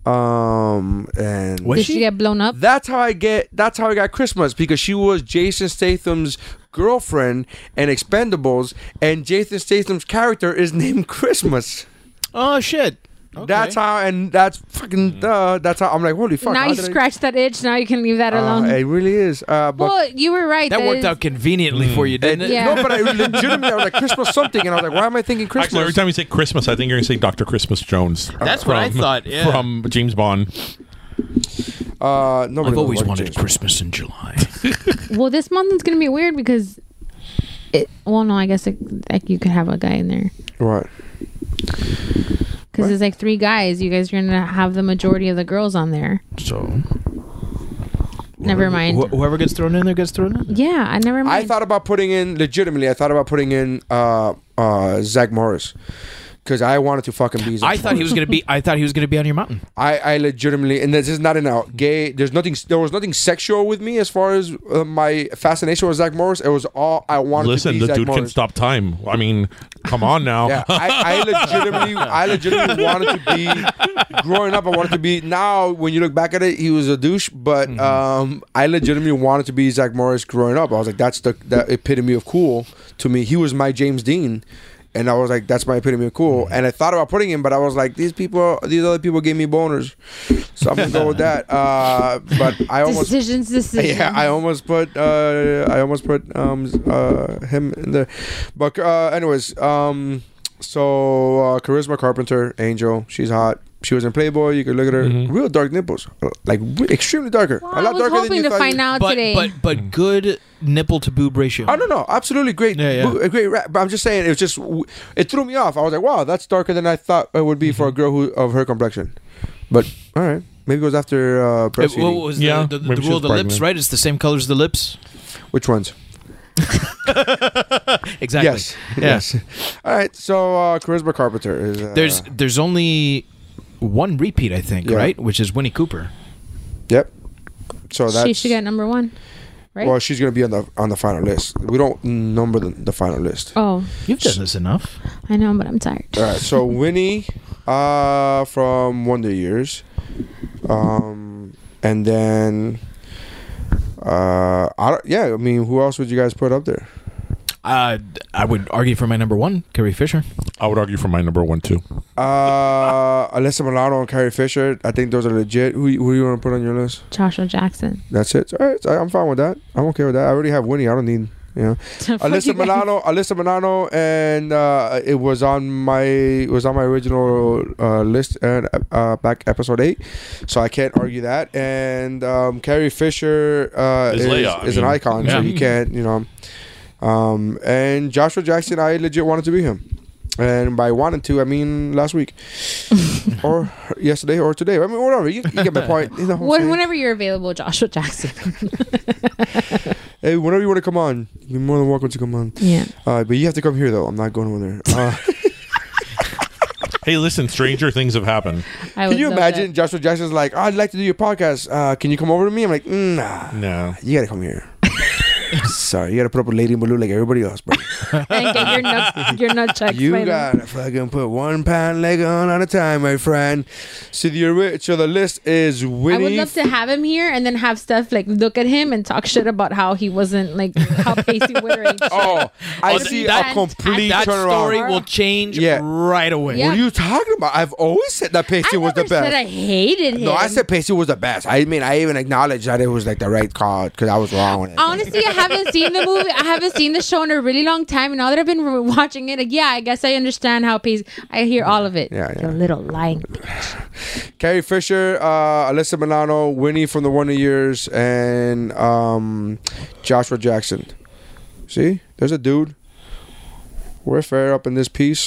Speaker 3: Um, and
Speaker 4: did she? get blown up?
Speaker 3: That's how I get. That's how I got Christmas because she was Jason Statham's girlfriend in Expendables, and Jason Statham's character is named Christmas.
Speaker 2: Oh shit.
Speaker 3: That's how, and that's
Speaker 2: Mm-hmm.
Speaker 3: fucking. Uh, that's how I'm like, holy fuck!
Speaker 4: now
Speaker 3: how
Speaker 4: you
Speaker 3: did I-
Speaker 4: scratch that itch. Now you can leave that
Speaker 3: Uh,
Speaker 4: alone.
Speaker 3: it really is. Uh, but uh,
Speaker 4: well, you were right.
Speaker 2: That worked
Speaker 4: is-
Speaker 2: out conveniently for
Speaker 3: Mm.
Speaker 2: you, didn't it?
Speaker 4: Yeah.
Speaker 3: no, but I legitimately I was like Christmas something, and I was like, why am I thinking Christmas?
Speaker 5: Actually, every time you say Christmas, I think you're going to say Dr. Christmas Jones.
Speaker 2: That's what I thought, yeah.
Speaker 5: From James Bond.
Speaker 3: uh, nobody
Speaker 2: I've
Speaker 3: knows
Speaker 2: always
Speaker 3: what it
Speaker 2: wanted
Speaker 3: is.
Speaker 2: Christmas in July.
Speaker 4: Well, this month is gonna be weird because it. Well, no, I guess like, like you could have a guy in there
Speaker 3: Right.
Speaker 4: because there's like three guys. You guys are gonna have the majority of the girls on there.
Speaker 2: so
Speaker 4: Never mind.
Speaker 2: wh- whoever gets thrown in there gets thrown in. there.
Speaker 4: yeah, I never mind.
Speaker 3: I thought about putting in legitimately. I thought about putting in uh, uh, Zach Morris because I wanted to fucking be. Zach
Speaker 2: I thought he was gonna be. I thought he was gonna be on your mountain.
Speaker 3: I, I legitimately, and this is not an out gay. There's nothing. There was nothing sexual with me as far as uh, my fascination with Zach Morris. It was all I wanted. to
Speaker 5: Listen,
Speaker 3: be
Speaker 5: the
Speaker 3: Zach
Speaker 5: dude can
Speaker 3: Morris.
Speaker 5: stop time. I mean, come on now.
Speaker 3: Yeah, I, I legitimately, I legitimately wanted to be. Growing up, I wanted to be. Now, when you look back at it, he was a douche. But um, I legitimately wanted to be Zach Morris. Growing up, I was like, that's the that epitome of cool to me. He was my James Dean. And I was like, "That's my epitome of cool." And I thought about putting him, but I was like, "These people, these other people gave me boners," so I'm gonna go with that. Uh, but I almost
Speaker 4: decisions, decisions.
Speaker 3: yeah, I almost put uh, I almost put um, uh, him in the, but uh, anyways, um, so uh, Charisma Carpenter, Angel, she's hot. She was in Playboy. You could look at her,
Speaker 2: Mm-hmm.
Speaker 3: real dark nipples, Uh, like re- extremely darker,
Speaker 4: Well,
Speaker 3: a
Speaker 4: I
Speaker 3: lot
Speaker 4: was
Speaker 3: darker than
Speaker 4: hoping
Speaker 3: you
Speaker 4: to
Speaker 3: thought.
Speaker 4: find
Speaker 3: you-
Speaker 4: out
Speaker 2: But
Speaker 4: today.
Speaker 2: but but good nipple to boob ratio.
Speaker 3: Oh no no, absolutely great,
Speaker 2: Yeah, yeah.
Speaker 3: bo- a great rap. But I'm just saying, it was just w- it threw me off. I was like, wow, that's darker than I thought it would be
Speaker 2: Mm-hmm.
Speaker 3: for a girl who of her complexion. But all right, maybe it was after uh,
Speaker 2: It-
Speaker 3: breastfeeding.
Speaker 2: what was the-
Speaker 5: Yeah,
Speaker 2: the, the,
Speaker 5: maybe she
Speaker 2: rule of
Speaker 5: was
Speaker 2: the lips?
Speaker 5: pregnant.
Speaker 2: Right, it's the same color as the lips.
Speaker 3: Which ones?
Speaker 2: Exactly.
Speaker 3: Yes,
Speaker 2: Yeah.
Speaker 3: yes. All right, so uh, Charisma Carpenter is. Uh,
Speaker 2: There's there's only one repeat, I think,
Speaker 3: Yeah.
Speaker 2: right? Which is Winnie Cooper.
Speaker 3: Yep. So Oh, that's
Speaker 4: she should get number one, right?
Speaker 3: well, she's gonna be on the on the final list. We don't number the, the final list.
Speaker 4: oh,
Speaker 2: You've done this enough.
Speaker 4: I know, but I'm tired.
Speaker 3: All right, so Winnie, uh, from Wonder Years, um, and then, uh, I don't, yeah, I mean, who else would you guys put up there?
Speaker 2: Uh, I would argue for my number one, Carrie Fisher.
Speaker 5: I would argue for my number one, too.
Speaker 3: Uh, Alyssa Milano and Carrie Fisher. I think those are legit. Who who you want to put on your list?
Speaker 4: Joshua Jackson.
Speaker 3: That's it. All right, I'm fine with that. I'm okay with that. I already have Winnie. I don't need you know.
Speaker 4: Fuck you
Speaker 3: Alyssa
Speaker 4: guys.
Speaker 3: Milano, Alyssa Milano, and uh, it was on my it was on my original uh, list and uh, back episode eight, so I can't argue that. And um, Carrie Fisher uh, is,
Speaker 5: Is Leia, I
Speaker 3: is an
Speaker 5: mean.
Speaker 3: icon, so
Speaker 2: Yeah.
Speaker 3: you can't you know. Um, and Joshua Jackson, I legit wanted to be him, and by wanted to, I mean last week, or yesterday, or today. I mean whatever. You, you get my point. You know what I'm
Speaker 4: When,
Speaker 3: saying?
Speaker 4: whenever you're available, Joshua Jackson.
Speaker 3: Hey, whenever you want to come on, you're more than welcome to come on.
Speaker 4: yeah.
Speaker 3: Uh, but you have to come here though. I'm not going over there. Uh,
Speaker 5: Hey, listen, stranger things have happened.
Speaker 4: I would
Speaker 3: Can you
Speaker 4: love
Speaker 3: imagine
Speaker 4: that.
Speaker 3: Joshua Jackson's like, I'd like to do your podcast. Uh, can you come over to me? I'm like, "Mm, nah,
Speaker 5: No.
Speaker 3: you gotta come here. Sorry, you gotta put up with Lady Blue like everybody else, bro.
Speaker 4: And get your nut, your nut checked. by
Speaker 3: you
Speaker 4: them.
Speaker 3: gotta fucking put one pound leg on at a time, my friend. So the ori- so the list is
Speaker 4: I would
Speaker 3: Winnie.
Speaker 4: love to have him here and then have Steph like look at him and talk shit about how he wasn't like how pasty wearing.
Speaker 3: oh, I
Speaker 2: Oh,
Speaker 3: see
Speaker 2: that-
Speaker 3: a complete
Speaker 2: That
Speaker 3: turnaround.
Speaker 2: story will change
Speaker 3: Yeah.
Speaker 2: right away.
Speaker 4: Yeah.
Speaker 3: What are you talking about? I've always said that
Speaker 4: I
Speaker 3: Pacey was the
Speaker 4: never
Speaker 3: best.
Speaker 4: said I hated him.
Speaker 3: no, I said Pacey was the best. I mean, I even acknowledged that it was like the right call because I was wrong. On it.
Speaker 4: Honestly, I haven't seen the movie. I haven't seen the show in a really long time. And now that I've been re- watching it, like, yeah, I guess I understand how Pacey. I hear all of it.
Speaker 3: Yeah, yeah.
Speaker 4: The little lying.
Speaker 3: Carrie Fisher, uh, Alyssa Milano, Winnie from the Wonder Years, and um, Joshua Jackson. See, there's a dude. we're fair up in this piece.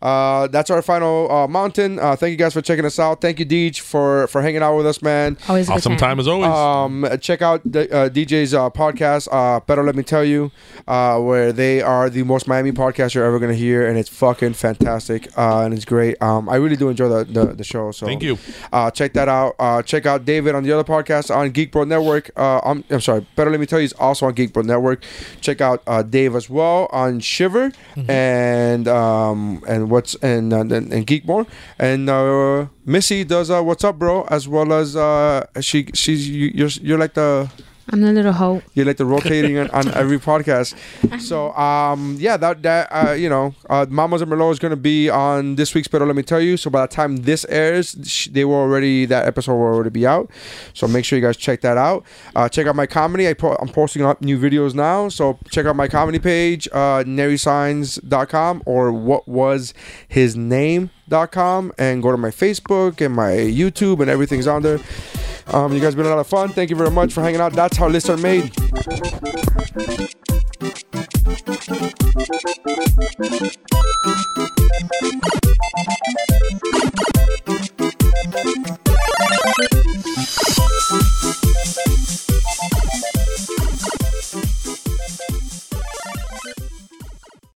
Speaker 3: Uh, that's our final uh, mountain. Uh, thank you guys for checking us out. Thank you, Deej, for for hanging out with us, man.
Speaker 4: Always a good
Speaker 5: Awesome time as always.
Speaker 3: Um, check out the, uh, DJ's uh, podcast, uh, Better Let Me Tell You, uh, where they are the most Miami podcast you're ever going to hear, and it's fucking fantastic, uh, and it's great. Um, I really do enjoy the, the, the show. So
Speaker 5: Thank you.
Speaker 3: Uh, check that out. Uh, check out David on the other podcast on Geek Bro Network. Uh, I'm, I'm sorry, Better Let Me Tell You is also on Geek Bro Network. Check out uh, Dave as well on Shiver
Speaker 5: Mm-hmm.
Speaker 3: and um, and what's and and, and Geekmore and. Uh, Missy does uh, what's up, bro, as well as uh, she she's you, you're you're like the
Speaker 4: I'm the little hoe.
Speaker 3: you're like the rotating on, on every podcast. So um yeah that that uh, you know uh, Mamas and Merlot is gonna be on this week's Pero Let Me Tell You. So by the time this airs, sh- they will already that episode will already be out. So make sure you guys check that out. Uh, check out my comedy. I po- I'm posting up new videos now. So check out my comedy page, uh, NerrySigns.com or what was his name dot com and go to my Facebook and my YouTube and everything's on there. Um, you guys been a lot of fun. Thank you very much for hanging out. That's how lists are made.
Speaker 6: Thank you.